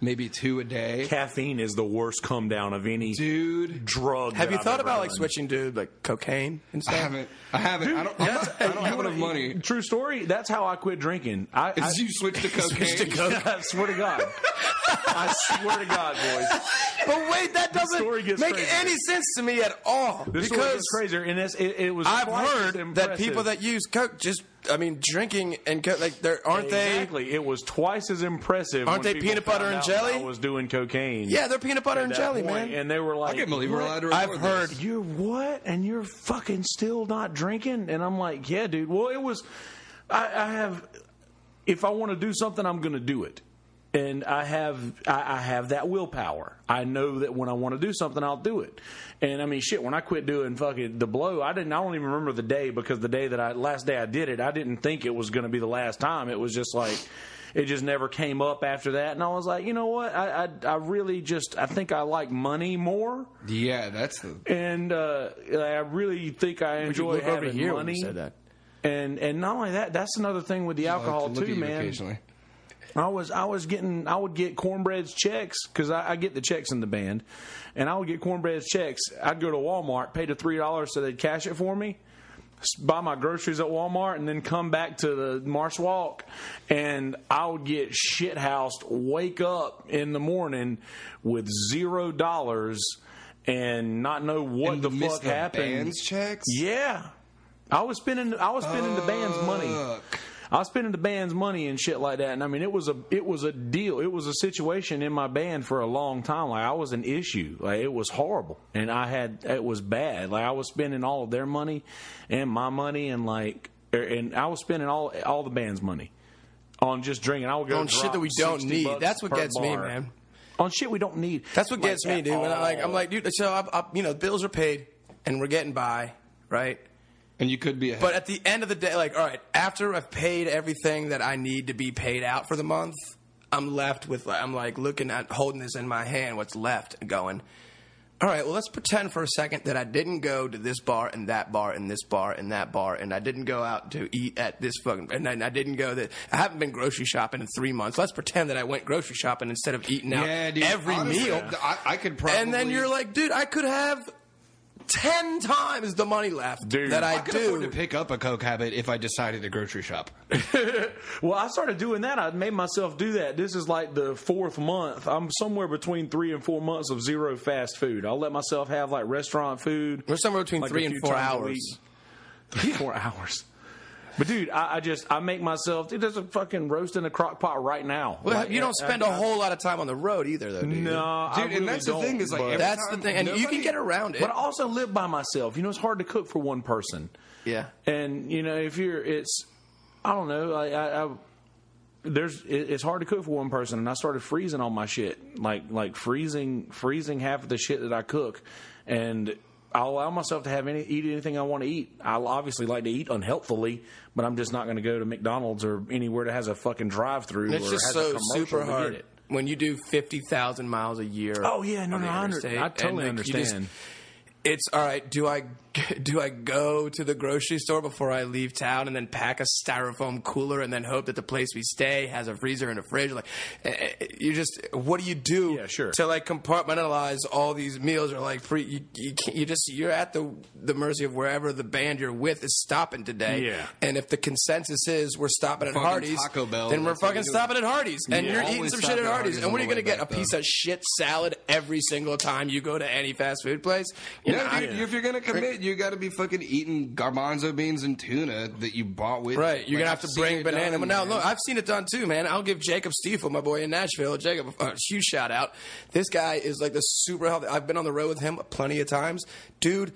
[SPEAKER 3] maybe two a day.
[SPEAKER 1] Caffeine is the worst come down of any
[SPEAKER 3] Dude,
[SPEAKER 1] drug.
[SPEAKER 2] Have
[SPEAKER 1] that
[SPEAKER 2] you
[SPEAKER 1] I've
[SPEAKER 2] thought
[SPEAKER 1] ever
[SPEAKER 2] about like
[SPEAKER 1] done.
[SPEAKER 2] switching to like cocaine and
[SPEAKER 3] I
[SPEAKER 2] stuff?
[SPEAKER 3] haven't. I haven't. I don't. I'm not, I don't have enough money.
[SPEAKER 1] True story. That's how I quit drinking. I, I
[SPEAKER 3] Is you switch to cocaine?
[SPEAKER 2] to coke.
[SPEAKER 1] I swear to God. I swear to God, boys.
[SPEAKER 2] But wait, that doesn't
[SPEAKER 1] story gets
[SPEAKER 2] make
[SPEAKER 1] crazier.
[SPEAKER 2] any sense to me at all.
[SPEAKER 1] This story
[SPEAKER 2] because
[SPEAKER 1] was crazier, and it's, it, it was.
[SPEAKER 2] I've
[SPEAKER 1] twice as
[SPEAKER 2] heard that
[SPEAKER 1] impressive.
[SPEAKER 2] people that use coke just, I mean, drinking and coke, like, there aren't they?
[SPEAKER 1] exactly it was twice as impressive.
[SPEAKER 2] Aren't
[SPEAKER 1] when
[SPEAKER 2] they
[SPEAKER 1] people
[SPEAKER 2] peanut butter
[SPEAKER 1] found
[SPEAKER 2] and
[SPEAKER 1] out
[SPEAKER 2] jelly?
[SPEAKER 1] that I was doing cocaine.
[SPEAKER 2] Yeah, they're peanut butter
[SPEAKER 1] at
[SPEAKER 2] and
[SPEAKER 1] that
[SPEAKER 2] jelly,
[SPEAKER 1] point,
[SPEAKER 2] man.
[SPEAKER 1] And they were like,
[SPEAKER 3] I can't believe we're
[SPEAKER 1] "What?
[SPEAKER 3] allowed to.
[SPEAKER 2] I've
[SPEAKER 3] record this.
[SPEAKER 2] heard-
[SPEAKER 1] You're what? And you're fucking still not drinking? And I'm like, yeah, dude. Well, it was. I, I have. If I want to do something, I'm going to do it. And I have I, I have that willpower. I know that when I want to do something, I'll do it. And I mean, shit. When I quit doing fucking the blow, I didn't. I don't even remember the day because the day that I last day I did it, I didn't think it was going to be the last time. It was just like it just never came up after that. And I was like, you know what? I I, I really just I think I like money more
[SPEAKER 3] Yeah, that's the.
[SPEAKER 1] and uh, I really think I
[SPEAKER 2] Would
[SPEAKER 1] enjoy
[SPEAKER 2] you look over
[SPEAKER 1] having
[SPEAKER 2] here when you
[SPEAKER 1] money.
[SPEAKER 2] said that?
[SPEAKER 1] And and not only that, that's another thing with the alcohol
[SPEAKER 3] Look at
[SPEAKER 1] too,
[SPEAKER 3] you
[SPEAKER 1] man.
[SPEAKER 3] Occasionally.
[SPEAKER 1] I was I was getting I would get cornbread's checks because I, I get the checks in the band, and I would get cornbread's checks. I'd go to Walmart, pay the three dollars so they'd cash it for me, s- buy my groceries at Walmart, and then come back to the Marsh Walk, and I would get shithoused. Wake up in the morning with zero dollars and not know what
[SPEAKER 3] And
[SPEAKER 1] the
[SPEAKER 3] you missed
[SPEAKER 1] fuck happened.
[SPEAKER 3] Band's checks.
[SPEAKER 1] Yeah. I was spending I was spending the band's money.
[SPEAKER 3] Fuck.
[SPEAKER 1] I was spending the band's money and shit like that. And I mean it was a it was a deal. It was a situation in my band for a long time. Like I was an issue. Like it was horrible. And I had it was bad. Like I was spending all of their money and my money and like er, and I was spending all all the band's money on just drinking. I would go
[SPEAKER 2] On shit
[SPEAKER 1] drop
[SPEAKER 2] that we don't
[SPEAKER 1] 60
[SPEAKER 2] need.
[SPEAKER 1] bucks
[SPEAKER 2] That's what
[SPEAKER 1] per
[SPEAKER 2] gets me,
[SPEAKER 1] bar.
[SPEAKER 2] man.
[SPEAKER 1] On shit we don't need.
[SPEAKER 2] That's what
[SPEAKER 1] Like,
[SPEAKER 2] gets me,
[SPEAKER 1] at
[SPEAKER 2] dude. When I, like, I'm
[SPEAKER 1] all.
[SPEAKER 2] like, dude, so I, I, you know, bills are paid and we're getting by, right?
[SPEAKER 3] And you could be a.
[SPEAKER 2] But at the end of the day, like, all right, after I've paid everything that I need to be paid out for the month, I'm left with, like, I'm like looking at holding this in my hand, what's left, and going, all right, well, let's pretend for a second that I didn't go to this bar and that bar and this bar and that bar, and I didn't go out to eat at this fucking, and I, and I didn't go that, I haven't been grocery shopping in three months. Let's pretend that I went grocery shopping instead of eating out
[SPEAKER 3] yeah, dude,
[SPEAKER 2] every
[SPEAKER 3] honestly,
[SPEAKER 2] meal.
[SPEAKER 3] I, I could probably.
[SPEAKER 2] And then you're like, dude, I could have 10 times the money left
[SPEAKER 1] Dude,
[SPEAKER 2] that I,
[SPEAKER 3] I could
[SPEAKER 2] do.
[SPEAKER 3] afford to pick up a coke habit if I decided to grocery shop.
[SPEAKER 1] Well, I started doing that. I made myself do that. This is like the fourth month. I'm somewhere between three and four months of zero fast food. I'll let myself have like restaurant food.
[SPEAKER 2] We're somewhere between
[SPEAKER 1] like, a
[SPEAKER 2] three and
[SPEAKER 1] few
[SPEAKER 2] four
[SPEAKER 1] times a
[SPEAKER 2] hours.
[SPEAKER 1] week. Three, four hours. But dude, I, I just I make myself. Dude, there's a fucking roast in a crock pot right now.
[SPEAKER 2] Well,
[SPEAKER 1] Like,
[SPEAKER 2] you don't
[SPEAKER 1] I-
[SPEAKER 2] spend
[SPEAKER 1] I-
[SPEAKER 2] a whole lot of time on the road either, though. Do you?
[SPEAKER 1] No, I
[SPEAKER 3] Dude, and
[SPEAKER 1] really
[SPEAKER 3] that's the
[SPEAKER 1] don't,
[SPEAKER 3] thing is, like,
[SPEAKER 1] but-
[SPEAKER 3] every
[SPEAKER 2] that's the
[SPEAKER 3] time
[SPEAKER 2] thing, and you
[SPEAKER 3] nobody-
[SPEAKER 2] can get around it.
[SPEAKER 1] but I also live by myself. You know, it's hard to cook for one person.
[SPEAKER 2] yeah,
[SPEAKER 1] and you know if you're it's i don't know i i, I there's it, it's hard to cook for one person and i started freezing all my shit like like freezing freezing half of the shit that i cook and I'll allow myself to have any eat anything I want to eat. I'll obviously like to eat unhealthily, but I'm just not going to go to McDonald's or anywhere that has a fucking drive-through.
[SPEAKER 2] it's
[SPEAKER 1] or
[SPEAKER 2] just
[SPEAKER 1] has a
[SPEAKER 2] so
[SPEAKER 1] commercial
[SPEAKER 2] super
[SPEAKER 1] to get
[SPEAKER 2] hard
[SPEAKER 1] it.
[SPEAKER 2] when you do fifty thousand miles a year.
[SPEAKER 1] Oh yeah, no,
[SPEAKER 2] on
[SPEAKER 1] no,
[SPEAKER 2] the
[SPEAKER 1] I, under,
[SPEAKER 2] interstate,
[SPEAKER 1] I
[SPEAKER 2] and,
[SPEAKER 1] totally
[SPEAKER 2] like, you
[SPEAKER 1] understand.
[SPEAKER 2] just- it's all right. Do I do I go to the grocery store before I leave town and then pack a styrofoam cooler and then hope that the place we stay has a freezer and a fridge? Like, eh, eh, you just what do you do?
[SPEAKER 1] Yeah, sure.
[SPEAKER 2] To like compartmentalize all these meals or like free, you you, can't, you just you're at the the mercy of wherever the band you're with is stopping today.
[SPEAKER 1] Yeah.
[SPEAKER 2] And if the consensus is we're stopping at
[SPEAKER 3] Fucking
[SPEAKER 2] Hardee's,
[SPEAKER 3] Taco Bell,
[SPEAKER 2] then we're
[SPEAKER 3] that's what
[SPEAKER 2] fucking
[SPEAKER 3] you do.
[SPEAKER 2] stopping at Hardee's, and
[SPEAKER 1] Yeah.
[SPEAKER 2] you're eating
[SPEAKER 3] Always
[SPEAKER 2] some
[SPEAKER 3] stop
[SPEAKER 2] shit at
[SPEAKER 3] at
[SPEAKER 2] Hardee's.
[SPEAKER 3] Hardee's
[SPEAKER 2] And
[SPEAKER 3] on
[SPEAKER 2] what are
[SPEAKER 3] the
[SPEAKER 2] you going
[SPEAKER 3] way
[SPEAKER 2] to get? A
[SPEAKER 3] back,
[SPEAKER 2] piece
[SPEAKER 3] though.
[SPEAKER 2] of shit salad every single time you go to any fast food place?
[SPEAKER 3] You
[SPEAKER 2] You're
[SPEAKER 3] know,
[SPEAKER 2] not-
[SPEAKER 3] dude, if you're gonna commit, you got to be fucking eating garbanzo beans and tuna that you bought with.
[SPEAKER 2] Right, you're gonna
[SPEAKER 3] Like, I've
[SPEAKER 2] have to
[SPEAKER 3] seen
[SPEAKER 2] bring
[SPEAKER 3] it
[SPEAKER 2] banana.
[SPEAKER 3] done,
[SPEAKER 2] But now,
[SPEAKER 3] man.
[SPEAKER 2] look, I've seen it done too, man. I'll give Jacob Stiefel, my boy in Nashville, Jacob a huge shout out. This guy is like the super healthy. I've been on the road with him plenty of times. Dude,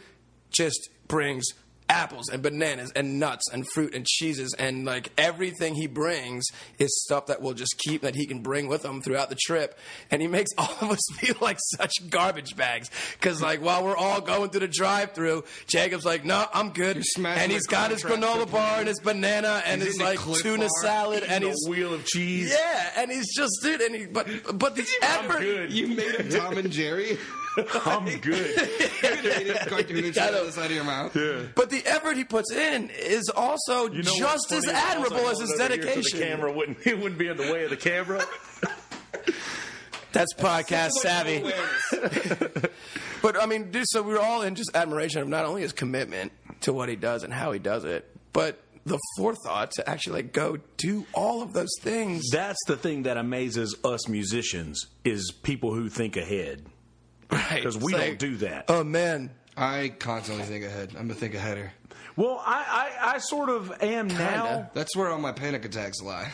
[SPEAKER 2] just brings apples and bananas and nuts and fruit and cheeses and like everything he brings is stuff that will just keep that he can bring with him throughout the trip and he makes all of us feel like such garbage bags because like while we're all going through the drive-through jacob's like no i'm good
[SPEAKER 3] smashing
[SPEAKER 2] and
[SPEAKER 3] the
[SPEAKER 2] he's got his
[SPEAKER 3] contract
[SPEAKER 2] granola bar and his banana and
[SPEAKER 3] He's
[SPEAKER 2] his
[SPEAKER 3] eating a
[SPEAKER 2] like
[SPEAKER 3] Clif
[SPEAKER 2] tuna
[SPEAKER 3] bar,
[SPEAKER 2] salad
[SPEAKER 1] Eating
[SPEAKER 2] and
[SPEAKER 1] a
[SPEAKER 2] he's
[SPEAKER 1] wheel of cheese.
[SPEAKER 2] yeah and he's just dude and he but but the effort
[SPEAKER 1] good.
[SPEAKER 3] You made him Tom and Jerry.
[SPEAKER 1] I'm good.
[SPEAKER 3] You're eating cartoon and shit
[SPEAKER 2] gotta-
[SPEAKER 3] out of the side of your mouth.
[SPEAKER 2] but the effort he puts in is also
[SPEAKER 1] You know what's
[SPEAKER 2] just
[SPEAKER 1] funny
[SPEAKER 2] as
[SPEAKER 1] is I was
[SPEAKER 2] admirable
[SPEAKER 1] like
[SPEAKER 2] as his
[SPEAKER 1] going over here So
[SPEAKER 2] dedication.
[SPEAKER 1] the camera wouldn't it wouldn't be in the way of the camera.
[SPEAKER 2] That's podcast savvy. But I mean, dude, so we were all in just admiration of not only his commitment to what he does and how he does it, but the forethought to actually like go do all of those things.
[SPEAKER 1] That's the thing that amazes us musicians is people who think ahead
[SPEAKER 2] Right.
[SPEAKER 1] because we
[SPEAKER 2] It's
[SPEAKER 1] don't
[SPEAKER 2] like,
[SPEAKER 1] do that.
[SPEAKER 2] Oh man.
[SPEAKER 3] I constantly think ahead. I'm a think aheader.
[SPEAKER 1] well, I, I I sort of am now.
[SPEAKER 2] Kinda.
[SPEAKER 3] That's where all my panic attacks lie.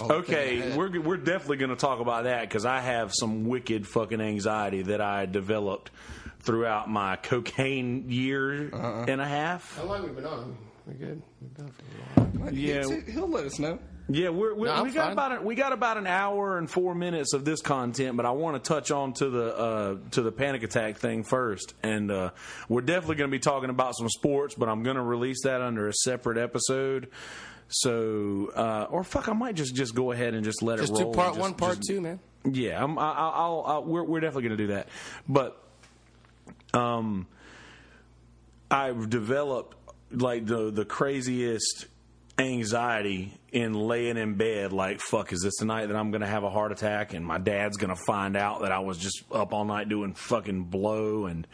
[SPEAKER 3] All the thinking
[SPEAKER 1] Okay,
[SPEAKER 3] ahead.
[SPEAKER 1] we're we're definitely going to talk about that because I have some wicked fucking anxiety that I developed throughout my cocaine year and a half.
[SPEAKER 2] How long have we been on? We're good. We've been on for a while.
[SPEAKER 1] Yeah.
[SPEAKER 3] He'll- he'll let us know.
[SPEAKER 1] Yeah, we're, we
[SPEAKER 2] No, I'm
[SPEAKER 1] we got
[SPEAKER 2] fine.
[SPEAKER 1] about an, we got about an hour and four minutes of this content, but I want to touch on to the uh, to the panic attack thing first, and uh, we're definitely going to be talking about some sports, but I'm going to release that under a separate episode. So, uh, or fuck, I might just just go ahead and just let
[SPEAKER 2] Just
[SPEAKER 1] it roll.
[SPEAKER 2] do
[SPEAKER 1] and
[SPEAKER 2] part
[SPEAKER 1] just-
[SPEAKER 2] one, part
[SPEAKER 1] just-
[SPEAKER 2] two, man.
[SPEAKER 1] yeah, I'm, I, I'll, I'll, I'll we're, we're definitely going to do that. But um, I've developed like the the craziest anxiety in laying in bed. Like, fuck, is this the night that I'm going to have a heart attack? And my dad's going to find out that I was just up all night doing fucking blow and.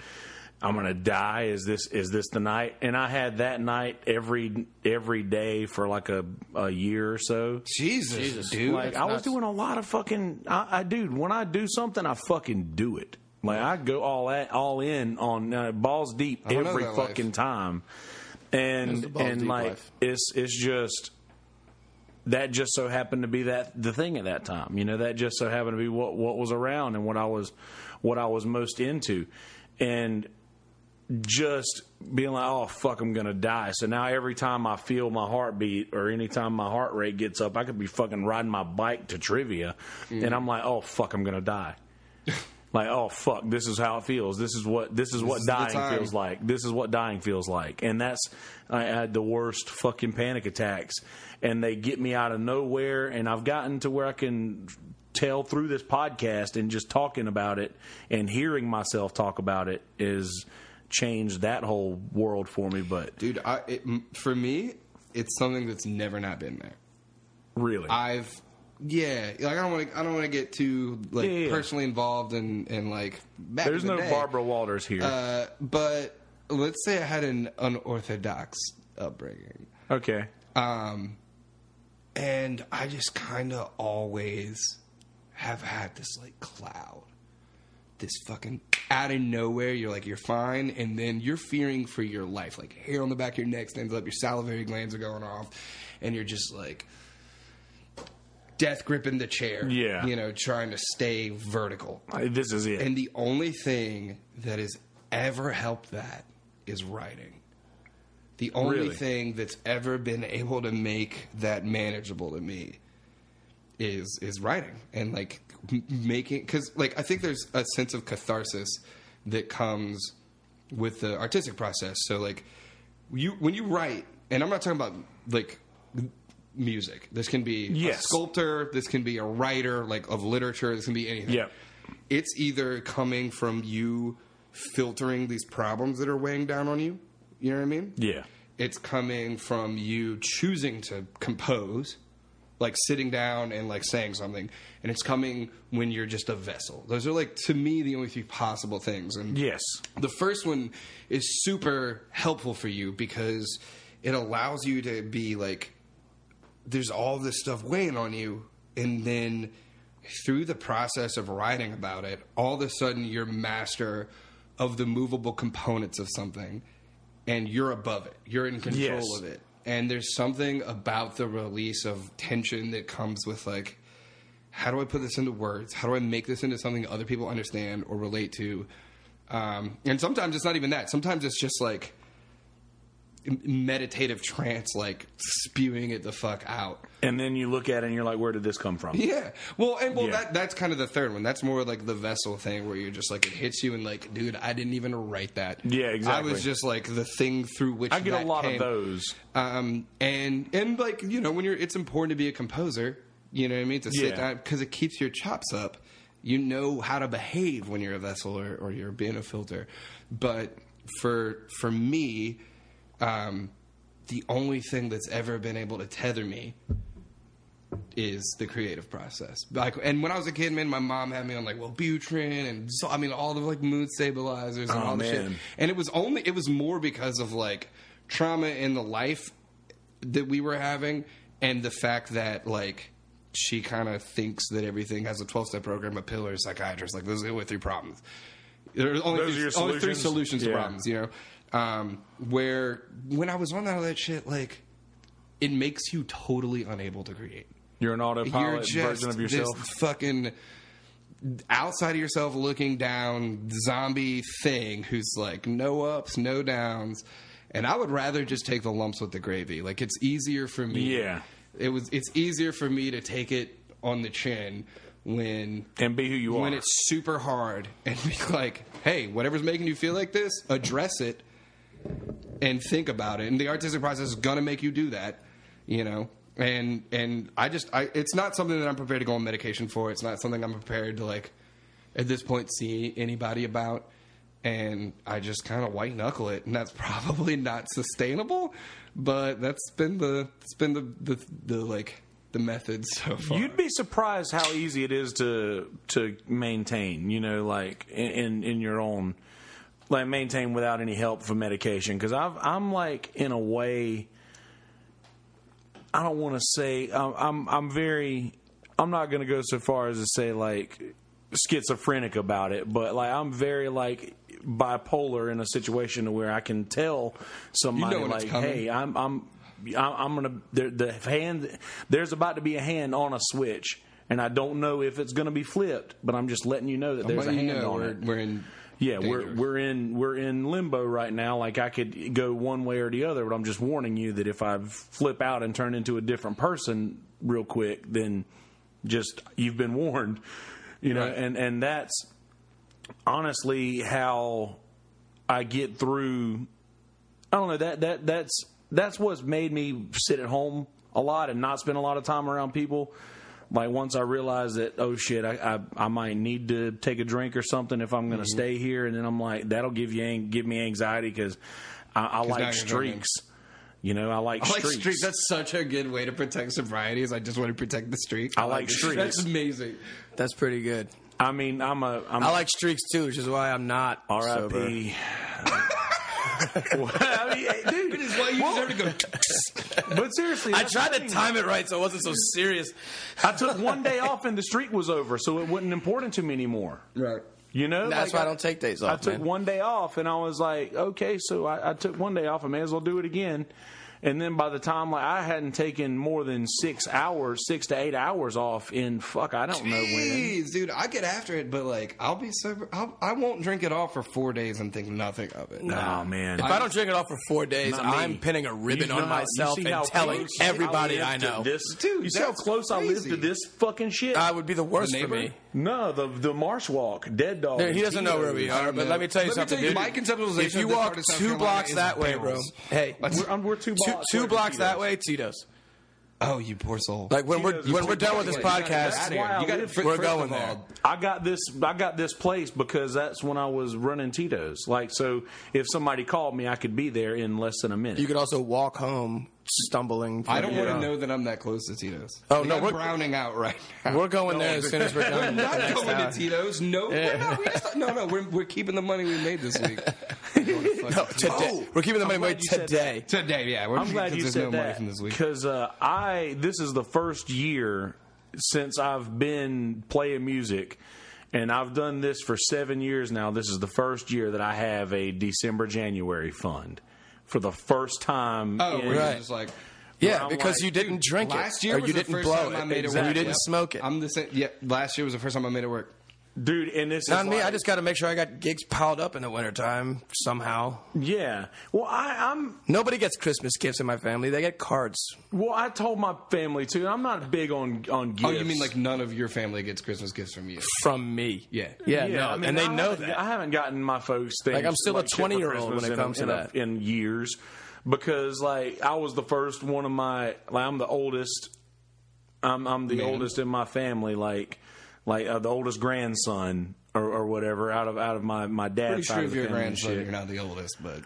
[SPEAKER 1] I'm gonna die. Is this is this the night? And I had that night every every day for like a a year or so.
[SPEAKER 3] Jesus, dude.
[SPEAKER 1] Like I was doing a lot of fucking. I, I dude, when I do something, I fucking do it. Like I go all at, all in on uh, balls deep
[SPEAKER 3] don't know
[SPEAKER 1] every
[SPEAKER 3] that life.
[SPEAKER 1] fucking time,
[SPEAKER 2] It's the
[SPEAKER 1] and
[SPEAKER 2] balls
[SPEAKER 1] and
[SPEAKER 2] deep
[SPEAKER 1] like
[SPEAKER 2] life.
[SPEAKER 1] it's it's just that just so happened to be that the thing at that time. You know, that just so happened to be what what was around and what I was what I was most into, and just being like, oh fuck, I'm gonna die. So now every time I feel my heartbeat or anytime my heart rate gets up, I could be fucking riding my bike to trivia,
[SPEAKER 2] Mm-hmm.
[SPEAKER 1] and I'm like, oh fuck, I'm gonna die. like, oh fuck, this is how it feels. This is what this is what
[SPEAKER 3] is the
[SPEAKER 1] dying
[SPEAKER 3] time.
[SPEAKER 1] feels like. This is what dying feels like, and that's I had the worst fucking panic attacks, and they get me out of nowhere, and I've gotten to where I can tell through this podcast and just talking about it and hearing myself talk about it is changed that whole world for me. But
[SPEAKER 3] dude. I, it, m- for me, it's something that's never not been there.
[SPEAKER 1] really,
[SPEAKER 3] I've yeah, like I don't want to. I don't want to get too like
[SPEAKER 1] Yeah, yeah, yeah.
[SPEAKER 3] personally involved and and like. Back
[SPEAKER 1] there's
[SPEAKER 3] in the
[SPEAKER 1] no
[SPEAKER 3] day.
[SPEAKER 1] Barbara Walters here.
[SPEAKER 3] Uh, but let's say I had an unorthodox upbringing,
[SPEAKER 1] okay,
[SPEAKER 3] um, and I just kind of always have had this like cloud, this fucking out of nowhere. You're like you're fine, and then you're fearing for your life. Like hair on the back of your neck stands up, your salivary glands are going off, and you're just like. Death gripping the chair,
[SPEAKER 1] Yeah.
[SPEAKER 3] you know, trying to stay vertical.
[SPEAKER 1] I- this is it.
[SPEAKER 3] And the only thing that has ever helped that is writing. The only
[SPEAKER 1] Really?
[SPEAKER 3] thing that's ever been able to make that manageable to me is is writing and like m- making because like I think there's a sense of catharsis that comes with the artistic process. So like you when you write, and I'm not talking about like m- music. This can be a
[SPEAKER 1] Yes.
[SPEAKER 3] sculptor. This can be a writer like of literature. This can be anything
[SPEAKER 1] Yep.
[SPEAKER 3] it's either coming from you filtering these problems that are weighing down on you. You know what I mean?
[SPEAKER 1] yeah,
[SPEAKER 3] It's coming from you choosing to compose, like sitting down and like saying something. And it's coming when you're just a vessel. Those are like to me the only three possible things. And
[SPEAKER 1] yes,
[SPEAKER 3] the first one is super helpful for you because it allows you to be like there's all this stuff weighing on you and then through the process of writing about it all of a sudden you're master of the movable components of something and you're above it you're in control
[SPEAKER 1] Yes.
[SPEAKER 3] of it and there's something about the release of tension that comes with like how do I put this into words? How do I make this into something other people understand or relate to? Um, and sometimes it's not even that. Sometimes it's just like m- meditative trance, like spewing it the fuck out.
[SPEAKER 1] and then you look at it and you're like, where did this come from?
[SPEAKER 3] Yeah. Well, and well,
[SPEAKER 1] Yeah.
[SPEAKER 3] that that's kind of the third one. That's more like the vessel thing, where you're just like it hits you and like, dude, I didn't even write that.
[SPEAKER 1] Yeah,
[SPEAKER 3] I
[SPEAKER 1] exactly.
[SPEAKER 3] was just like the thing through which
[SPEAKER 1] I get a
[SPEAKER 3] that
[SPEAKER 1] lot of
[SPEAKER 3] came.
[SPEAKER 1] those.
[SPEAKER 3] Um, and and like you know, when you're, it's important to be a composer. You know what I mean? To sit
[SPEAKER 1] Yeah.
[SPEAKER 3] down because it keeps your chops up. You know how to behave when you're a vessel or, or you're being a filter. But for for me, Um, the only thing that's ever been able to tether me is the creative process. Like, and when I was a kid, man, my mom had me on like Wellbutrin and so I mean all the like mood stabilizers and
[SPEAKER 1] Oh,
[SPEAKER 3] all the shit.
[SPEAKER 1] man.
[SPEAKER 3] And it was only it was more because of like trauma in the life that we were having and the fact that like she kind of thinks that everything has a 12 step program, a pill, or a psychiatrist. Like, those are the only three problems. There's only,
[SPEAKER 1] Those are your
[SPEAKER 3] only three
[SPEAKER 1] solutions?
[SPEAKER 3] solutions to
[SPEAKER 1] Yeah.
[SPEAKER 3] problems, you know? Um, where when I was on all that shit, like, it makes you totally unable to create
[SPEAKER 1] You're an
[SPEAKER 3] you're
[SPEAKER 1] autopilot
[SPEAKER 3] just
[SPEAKER 1] version of yourself.
[SPEAKER 3] This fucking outside of yourself looking down zombie thing who's like no ups, no downs. And I would rather just take the lumps with the gravy. Like it's easier for me.
[SPEAKER 1] Yeah.
[SPEAKER 3] It was it's easier for me to take it on the chin when
[SPEAKER 1] and be who you
[SPEAKER 3] when
[SPEAKER 1] are.
[SPEAKER 3] it's super hard and be like, hey, whatever's making you feel like this, address it and think about it. And the artistic process is gonna make you do that, you know. And and I just I it's not something that I'm prepared to go on medication for. It's not something I'm prepared to like at this point see anybody about. And I just kind of white knuckle it, and that's probably not sustainable. But that's been the it's been the the, the like the method so far.
[SPEAKER 1] You'd be surprised how easy it is to to maintain. You know, like in in, in your own like maintain without any help from medication. Because I've I'm like in a way. I don't want to say I'm, I'm I'm very I'm not going to go so far as to say like schizophrenic about it, but like I'm very like bipolar in a situation to where I can tell somebody
[SPEAKER 3] when it's
[SPEAKER 1] like,
[SPEAKER 3] coming.
[SPEAKER 1] hey, I'm I'm I'm I'm gonna there, the hand there's about to be a hand on a switch. And I don't know if it's going to be flipped, but I'm just letting you know that there's
[SPEAKER 3] But
[SPEAKER 1] a
[SPEAKER 3] you
[SPEAKER 1] hand on
[SPEAKER 3] know, we're,
[SPEAKER 1] it.
[SPEAKER 3] we're in
[SPEAKER 1] Yeah, we're
[SPEAKER 3] danger.
[SPEAKER 1] we're in we're in limbo right now. Like I could go one way or the other, but I'm just warning you that if I flip out and turn into a different person real quick, then just you've been warned. You know,
[SPEAKER 3] Right.
[SPEAKER 1] and and that's honestly how I get through I don't know that that that's that's what's made me sit at home a lot and not spend a lot of time around people. Like once I realized that oh shit I I, I might need to take a drink or something if I'm going to
[SPEAKER 3] Mm-hmm.
[SPEAKER 1] stay here, and then I'm like that'll give you ang- give me anxiety because I, I
[SPEAKER 3] now you're
[SPEAKER 1] like
[SPEAKER 3] not in.
[SPEAKER 1] streaks. You know, I like
[SPEAKER 3] I like
[SPEAKER 1] streaks.
[SPEAKER 3] streaks. That's such a good way to protect sobriety. Is I just want to protect the streak.
[SPEAKER 1] I like
[SPEAKER 3] it.
[SPEAKER 1] streaks.
[SPEAKER 3] That's amazing.
[SPEAKER 2] That's pretty good.
[SPEAKER 1] I mean, I'm a I'm
[SPEAKER 2] I like streaks too, which is why I'm not sober.
[SPEAKER 1] R.I.P. Well, I mean, hey, dude,
[SPEAKER 3] It is why you
[SPEAKER 1] well,
[SPEAKER 3] deserve to go.
[SPEAKER 1] but seriously,
[SPEAKER 2] I
[SPEAKER 1] that's the
[SPEAKER 2] tried to
[SPEAKER 1] thing.
[SPEAKER 2] time it right so it wasn't so serious.
[SPEAKER 1] I took one day off and the streak was over, so it wasn't important to me anymore.
[SPEAKER 3] Right.
[SPEAKER 1] You know,
[SPEAKER 2] That's
[SPEAKER 1] Like,
[SPEAKER 2] why I don't take days off.
[SPEAKER 1] I took
[SPEAKER 2] man.
[SPEAKER 1] one day off, and I was like, okay, so I, I took one day off. I may as well do it again. And then by the time like I hadn't taken more than six hours, six to eight hours off in fuck, I don't know when.
[SPEAKER 3] Jeez, dude, I get after it, but like, I'll be sober. I'll, I won't drink it all for four days and think nothing of it.
[SPEAKER 1] Oh man,
[SPEAKER 2] If I, don't drink it off for four days,
[SPEAKER 1] Not me.
[SPEAKER 2] I'm pinning a ribbon
[SPEAKER 1] You know
[SPEAKER 2] on
[SPEAKER 1] how- you
[SPEAKER 2] myself
[SPEAKER 1] see
[SPEAKER 2] and
[SPEAKER 1] how
[SPEAKER 2] telling
[SPEAKER 1] close
[SPEAKER 2] everybody
[SPEAKER 1] lived
[SPEAKER 2] I
[SPEAKER 1] to
[SPEAKER 2] know.
[SPEAKER 1] This,
[SPEAKER 3] Dude,
[SPEAKER 1] you see how
[SPEAKER 3] that's
[SPEAKER 1] close I lived
[SPEAKER 3] crazy.
[SPEAKER 1] to this fucking shit.
[SPEAKER 2] I would be the worst for
[SPEAKER 3] neighbor?
[SPEAKER 2] me.
[SPEAKER 1] no, the the marsh walk, dead dog.
[SPEAKER 2] Dude, he doesn't know where we
[SPEAKER 1] Tito's.
[SPEAKER 2] are, but let me tell you
[SPEAKER 3] Let me
[SPEAKER 2] something.
[SPEAKER 3] tell you,
[SPEAKER 2] dude.
[SPEAKER 3] my conceptualization
[SPEAKER 2] If you
[SPEAKER 3] of this
[SPEAKER 2] walk
[SPEAKER 3] part of South
[SPEAKER 2] two
[SPEAKER 3] Carolina
[SPEAKER 2] blocks
[SPEAKER 3] is
[SPEAKER 2] that way, bro.
[SPEAKER 3] barrels.
[SPEAKER 2] Hey,
[SPEAKER 1] We're, I'm- we're two
[SPEAKER 2] two,
[SPEAKER 1] blocks.
[SPEAKER 2] two
[SPEAKER 1] away from
[SPEAKER 2] blocks that
[SPEAKER 1] Tito's.
[SPEAKER 2] way, Tito's.
[SPEAKER 3] Oh, you poor soul.
[SPEAKER 2] Like when we're
[SPEAKER 1] Tito's is
[SPEAKER 2] when we're
[SPEAKER 1] like-
[SPEAKER 2] done with this
[SPEAKER 1] You gotta get
[SPEAKER 2] podcast,
[SPEAKER 1] out of here. You gotta-
[SPEAKER 2] we're going there.
[SPEAKER 1] I got this. I got this place because that's when I was running Tito's. Like, so if somebody called me, I could be there in less than a minute.
[SPEAKER 2] You could also walk home stumbling.
[SPEAKER 3] I don't want
[SPEAKER 1] Yeah.
[SPEAKER 3] to know that I'm that close to Tito's.
[SPEAKER 2] Oh,
[SPEAKER 3] Like,
[SPEAKER 2] no,
[SPEAKER 3] I'm
[SPEAKER 2] we're-
[SPEAKER 3] browning out right now.
[SPEAKER 2] We're going there as soon as we're done.
[SPEAKER 3] Not
[SPEAKER 2] the next
[SPEAKER 3] going
[SPEAKER 2] hour.
[SPEAKER 3] to Tito's. No, we're not. We just, no, no. We're, we're keeping the money we made this week.
[SPEAKER 2] No, today. we're keeping the money away
[SPEAKER 1] glad you said
[SPEAKER 2] today.
[SPEAKER 3] Today, yeah. We're,
[SPEAKER 1] I'm glad
[SPEAKER 3] because
[SPEAKER 1] you
[SPEAKER 3] there's
[SPEAKER 1] said
[SPEAKER 3] no
[SPEAKER 1] that
[SPEAKER 3] money from this week.
[SPEAKER 1] because uh, I this is the first year since I've been playing music, and I've done this for seven years now. This is the first year that I have a December January fund for the first time.
[SPEAKER 3] Oh,
[SPEAKER 1] in-
[SPEAKER 3] we're
[SPEAKER 2] Right.
[SPEAKER 3] just like.
[SPEAKER 2] Yeah,
[SPEAKER 1] I'm
[SPEAKER 2] because
[SPEAKER 1] like,
[SPEAKER 2] you didn't drink
[SPEAKER 3] Last
[SPEAKER 2] it,
[SPEAKER 3] year
[SPEAKER 2] or
[SPEAKER 3] was
[SPEAKER 2] you
[SPEAKER 3] the
[SPEAKER 2] didn't
[SPEAKER 3] first
[SPEAKER 2] blow
[SPEAKER 3] time
[SPEAKER 2] it,
[SPEAKER 3] I made it
[SPEAKER 2] or
[SPEAKER 3] work.
[SPEAKER 2] you didn't
[SPEAKER 3] Yep.
[SPEAKER 2] smoke it.
[SPEAKER 3] I'm the same. Yeah, last year was the first time I made it work.
[SPEAKER 1] dude, and this
[SPEAKER 2] Not
[SPEAKER 1] is
[SPEAKER 2] me.
[SPEAKER 1] like-
[SPEAKER 2] I just got to make sure I got gigs piled up in the wintertime somehow.
[SPEAKER 1] yeah. Well, I, I'm
[SPEAKER 2] Nobody gets Christmas gifts in my family. They get cards.
[SPEAKER 1] Well, I told my family too. and I'm not big on on gifts.
[SPEAKER 3] Oh, you mean like none of your family gets Christmas gifts from you?
[SPEAKER 2] from me.
[SPEAKER 3] Yeah.
[SPEAKER 2] Yeah, no.
[SPEAKER 1] I mean,
[SPEAKER 2] and they
[SPEAKER 1] I
[SPEAKER 2] know
[SPEAKER 1] haven't-
[SPEAKER 2] that.
[SPEAKER 1] I haven't gotten my folks things.
[SPEAKER 2] Like, I'm still a
[SPEAKER 1] shit for
[SPEAKER 2] 20-year-old when
[SPEAKER 1] Christmas
[SPEAKER 2] it
[SPEAKER 1] in a-
[SPEAKER 2] comes to
[SPEAKER 1] in a-
[SPEAKER 2] that.
[SPEAKER 1] in years because like I was the first one of my like I'm the oldest. I'm I'm the oldest in my family. Like like uh, the oldest grandson. Or, or whatever out of out of my my dad's
[SPEAKER 3] Pretty
[SPEAKER 1] side
[SPEAKER 3] sure
[SPEAKER 1] of
[SPEAKER 3] if
[SPEAKER 1] the
[SPEAKER 3] you're a
[SPEAKER 1] family and
[SPEAKER 3] grandson,
[SPEAKER 1] shit.
[SPEAKER 3] you're not the oldest, but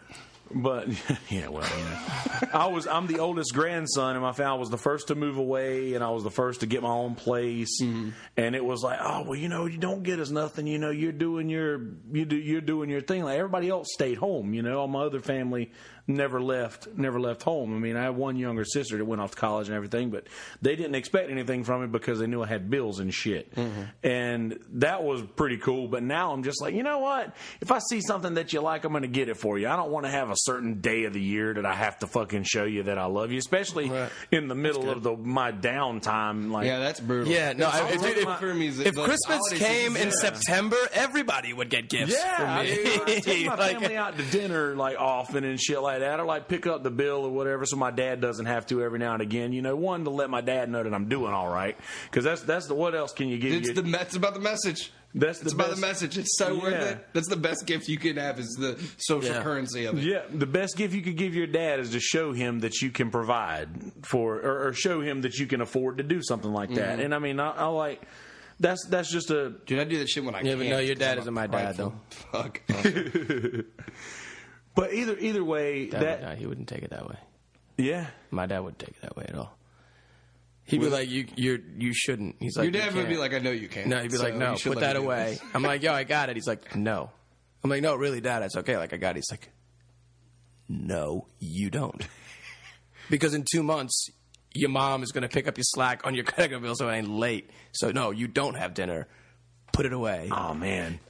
[SPEAKER 1] But yeah, well, you know. I was I'm the oldest grandson in my family. I was the first to move away, and I was the first to get my own place. And it was like, oh well, you know, you don't get us nothing. You know, you're doing your you do you're doing your thing. Like everybody else stayed home. You know, all my other family never left never left home. I mean, I had one younger sister that went off to college and everything, but they didn't expect anything from me because they knew I had bills and shit.
[SPEAKER 3] Mm-hmm.
[SPEAKER 1] And that was pretty cool. But now I'm just like, you know what? If I see something that you like, I'm going to get it for you. I don't want to have a certain day of the year that I have to fucking show you that I love you, especially
[SPEAKER 2] Right.
[SPEAKER 1] in the middle of the my downtime. Like,
[SPEAKER 3] Yeah, that's brutal.
[SPEAKER 2] Yeah, no. I, if,
[SPEAKER 1] like
[SPEAKER 2] dude,
[SPEAKER 1] my-
[SPEAKER 2] if,
[SPEAKER 3] for me, the-
[SPEAKER 2] if
[SPEAKER 3] the
[SPEAKER 2] Christmas
[SPEAKER 3] holiday
[SPEAKER 2] came in
[SPEAKER 3] season-
[SPEAKER 2] September, everybody would get gifts.
[SPEAKER 1] Yeah, I,
[SPEAKER 2] for me.
[SPEAKER 1] mean, I take my
[SPEAKER 2] Like,
[SPEAKER 1] family out to dinner like often and shit like that, or like pick up the bill or whatever, so my dad doesn't have to every now and again. You know, one to let my dad know that I'm doing all right, because that's that's the what else can you give?
[SPEAKER 3] It's
[SPEAKER 1] you?
[SPEAKER 3] the that's about the message.
[SPEAKER 1] That's the
[SPEAKER 3] it's about
[SPEAKER 1] best-
[SPEAKER 3] the message. It's so worth
[SPEAKER 1] Yeah.
[SPEAKER 3] it. That's the best gift you can have is the social
[SPEAKER 2] Yeah.
[SPEAKER 3] currency of it.
[SPEAKER 1] yeah, the best gift you could give your dad is to show him that you can provide for, or, or show him that you can afford to do something like that. And I mean, I, I like that's that's just a
[SPEAKER 3] Dude, I do that shit when I
[SPEAKER 2] Yeah,
[SPEAKER 3] can.
[SPEAKER 2] but no, your
[SPEAKER 3] 'cause
[SPEAKER 2] dad
[SPEAKER 3] I'm a
[SPEAKER 2] isn't my dad,
[SPEAKER 3] prideful Fuck.
[SPEAKER 1] but either either way
[SPEAKER 2] Dad
[SPEAKER 1] that
[SPEAKER 2] would not- he wouldn't take it that way.
[SPEAKER 1] yeah
[SPEAKER 2] My dad wouldn't take it that way at all. He'd be like, "You, you're, you shouldn't." He's like,
[SPEAKER 3] Your
[SPEAKER 2] "You
[SPEAKER 3] dad would be
[SPEAKER 2] can't."
[SPEAKER 3] like, I know you can't.
[SPEAKER 2] "No." He'd be
[SPEAKER 3] so
[SPEAKER 2] like, "No,
[SPEAKER 3] you should
[SPEAKER 2] put
[SPEAKER 3] let
[SPEAKER 2] that
[SPEAKER 3] me do
[SPEAKER 2] away."
[SPEAKER 3] this."
[SPEAKER 2] I'm like, "Yo, I got it." He's like, "No." I'm like, "No, really, dad, it's okay." Like, I got it. He's like, "No, you don't," because in two months. Your mom is going to pick up your slack on your credit card bill, so it ain't late. So no, you don't have dinner. Put it away.
[SPEAKER 1] Oh man.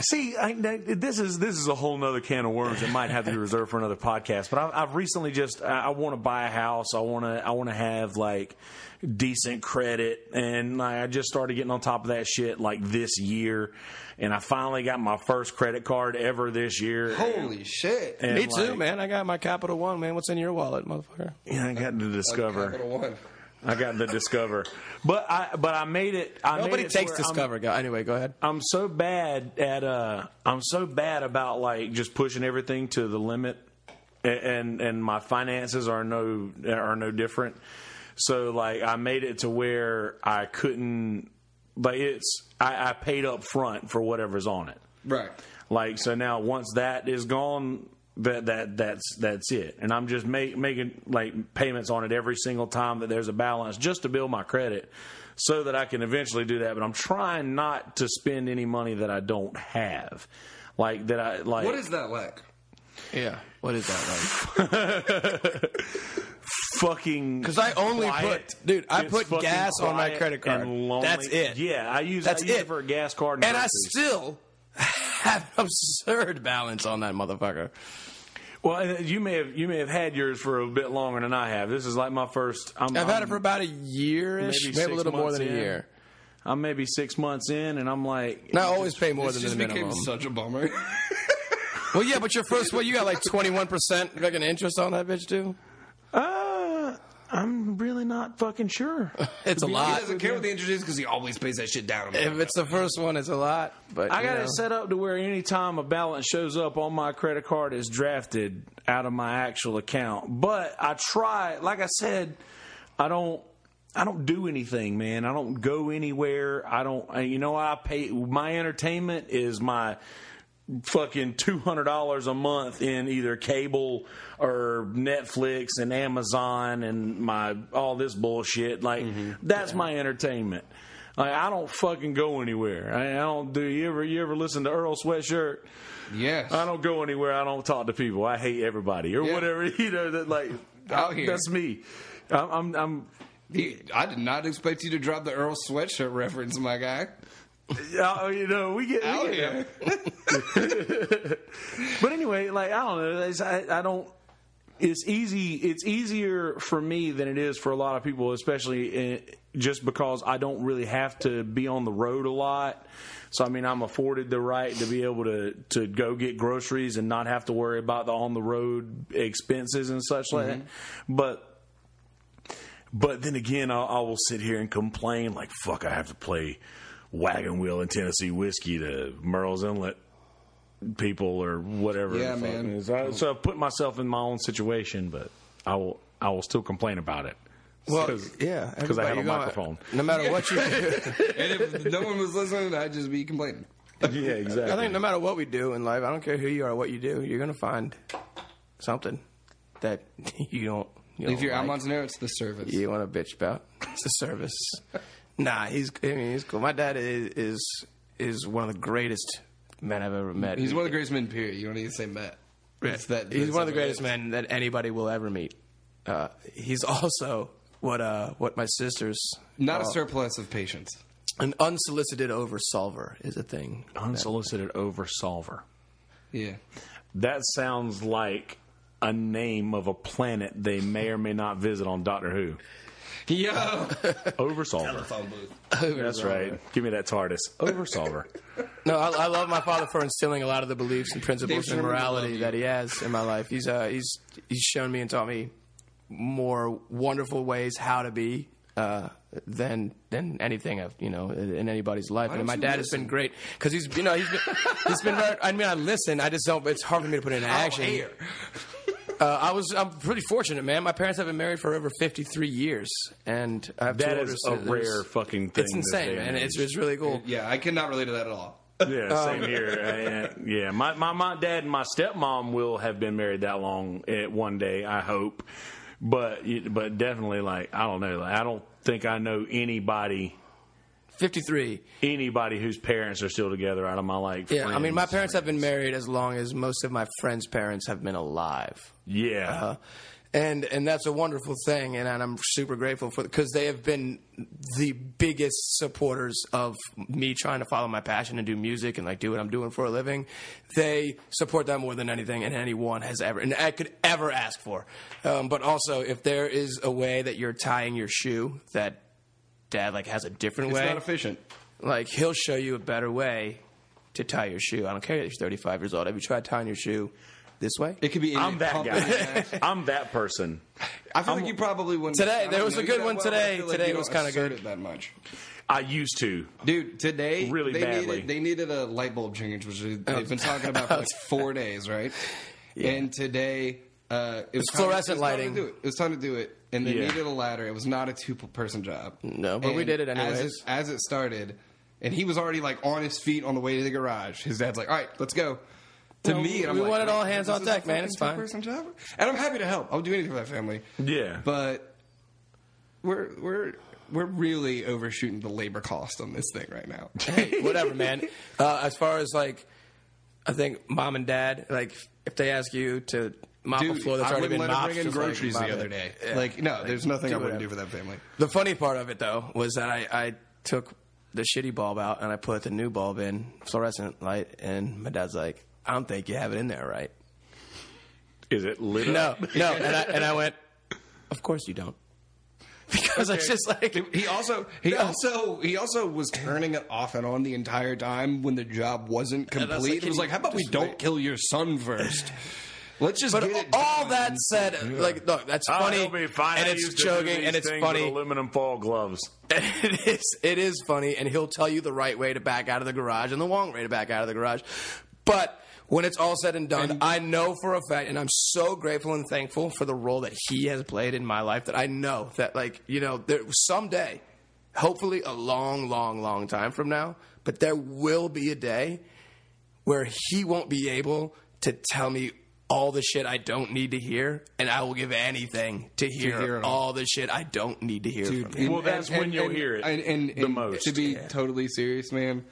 [SPEAKER 1] See, I, that- this is this is a whole nother can of worms that might have to be reserved for another podcast. But I, I've recently just I, I want to buy a house. I want to I want to have like decent credit, and like, I just started getting on top of that shit like this year, and I finally got my first credit card ever this year.
[SPEAKER 3] Holy shit.
[SPEAKER 1] And,
[SPEAKER 2] Me too,
[SPEAKER 1] like,
[SPEAKER 2] man. I got my Capital One, man. What's in your wallet, motherfucker?
[SPEAKER 1] Yeah, I got to discover.
[SPEAKER 3] Capital One.
[SPEAKER 1] I got to discover. But I but I made it. I made
[SPEAKER 2] Nobody
[SPEAKER 1] it to
[SPEAKER 2] takes
[SPEAKER 1] where I'm-
[SPEAKER 2] Discover. Go anyway. Go ahead.
[SPEAKER 1] I'm so bad at uh I'm so bad about like just pushing everything to the limit a- and and my finances are no are no different. So like I made it to where I couldn't like it's I, I paid up front for whatever's on it.
[SPEAKER 3] Right.
[SPEAKER 1] Like so now once that is gone that that that's that's it. And I'm just make, making like payments on it every single time that there's a balance just to build my credit so that I can eventually do that, but I'm trying not to spend any money that I don't have. Like that I like
[SPEAKER 3] What is that like?
[SPEAKER 2] Yeah. What is that like?
[SPEAKER 1] fucking
[SPEAKER 2] Because I only
[SPEAKER 1] quiet.
[SPEAKER 2] put, dude, I
[SPEAKER 1] It's
[SPEAKER 2] put
[SPEAKER 1] fucking
[SPEAKER 2] gas on my
[SPEAKER 1] quiet
[SPEAKER 2] credit card.
[SPEAKER 1] and lonely.
[SPEAKER 2] That's it.
[SPEAKER 1] Yeah, I use
[SPEAKER 2] That's
[SPEAKER 1] I use it.
[SPEAKER 2] it.
[SPEAKER 1] for a gas card and,
[SPEAKER 2] And I
[SPEAKER 1] groceries.
[SPEAKER 2] still have an absurd balance on that motherfucker.
[SPEAKER 1] Well, and uh, you may have you may have had yours for a bit longer than I have. This is like my first. I'm,
[SPEAKER 2] I've had
[SPEAKER 1] I'm-
[SPEAKER 2] it for about a year ish,
[SPEAKER 1] Maybe
[SPEAKER 2] maybe,
[SPEAKER 1] six
[SPEAKER 2] a little more
[SPEAKER 1] months
[SPEAKER 2] than a
[SPEAKER 1] in.
[SPEAKER 2] year.
[SPEAKER 1] I'm maybe six months in, and I'm like,
[SPEAKER 2] And I always pay more
[SPEAKER 3] This
[SPEAKER 2] than
[SPEAKER 3] just
[SPEAKER 2] the
[SPEAKER 3] became
[SPEAKER 2] minimum.
[SPEAKER 3] such a bummer.
[SPEAKER 2] well, yeah, but your first one, you got like 21% fucking interest on that bitch, too?
[SPEAKER 1] uh, I'm really not fucking sure.
[SPEAKER 2] It's a
[SPEAKER 3] he
[SPEAKER 2] lot.
[SPEAKER 3] doesn't care what the interest is because he always pays that shit down.
[SPEAKER 2] If it's the first one, it's a lot. But
[SPEAKER 1] I
[SPEAKER 2] you
[SPEAKER 1] got
[SPEAKER 2] know.
[SPEAKER 1] it set up to where anytime a balance shows up on my credit card, it's drafted out of my actual account. But I try, like I said, I don't. I don't do anything, man. I don't go anywhere. I don't. I- You know, I pay. My entertainment is my fucking two hundred dollars a month in either cable or Netflix and Amazon and my all this bullshit. Like
[SPEAKER 3] Mm-hmm.
[SPEAKER 1] that's my entertainment. Like I don't fucking go anywhere. I, I don't do. You ever you ever listen to Earl Sweatshirt?
[SPEAKER 3] yes.
[SPEAKER 1] I don't go anywhere. I don't talk to people. I hate everybody or
[SPEAKER 3] Yeah.
[SPEAKER 1] whatever. You know that like
[SPEAKER 3] Out here.
[SPEAKER 1] That's me. I'm. I'm, I'm
[SPEAKER 3] He- I did not expect you to drop the Earl sweatshirt reference, my guy.
[SPEAKER 1] uh, you know, we get, we
[SPEAKER 3] Out
[SPEAKER 1] get
[SPEAKER 3] here.
[SPEAKER 1] But anyway, like I don't know, it's, I, I don't. It's easy. It's easier for me than it is for a lot of people, especially in, just because I don't really have to be on the road a lot. So I mean, I'm afforded the right to be able to to go get groceries and not have to worry about the on the road expenses and such like that.
[SPEAKER 3] Mm-hmm.
[SPEAKER 1] But but then again, I, I will sit here and complain like, "Fuck, I have to play wagon wheel and Tennessee whiskey to Merle's Inlet people or whatever."
[SPEAKER 3] Yeah,
[SPEAKER 1] the fuck
[SPEAKER 3] man.
[SPEAKER 1] it is. I- so I put myself in my own situation, but I will I will still complain about it.
[SPEAKER 2] Well,
[SPEAKER 1] 'Cause-
[SPEAKER 2] yeah.
[SPEAKER 1] because I have a
[SPEAKER 2] everybody- you're gonna-
[SPEAKER 1] microphone.
[SPEAKER 2] No matter what you do.
[SPEAKER 3] And if no one was listening, I'd just be complaining.
[SPEAKER 1] yeah, exactly.
[SPEAKER 2] I think no matter what we do in life, I don't care who you are, what you do, you're gonna find something that you don't. You
[SPEAKER 3] If
[SPEAKER 2] don't
[SPEAKER 3] you're
[SPEAKER 2] like.
[SPEAKER 3] Al Montanaro, it's the service.
[SPEAKER 2] you want to bitch about. It's a service. nah, he's. I mean, he's cool. My dad is is is one of the greatest men I've ever met.
[SPEAKER 3] He's one of the greatest men, period. You don't need to say Matt. It's that-
[SPEAKER 2] he's
[SPEAKER 3] that's
[SPEAKER 2] one of the
[SPEAKER 3] it
[SPEAKER 2] greatest
[SPEAKER 3] is.
[SPEAKER 2] men that anybody will ever meet. Uh, he's also what uh, what my sisters
[SPEAKER 3] Not a
[SPEAKER 2] call
[SPEAKER 3] surplus of patience.
[SPEAKER 2] an unsolicited oversolver is a thing.
[SPEAKER 1] Unsolicited oversolver.
[SPEAKER 3] Yeah.
[SPEAKER 1] That sounds like a name of a planet they may or may not visit on Doctor Who.
[SPEAKER 3] Yo.
[SPEAKER 1] Oversolver. That's right. Give me that TARDIS. Oversolver.
[SPEAKER 2] No, I, I love my father for instilling a lot of the beliefs and principles
[SPEAKER 3] Dave
[SPEAKER 2] and
[SPEAKER 3] Sherman, we love
[SPEAKER 2] morality
[SPEAKER 3] you.
[SPEAKER 2] that he has in my life. He's uh, he's he's shown me and taught me more wonderful ways how to be uh, than than anything I've, you know in anybody's life. And
[SPEAKER 3] don't
[SPEAKER 2] my
[SPEAKER 3] you
[SPEAKER 2] dad has been great because he's you know he's been he's been very, I mean I listen I just don't it's hard for me to
[SPEAKER 3] Oh,
[SPEAKER 2] put it into action.
[SPEAKER 3] Air.
[SPEAKER 2] Uh, I was I'm pretty fortunate, man. My parents have been married for over 53 years, and I have two
[SPEAKER 1] That
[SPEAKER 2] older
[SPEAKER 1] is a
[SPEAKER 2] sisters.
[SPEAKER 1] rare fucking thing.
[SPEAKER 2] It's
[SPEAKER 1] this day
[SPEAKER 2] insane,
[SPEAKER 1] and
[SPEAKER 2] man. It's
[SPEAKER 1] age.
[SPEAKER 2] it's really cool.
[SPEAKER 3] Yeah, I cannot relate to that at all.
[SPEAKER 1] Yeah, same here. Uh, yeah, my, my my dad and my stepmom will have been married that long at one day, I hope. But it- but definitely, like I don't know, like, I don't think I know anybody
[SPEAKER 2] 53.
[SPEAKER 1] anybody whose parents are still together out of my like.
[SPEAKER 2] Yeah, I mean, my
[SPEAKER 1] friends.
[SPEAKER 2] parents have been married as long as most of my friends' parents have been alive,
[SPEAKER 1] Yeah,
[SPEAKER 2] uh, and and that's a wonderful thing, and, I'm super grateful for because they have been the biggest supporters of me trying to follow my passion and do music and like do what I'm doing for a living. They support that more than anything and anyone has ever and I could ever ask for. Um, but also, if there is a way that you're tying your shoe that dad like has a different
[SPEAKER 3] It's
[SPEAKER 2] way
[SPEAKER 3] not efficient.
[SPEAKER 2] like he'll show you a better way to tie your shoe. I don't care that you're 35 years old. Have you tried tying your shoe this way?
[SPEAKER 3] It could be.
[SPEAKER 1] I'm that
[SPEAKER 3] pumping
[SPEAKER 1] guy.
[SPEAKER 3] ass.
[SPEAKER 1] I'm that person.
[SPEAKER 3] I feel like you probably wouldn't.
[SPEAKER 2] Today,
[SPEAKER 3] I don't
[SPEAKER 2] there was
[SPEAKER 3] know
[SPEAKER 2] a
[SPEAKER 3] you
[SPEAKER 2] good
[SPEAKER 3] that
[SPEAKER 2] one
[SPEAKER 3] well, but I
[SPEAKER 2] today.
[SPEAKER 3] feel like
[SPEAKER 2] Today
[SPEAKER 3] you
[SPEAKER 2] was
[SPEAKER 3] don't
[SPEAKER 2] kinda
[SPEAKER 3] assert
[SPEAKER 2] good.
[SPEAKER 3] it that much,
[SPEAKER 1] I used to.
[SPEAKER 3] dude. Today,
[SPEAKER 1] Really
[SPEAKER 3] they
[SPEAKER 1] badly.
[SPEAKER 3] Needed, they needed a light bulb change, which they- they've been talking about for like four days, right? And today, uh, it was time-
[SPEAKER 2] fluorescent
[SPEAKER 3] it was time to
[SPEAKER 2] lighting.
[SPEAKER 3] do it. It was time to do it, and they
[SPEAKER 1] Yeah.
[SPEAKER 3] needed a ladder. It was not a two-person job.
[SPEAKER 2] No, but we
[SPEAKER 3] And
[SPEAKER 2] did it
[SPEAKER 3] As it,
[SPEAKER 2] anyways.
[SPEAKER 3] as it started, and he was already like on his feet on the way to the garage. His dad's like, "All right, let's go." To
[SPEAKER 2] No,
[SPEAKER 3] me, and I'm
[SPEAKER 2] we
[SPEAKER 3] like,
[SPEAKER 2] wanted all
[SPEAKER 3] "Wait,
[SPEAKER 2] hands
[SPEAKER 3] this
[SPEAKER 2] on
[SPEAKER 3] is a
[SPEAKER 2] deck, man. It's
[SPEAKER 3] fucking
[SPEAKER 2] fine."
[SPEAKER 3] two-person job? and I'm happy to help. I'll do anything for that family.
[SPEAKER 1] Yeah.
[SPEAKER 3] but we're we're we're really overshooting the labor cost on this thing right now.
[SPEAKER 2] Hey, whatever, man. Uh, as far as like, I think mom and dad, like, if they ask you to mop a floor that's
[SPEAKER 3] I
[SPEAKER 2] already been
[SPEAKER 3] wouldn't let her
[SPEAKER 2] mopped,
[SPEAKER 3] bring in
[SPEAKER 2] just, like,
[SPEAKER 3] groceries
[SPEAKER 2] mop
[SPEAKER 3] the
[SPEAKER 2] it.
[SPEAKER 3] other day.
[SPEAKER 2] Yeah.
[SPEAKER 3] Like, no, there's nothing
[SPEAKER 2] do
[SPEAKER 3] I wouldn't
[SPEAKER 2] whatever.
[SPEAKER 3] do for that family.
[SPEAKER 2] The funny part of it though was that I, I took the shitty bulb out and I put the new bulb in, fluorescent light, and my dad's like, "I don't think you have it in there right."
[SPEAKER 1] Is it lit?
[SPEAKER 2] No,
[SPEAKER 1] up?
[SPEAKER 2] no, and I, and I went, "Of course you don't," because I was just like,
[SPEAKER 3] He also he also he also was turning it off and on the entire time when the job wasn't
[SPEAKER 2] that's
[SPEAKER 3] complete.
[SPEAKER 2] like,
[SPEAKER 3] it was
[SPEAKER 2] can
[SPEAKER 3] like,
[SPEAKER 2] you
[SPEAKER 3] how about we
[SPEAKER 2] just
[SPEAKER 3] don't
[SPEAKER 2] wait?
[SPEAKER 3] kill your son first? Let's just
[SPEAKER 2] But
[SPEAKER 3] get it
[SPEAKER 2] all
[SPEAKER 3] done.
[SPEAKER 2] that said, like, look, that's
[SPEAKER 1] Oh,
[SPEAKER 2] funny,
[SPEAKER 1] it'll be fine.
[SPEAKER 2] and
[SPEAKER 1] I
[SPEAKER 2] it's
[SPEAKER 1] used to do
[SPEAKER 2] joking,
[SPEAKER 1] these
[SPEAKER 2] and it's
[SPEAKER 1] things
[SPEAKER 2] funny,
[SPEAKER 1] With aluminum foil gloves.
[SPEAKER 2] and it is, it is funny, and he'll tell you the right way to back out of the garage and the wrong way to back out of the garage, but. When it's all said and done, I know for a fact, and I'm so grateful and thankful for the role that he has played in my life. That I know that, like, you know, there, someday, hopefully a long, long, long time from now, but there will be a day where he won't be able to tell me all the shit I don't need to hear, and I will give anything to hear,
[SPEAKER 3] hear it all.
[SPEAKER 2] all the shit I don't need to hear. from him.
[SPEAKER 3] And-
[SPEAKER 1] Well, that's when you'll hear it
[SPEAKER 3] and, and,
[SPEAKER 1] the
[SPEAKER 3] and
[SPEAKER 1] most.
[SPEAKER 3] To be totally serious, man,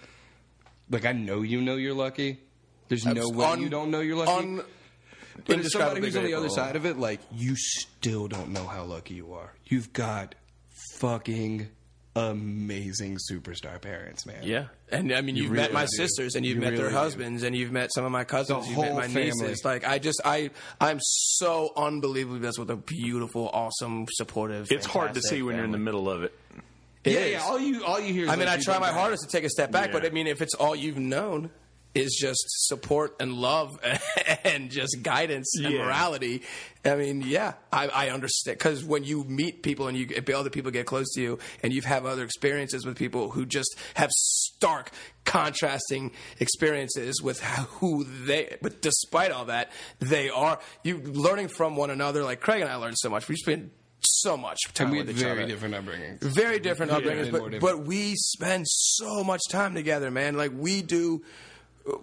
[SPEAKER 3] like I know you know you're lucky. There's no
[SPEAKER 2] Abs-
[SPEAKER 3] way
[SPEAKER 2] un-
[SPEAKER 3] you don't know you're lucky.
[SPEAKER 2] un-
[SPEAKER 3] but as somebody
[SPEAKER 2] indescribably
[SPEAKER 3] who's on the other
[SPEAKER 2] grateful.
[SPEAKER 3] side of it, like you still don't know how lucky you are. You've got fucking amazing superstar parents, man.
[SPEAKER 2] Yeah, and I mean, you've
[SPEAKER 3] really
[SPEAKER 2] met my
[SPEAKER 3] do.
[SPEAKER 2] sisters, and you've
[SPEAKER 3] You
[SPEAKER 2] met
[SPEAKER 3] really
[SPEAKER 2] their
[SPEAKER 3] do.
[SPEAKER 2] husbands, and you've met some of my cousins,
[SPEAKER 3] The
[SPEAKER 2] you've met
[SPEAKER 3] whole
[SPEAKER 2] my
[SPEAKER 3] family.
[SPEAKER 2] nieces. Like, I just, I, I'm so unbelievably blessed with a beautiful, awesome, supportive.
[SPEAKER 1] It's hard to see
[SPEAKER 2] fantastic
[SPEAKER 1] when you're in the
[SPEAKER 2] family.
[SPEAKER 1] middle of it.
[SPEAKER 2] It
[SPEAKER 3] yeah,
[SPEAKER 2] is.
[SPEAKER 3] yeah. All you, all you hear. Is
[SPEAKER 2] I mean,
[SPEAKER 3] like,
[SPEAKER 2] I
[SPEAKER 3] you
[SPEAKER 2] try
[SPEAKER 3] don't
[SPEAKER 2] my
[SPEAKER 3] know.
[SPEAKER 2] hardest to take a step back,
[SPEAKER 1] Yeah.
[SPEAKER 2] but I mean, if it's all you've known is just support and love and just guidance and
[SPEAKER 1] Yeah.
[SPEAKER 2] morality, I mean, yeah, I, I understand. Because when you meet people and you if other people get close to you, and you've have other experiences with people who just have stark contrasting experiences with how, who they but despite all that they are you learning from one another like craig and i learned so much we spent so much time
[SPEAKER 3] And we had
[SPEAKER 2] with each
[SPEAKER 3] very
[SPEAKER 2] other
[SPEAKER 3] different upbringings.
[SPEAKER 2] very different upbringings,
[SPEAKER 3] way more
[SPEAKER 2] but
[SPEAKER 3] different.
[SPEAKER 2] but we spend so much time together, man. Like we do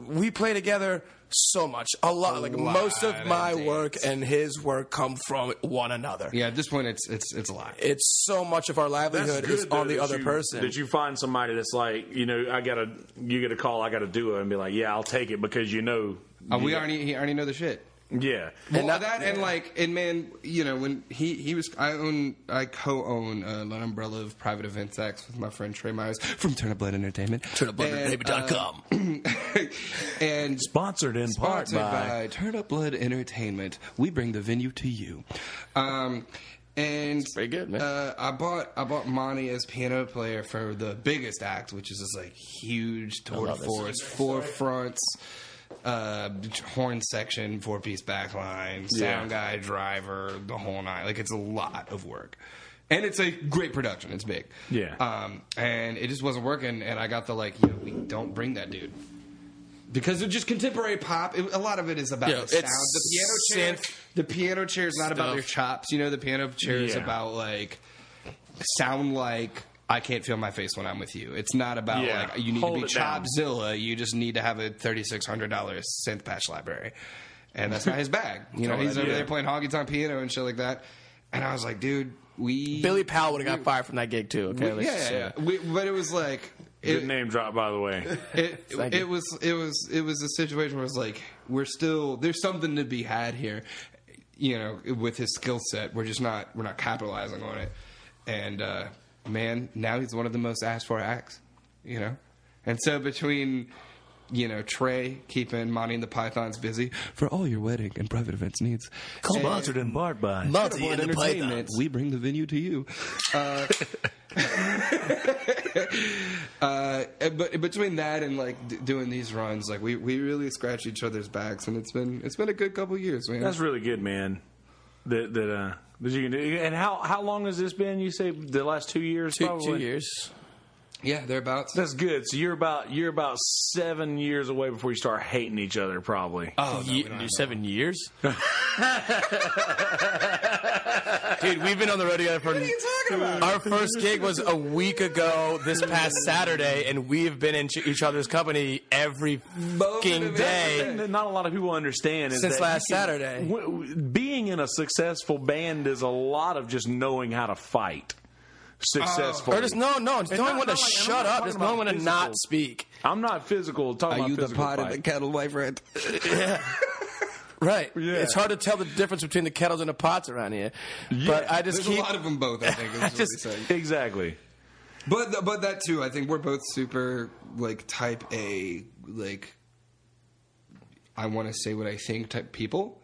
[SPEAKER 2] we play together so much, a lot. like most of
[SPEAKER 3] lot
[SPEAKER 2] my
[SPEAKER 3] of dates.
[SPEAKER 2] work and his work come from one another.
[SPEAKER 3] Yeah, at this point, it's it's it's a lot.
[SPEAKER 2] It's so much of our livelihood is
[SPEAKER 1] though,
[SPEAKER 2] on the
[SPEAKER 1] that
[SPEAKER 2] other
[SPEAKER 1] you-
[SPEAKER 2] person.
[SPEAKER 1] That you find somebody that's like, you know, I gotta, you get a call, I gotta do it, and be like, yeah, I'll take it because you know,
[SPEAKER 3] Uh, we e-" already he already know the shit.
[SPEAKER 1] yeah,
[SPEAKER 3] Well,
[SPEAKER 2] not-
[SPEAKER 3] that and like and man, you know when he he was I own I co-own uh, an umbrella of private events acts with my friend Trey Myers from Turn Up Blood Entertainment.
[SPEAKER 2] TurnUpBloodEntertainment.com.
[SPEAKER 3] And, uh, and
[SPEAKER 1] sponsored in part
[SPEAKER 3] sponsored
[SPEAKER 1] by.
[SPEAKER 3] by Turn Up Blood Entertainment. We bring the venue to you. Um, and
[SPEAKER 2] pretty good, man.
[SPEAKER 3] Uh, I bought I bought Monty as piano player for the biggest act, which is this like huge tour de
[SPEAKER 2] love this.
[SPEAKER 3] force, four fronts, uh, horn section, four piece backline, sound guy, driver, the whole night. Like it's a lot of work. And it's a great production. It's big.
[SPEAKER 1] Yeah.
[SPEAKER 3] Um, and it just wasn't working. And I got the like, you know, we don't bring that dude because it's just contemporary pop. It, a lot of it is about
[SPEAKER 2] Yeah,
[SPEAKER 3] the sound.
[SPEAKER 2] it's
[SPEAKER 3] The piano chair.
[SPEAKER 2] synth
[SPEAKER 3] The piano chair is not about
[SPEAKER 2] stuff.
[SPEAKER 3] their chops. You know, the piano chair is
[SPEAKER 1] Yeah.
[SPEAKER 3] about like sound like. I can't feel my face when I'm with you. It's not about
[SPEAKER 1] Yeah.
[SPEAKER 3] like you need
[SPEAKER 1] Hold
[SPEAKER 3] to
[SPEAKER 1] it
[SPEAKER 3] be
[SPEAKER 1] down.
[SPEAKER 3] Chopzilla. You just need to have a $3,600 synth patch library, and that's not his bag. You know, he's over
[SPEAKER 1] yeah.
[SPEAKER 3] there playing honky tonk piano and shit like that. And I was like, dude, we
[SPEAKER 2] Billy Powell would have got fired from that gig too. Okay,
[SPEAKER 3] yeah,
[SPEAKER 2] Let's just say
[SPEAKER 3] yeah, yeah. We, but it was like
[SPEAKER 1] Good
[SPEAKER 3] it,
[SPEAKER 1] name drop, by the way.
[SPEAKER 3] it,
[SPEAKER 2] Thank you.
[SPEAKER 3] it was it was it was a situation where it's like we're still there's something to be had here you know with his skill set we're just not we're not capitalizing on it and uh man now he's one of the most asked for acts you know and so between you know Trey keeping Monty and the Pythons busy for all your wedding and private events needs
[SPEAKER 1] Sponsored in part by.
[SPEAKER 2] Monty and the
[SPEAKER 3] entertainment.
[SPEAKER 2] Pythons.
[SPEAKER 3] We bring the venue to you. Uh, uh, but between that and like d- doing these runs, like we, we really scratch each other's backs, and it's been it's been a good couple years, man.
[SPEAKER 1] That's really good, man. That that uh, that you can do. And how how long has this been? You say the last two years?
[SPEAKER 2] Two,
[SPEAKER 1] probably?
[SPEAKER 2] two years.
[SPEAKER 3] yeah, thereabouts.
[SPEAKER 1] That's good. So you're about you're about seven years away before you start hating each other, probably.
[SPEAKER 2] Oh, seven years? Dude, we've been on the road together for. What are you talking about? Our first gig was a week ago this past Saturday, and we've been in each other's company every fucking
[SPEAKER 3] of
[SPEAKER 2] day.
[SPEAKER 1] thing that not a lot of people understand is
[SPEAKER 2] Since
[SPEAKER 1] that
[SPEAKER 2] last
[SPEAKER 1] you can-
[SPEAKER 2] Saturday.
[SPEAKER 1] w- w- being in a successful band is a lot of just knowing how to fight successfully.
[SPEAKER 2] Or just Oh, no, no, just knowing
[SPEAKER 1] not- not like- I'm
[SPEAKER 2] when to
[SPEAKER 1] not
[SPEAKER 2] shut up,
[SPEAKER 1] talking
[SPEAKER 2] just knowing when
[SPEAKER 1] about
[SPEAKER 2] to not
[SPEAKER 1] physical.
[SPEAKER 2] speak.
[SPEAKER 1] I'm not physical. I'm Talking
[SPEAKER 3] Are
[SPEAKER 1] about
[SPEAKER 3] you the
[SPEAKER 1] physical
[SPEAKER 3] pot of the
[SPEAKER 1] fight.
[SPEAKER 3] kettle, my friend?
[SPEAKER 2] Right.
[SPEAKER 1] Yeah.
[SPEAKER 2] It's hard to tell the difference between the kettles and the pots around here. But I just
[SPEAKER 3] There's
[SPEAKER 2] keep.
[SPEAKER 3] a lot of them both. I think. Is what they
[SPEAKER 2] just-
[SPEAKER 3] say.
[SPEAKER 1] exactly.
[SPEAKER 3] But th- but that too, I think we're both super like type A, like I want to say what I think type people,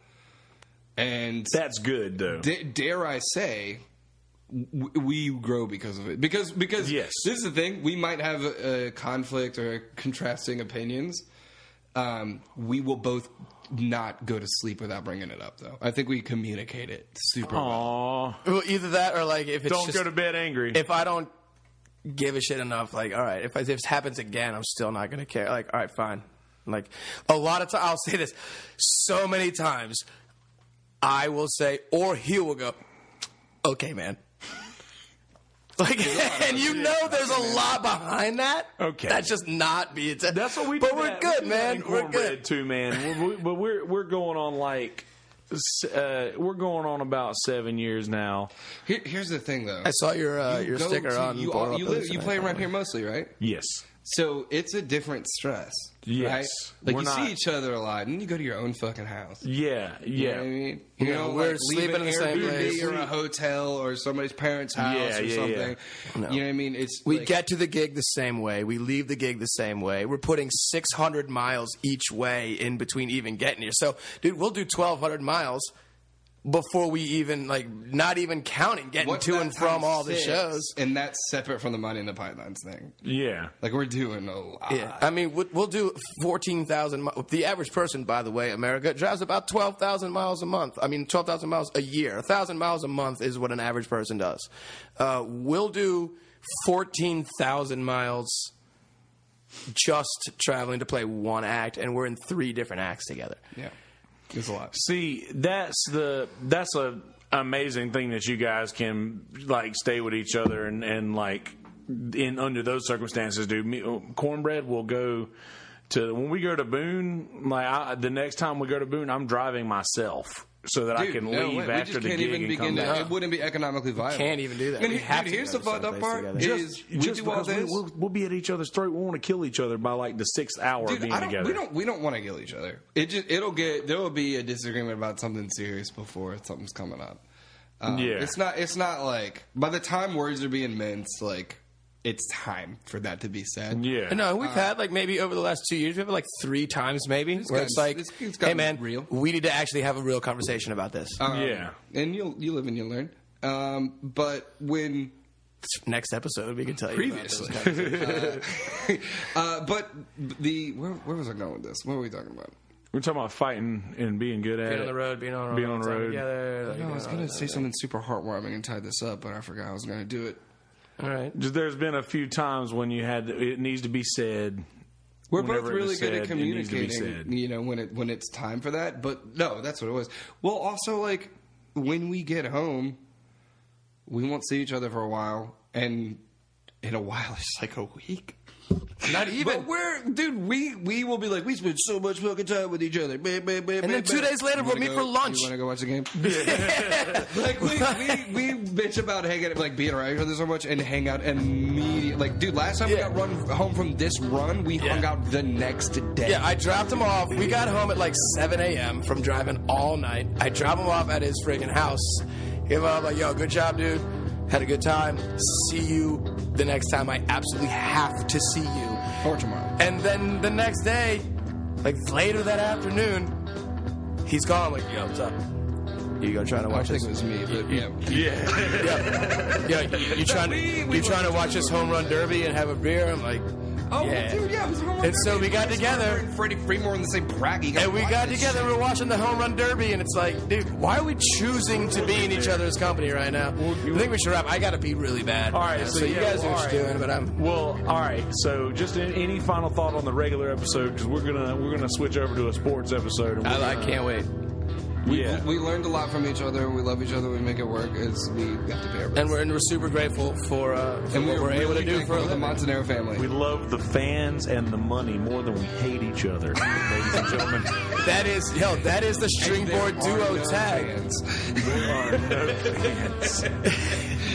[SPEAKER 3] and
[SPEAKER 1] That's good though.
[SPEAKER 3] D- dare I say, w- we grow because of it. Because because
[SPEAKER 1] Yes.
[SPEAKER 3] this is the thing. We might have a, a conflict or contrasting opinions. Um, we will both not go to sleep without bringing it up, though. I think we communicate it super well.
[SPEAKER 1] Aw,
[SPEAKER 2] Well, either that or like if it's
[SPEAKER 1] don't
[SPEAKER 2] just,
[SPEAKER 1] go to bed angry.
[SPEAKER 2] if I don't give a shit enough, like all right, if, I, if this happens again, I'm still not gonna care. Like all right, fine. Like a lot of times, I'll say this so many times. I will say, or he will go, okay, man. Like, and you know, there's a lot behind that.
[SPEAKER 1] Okay.
[SPEAKER 2] that's just not being. said.
[SPEAKER 1] That's what we do.
[SPEAKER 2] But we're
[SPEAKER 1] that-
[SPEAKER 2] good,
[SPEAKER 1] we do that
[SPEAKER 2] man.
[SPEAKER 1] in
[SPEAKER 2] We're
[SPEAKER 1] cornbread,
[SPEAKER 2] good.
[SPEAKER 1] too, man. We're- we- But we're we're going on like s- uh, we're going on about seven years now.
[SPEAKER 3] Here, here's the thing, though.
[SPEAKER 2] I saw your uh, your
[SPEAKER 3] Go
[SPEAKER 2] sticker
[SPEAKER 3] to-
[SPEAKER 2] on.
[SPEAKER 3] you,
[SPEAKER 2] Boil
[SPEAKER 3] all-
[SPEAKER 2] Up
[SPEAKER 3] you,
[SPEAKER 2] Oats
[SPEAKER 3] live, you
[SPEAKER 2] tonight, by
[SPEAKER 3] play
[SPEAKER 2] the
[SPEAKER 3] around
[SPEAKER 2] way.
[SPEAKER 3] here mostly, right?
[SPEAKER 1] Yes,
[SPEAKER 3] So it's a different stress.
[SPEAKER 1] Yes.
[SPEAKER 3] Right? Like
[SPEAKER 1] We're
[SPEAKER 3] you
[SPEAKER 1] not-
[SPEAKER 3] see each other a lot, and then you go to your own fucking house.
[SPEAKER 1] yeah,
[SPEAKER 3] You know
[SPEAKER 1] yeah.
[SPEAKER 3] what I mean? You
[SPEAKER 2] Yeah,
[SPEAKER 3] know,
[SPEAKER 2] we're
[SPEAKER 3] like, leave
[SPEAKER 2] sleeping
[SPEAKER 3] an
[SPEAKER 2] in the same
[SPEAKER 3] Airbnb
[SPEAKER 2] place.
[SPEAKER 3] or a hotel or somebody's parents' house
[SPEAKER 1] Yeah,
[SPEAKER 3] or
[SPEAKER 1] yeah,
[SPEAKER 3] something.
[SPEAKER 2] yeah. No.
[SPEAKER 3] You know what I mean? It's
[SPEAKER 2] We
[SPEAKER 3] like-
[SPEAKER 2] get to the gig the same way. We leave the gig the same way. We're putting 600 miles each way in between even getting here. So, dude, we'll do 1,200 miles before we even, like, not even counting getting
[SPEAKER 3] what's
[SPEAKER 2] to
[SPEAKER 3] that
[SPEAKER 2] and from
[SPEAKER 3] times
[SPEAKER 2] all the
[SPEAKER 3] six?
[SPEAKER 2] shows.
[SPEAKER 3] and that's separate from the money in the pipelines thing.
[SPEAKER 1] Yeah.
[SPEAKER 3] Like we're doing a lot.
[SPEAKER 2] Yeah. I mean, we'll, we'll do 14,000. mi- The average person, by the way, America, drives about 12,000 miles a month. I mean, 12,000 miles a year. 1,000 miles a month is what an average person does. Uh, we'll do 14,000 miles just traveling to play one act, and we're in three different acts together.
[SPEAKER 3] Yeah. It's a lot.
[SPEAKER 1] See, that's the that's a amazing thing that you guys can like stay with each other and and like in under those circumstances do. Me, Cornbread will uh, go to when we go to Boone, like I, the next time we go to Boone, I'm driving myself so that I
[SPEAKER 3] Dude,
[SPEAKER 1] can
[SPEAKER 3] no
[SPEAKER 1] leave
[SPEAKER 3] way. We
[SPEAKER 1] after
[SPEAKER 3] just
[SPEAKER 1] the
[SPEAKER 3] can't
[SPEAKER 1] gig
[SPEAKER 3] even
[SPEAKER 1] and
[SPEAKER 3] begin
[SPEAKER 1] come
[SPEAKER 3] to.
[SPEAKER 1] back.
[SPEAKER 3] It wouldn't be economically viable.
[SPEAKER 2] can't even do that.
[SPEAKER 3] And
[SPEAKER 2] We
[SPEAKER 3] he-
[SPEAKER 2] have
[SPEAKER 3] dude,
[SPEAKER 2] to
[SPEAKER 3] here's
[SPEAKER 2] go
[SPEAKER 3] the
[SPEAKER 2] to
[SPEAKER 3] fucked up
[SPEAKER 2] someplace
[SPEAKER 3] part:
[SPEAKER 2] together.
[SPEAKER 3] is we
[SPEAKER 1] just
[SPEAKER 3] do all
[SPEAKER 1] because we-
[SPEAKER 3] this.
[SPEAKER 1] We'll, we'll be at each other's throat. We'll want to kill each other by like the sixth hour of
[SPEAKER 3] Dude,
[SPEAKER 1] being
[SPEAKER 3] I don't,
[SPEAKER 1] together.
[SPEAKER 3] we don't we don't want to kill each other. It just it'll get there will be a disagreement about something serious before something's coming up. Um,
[SPEAKER 1] Yeah.
[SPEAKER 3] it's not it's not like by the time words are being minced, like it's time for that to be said.
[SPEAKER 1] yeah.
[SPEAKER 2] No, we've had like maybe over the last two years, we've had like three times maybe where
[SPEAKER 3] gotten-
[SPEAKER 2] it's like,
[SPEAKER 3] Uh, it's- it's
[SPEAKER 2] hey
[SPEAKER 3] gotten
[SPEAKER 2] man,
[SPEAKER 3] real.
[SPEAKER 2] we need to actually have a real conversation about this.
[SPEAKER 3] Um,
[SPEAKER 1] Yeah.
[SPEAKER 3] and you you live and you learn. Um, but when
[SPEAKER 2] Next episode, we can tell you. about
[SPEAKER 3] previously,
[SPEAKER 2] this.
[SPEAKER 3] uh, uh, but the where where was I going with this? What were we talking about?
[SPEAKER 1] We're talking about fighting and being good at
[SPEAKER 2] Being
[SPEAKER 1] it.
[SPEAKER 2] on the road, being on,
[SPEAKER 1] Being on the
[SPEAKER 2] time
[SPEAKER 1] road.
[SPEAKER 2] together. like,
[SPEAKER 3] No, I was
[SPEAKER 2] doing all
[SPEAKER 3] gonna
[SPEAKER 2] that.
[SPEAKER 3] say something super heartwarming and tie this up, but I forgot I was gonna do it.
[SPEAKER 2] All right.
[SPEAKER 1] There's been a few times when you had it needs to be said.
[SPEAKER 3] We're both
[SPEAKER 1] whenever it
[SPEAKER 3] really
[SPEAKER 1] is
[SPEAKER 3] good at
[SPEAKER 1] said, it needs to be
[SPEAKER 3] communicating,
[SPEAKER 1] said.
[SPEAKER 3] you know, when it when it's time for that. But no, that's what it was. Well, also like when we get home, we won't see each other for a while, and in a while, it's like a week.
[SPEAKER 2] Not even.
[SPEAKER 3] But we're dude, we we will be like we spent so much fucking time with each other, Bah, bah, bah,
[SPEAKER 2] And then
[SPEAKER 3] bah,
[SPEAKER 2] two
[SPEAKER 3] bah.
[SPEAKER 2] days later,
[SPEAKER 3] You
[SPEAKER 2] we'll
[SPEAKER 3] wanna
[SPEAKER 2] meet
[SPEAKER 3] go-
[SPEAKER 2] for lunch.
[SPEAKER 3] You want to go watch the game? like we, we, we bitch about hanging like being around each other so much and hang out immediately. Like dude, last time
[SPEAKER 2] Yeah.
[SPEAKER 3] we got run home from this run, we hung out the next day.
[SPEAKER 2] Yeah, I dropped him off. We got home at like 7 a.m. from driving all night. I drop him off at his friggin' house. Give up, like, yo, good job, dude. Had a good time. See you the next time. I absolutely have to see you.
[SPEAKER 3] or tomorrow.
[SPEAKER 2] And then the next day, like later that afternoon, he's gone. Like, yo, what's up? You go trying to
[SPEAKER 3] I
[SPEAKER 2] watch
[SPEAKER 3] think
[SPEAKER 2] this?
[SPEAKER 3] it was me, but yeah.
[SPEAKER 1] Yeah.
[SPEAKER 2] Yeah, you, you trying to
[SPEAKER 3] We- we
[SPEAKER 2] you trying to
[SPEAKER 3] went
[SPEAKER 2] watch this home run derby and have a beer? I'm like,
[SPEAKER 3] Oh,
[SPEAKER 2] yeah.
[SPEAKER 3] dude, yeah, it was a home run
[SPEAKER 2] And so
[SPEAKER 3] derby.
[SPEAKER 2] we got
[SPEAKER 3] Chris
[SPEAKER 2] together.
[SPEAKER 3] Carter And Freddie Freemore in the same bracket. You gotta
[SPEAKER 2] And we
[SPEAKER 3] watch
[SPEAKER 2] got
[SPEAKER 3] this
[SPEAKER 2] together and we we're watching the home run derby, and it's like, dude, why are we choosing to be in each other's company right now? I think we should wrap. I gotta pee really bad.
[SPEAKER 1] All right,
[SPEAKER 2] Yeah,
[SPEAKER 1] so
[SPEAKER 2] you
[SPEAKER 1] yeah,
[SPEAKER 2] guys
[SPEAKER 1] well,
[SPEAKER 2] are what
[SPEAKER 1] all
[SPEAKER 2] you're
[SPEAKER 1] right.
[SPEAKER 2] doing, but I'm.
[SPEAKER 1] Well, all right. So, just a- any final thought on the regular episode? Because we're gonna we're gonna switch over to a sports episode. And we're
[SPEAKER 2] I, I
[SPEAKER 1] gonna-
[SPEAKER 2] can't wait.
[SPEAKER 1] yeah.
[SPEAKER 3] shit. We learned a lot from each other. We love each other. We make it work. As we got to pay our bills.
[SPEAKER 2] And we're and we're super grateful for, uh, for what we're
[SPEAKER 3] really
[SPEAKER 2] able to do
[SPEAKER 3] thankful
[SPEAKER 2] for a
[SPEAKER 3] the
[SPEAKER 2] living.
[SPEAKER 3] Montanaro family.
[SPEAKER 1] we love the fans and the money more than we hate each other, ladies and gentlemen.
[SPEAKER 2] That is yo, that is the
[SPEAKER 3] There
[SPEAKER 2] stringboard
[SPEAKER 3] are
[SPEAKER 2] duo
[SPEAKER 3] no
[SPEAKER 2] tag.
[SPEAKER 3] fans.
[SPEAKER 1] There are no fans.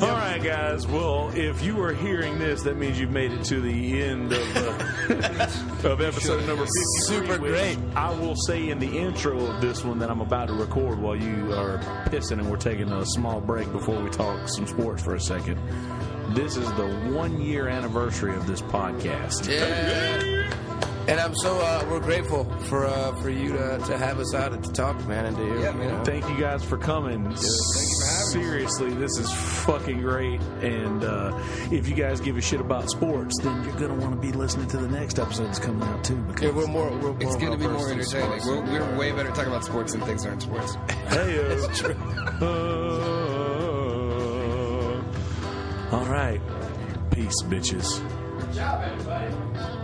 [SPEAKER 1] All right, guys. Well, if you are hearing this, that means you've made it to the end of, uh, of episode number 53.
[SPEAKER 2] Super
[SPEAKER 1] which
[SPEAKER 2] great.
[SPEAKER 1] I will say in the intro of this one that I'm about to record while you are pissing and we're taking a small break before we talk some sports for a second. This is the one year anniversary of this podcast.
[SPEAKER 2] Yeah. And I'm so uh, we're grateful for uh, for you to, to have us out to talk, man, and to you.
[SPEAKER 3] Yeah, man.
[SPEAKER 2] you know.
[SPEAKER 1] Thank you guys for coming.
[SPEAKER 3] for having
[SPEAKER 1] Seriously, this is fucking great. And uh, if you guys give a shit about sports, then you're gonna want to be listening to the next episode that's coming out too.
[SPEAKER 2] Yeah,
[SPEAKER 1] Because
[SPEAKER 2] we're more. We're, we're
[SPEAKER 3] It's going to be more
[SPEAKER 2] well-versed in
[SPEAKER 3] entertaining.
[SPEAKER 2] sports.
[SPEAKER 3] We're, we're way better talking about sports than things that aren't sports.
[SPEAKER 1] hey, all right, peace, bitches.
[SPEAKER 2] Good job, everybody.